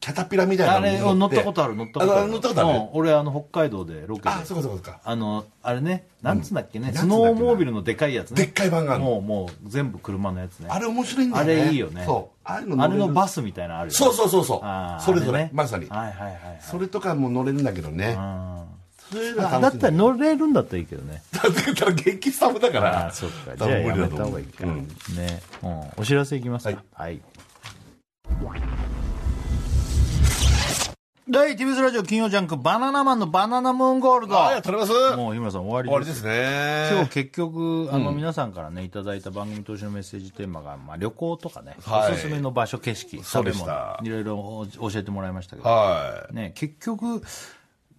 B: キャタピラみたいな
A: あ
B: のに
A: れを乗ったことある乗ったことある
B: 乗ったことある
A: うん俺あの北海道でロケで
B: あそうかそうかそうか
A: あのあれねなんつうんだっけね、
B: ん
A: スノーモービルのでかいやつね
B: でっかい版がある
A: もうもう全部車のやつね
B: あれ面白いんだ
A: あ
B: よね
A: れいいよね
B: そうああいうの乗
A: あ
B: れ
A: れ
B: る
A: のバスみたいなのあるよね
B: そうそうそうそう
A: あー
B: それぞれ
A: あね
B: まさに
A: はいはいはいはい
B: それとかも乗れるんだけどね
A: うん
B: そういうの
A: だ
B: 楽
A: っ
B: しいん
A: たら
B: だ
A: 乗れるんだったらいいけどね
B: だってたら激寒だから
A: ああそっかじ
B: 多
A: ゃあ
B: 分無
A: や
B: 理だ
A: め
B: と
A: た
B: 思
A: 方
B: う
A: がいいか、ね、うん、お知らせいきますかはい、第 TBS ラジオ金曜ジャンク「バナナマンのバナナムーンゴールド
B: あありがとうございます」
A: もう日村さん
B: 終
A: 終
B: わ
A: わり
B: り
A: です
B: です
A: 今
B: ね
A: 日結局あの皆さんからねいただいた番組投資のメッセージテーマが、まあ、旅行とかね、
B: はい
A: おすすめの場所景色
B: そう
A: 食べ
B: でし
A: 物
B: た
A: いろいろ教えてもらいましたけど、
B: は
A: ね、結局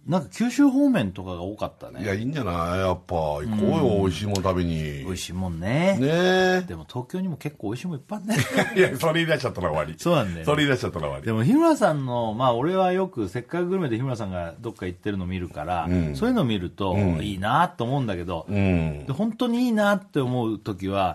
A: なんか九州方面とかが多かった
B: いい
A: ね
B: やいいんじゃないやっぱ行こうよ美味しいもの食べに
A: 美味
B: し
A: しいもんね
B: ねえ
A: でも東京にも結構美味しいもんいっぱいある
B: い
A: ね
B: やそれ言い出しちゃったら終わり
A: そうなんだよね
B: それ言い出しちゃったら終わり
A: でも日村さんのまあ俺はよく「せっかくグルメ」で日村さんがどっか行ってるの見るから、そういうの見るといいなと思うんだけど、
B: うん
A: で本当にいいなって思う時は、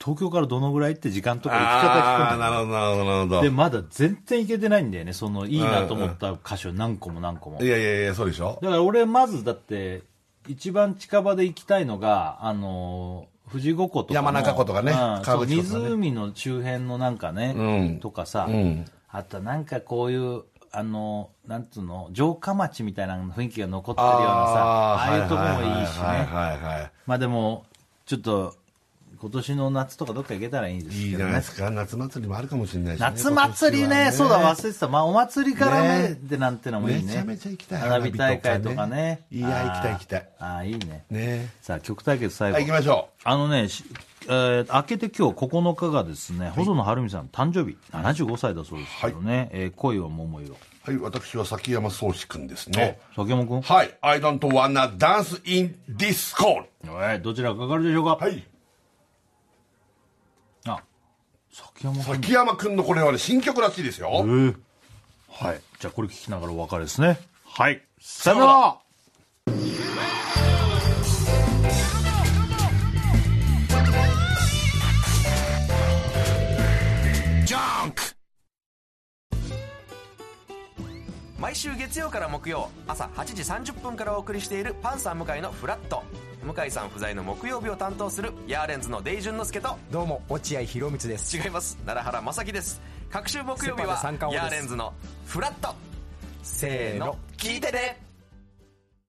A: 東京からどのぐらいって時間とか行き
B: あ
A: 方
B: あ、
A: 聞く
B: なるほど、なるほど、なるほ
A: ので
B: ど。
A: まだ全然行けてないんだよねそのいいなと思った箇所何個も何個も
B: いやいやいや、そうでしょ
A: だから俺まずだって一番近場で行きたいのがあのー富士五湖とかの
B: 山中湖とかね
A: うん
B: 河口湖と
A: そ
B: か
A: う
B: ね
A: 湖の周辺のなんかね、
B: うん
A: とかさ、
B: うん
A: あとなんかこういうあのーなんつうの城下町みたいな雰囲気が残ってるようなさああいうとこもいいし
B: はい
A: ね
B: はいはいは
A: まあでもちょっと今年の夏とかどっか行けたらいいん
B: い。
A: です
B: いいじ
A: けど
B: ゃ
A: ね
B: ないですか。夏祭りもあるかもしれないしね。
A: 夏祭り
B: 今年
A: ね
B: は
A: そうだ忘れてた、まあ、お祭りからね
B: ね
A: でなんてのもいいね
B: めちゃめちゃ行きたい
A: 花火大会とか
B: 花火と
A: ね
B: かねいや行きたい行きたい
A: あーあーいいね
B: ね
A: さあ曲対決最後、
B: はい、行きましょ
A: あのね、しえー明けて今日9日がですね、細野晴美さん誕生日75歳だそうですけどね、えー恋は桃色
B: う。はい、私は崎山壮志くんですね。
A: 崎山君、
B: はい、I don't wanna dance in disco。
A: えーどちらがかかるでしょうか、
B: はい、
A: あ崎山君
B: 崎山くんのこれはね、新曲らしいですよ。はい。
A: じゃあこれ聞きながらお別れですねはいさよなら
E: junk
F: 毎週月曜から木曜朝8時30分からお送りしているパンサー向井のフラット向井さん不在の木曜日を担当するヤーレンズのデイジュンの之介と
E: どうも落合博満です
F: 違います奈良原正樹です各週木曜日は
E: セパで三冠王
F: ヤー
E: です
F: レンズのフラットせーの聞いてね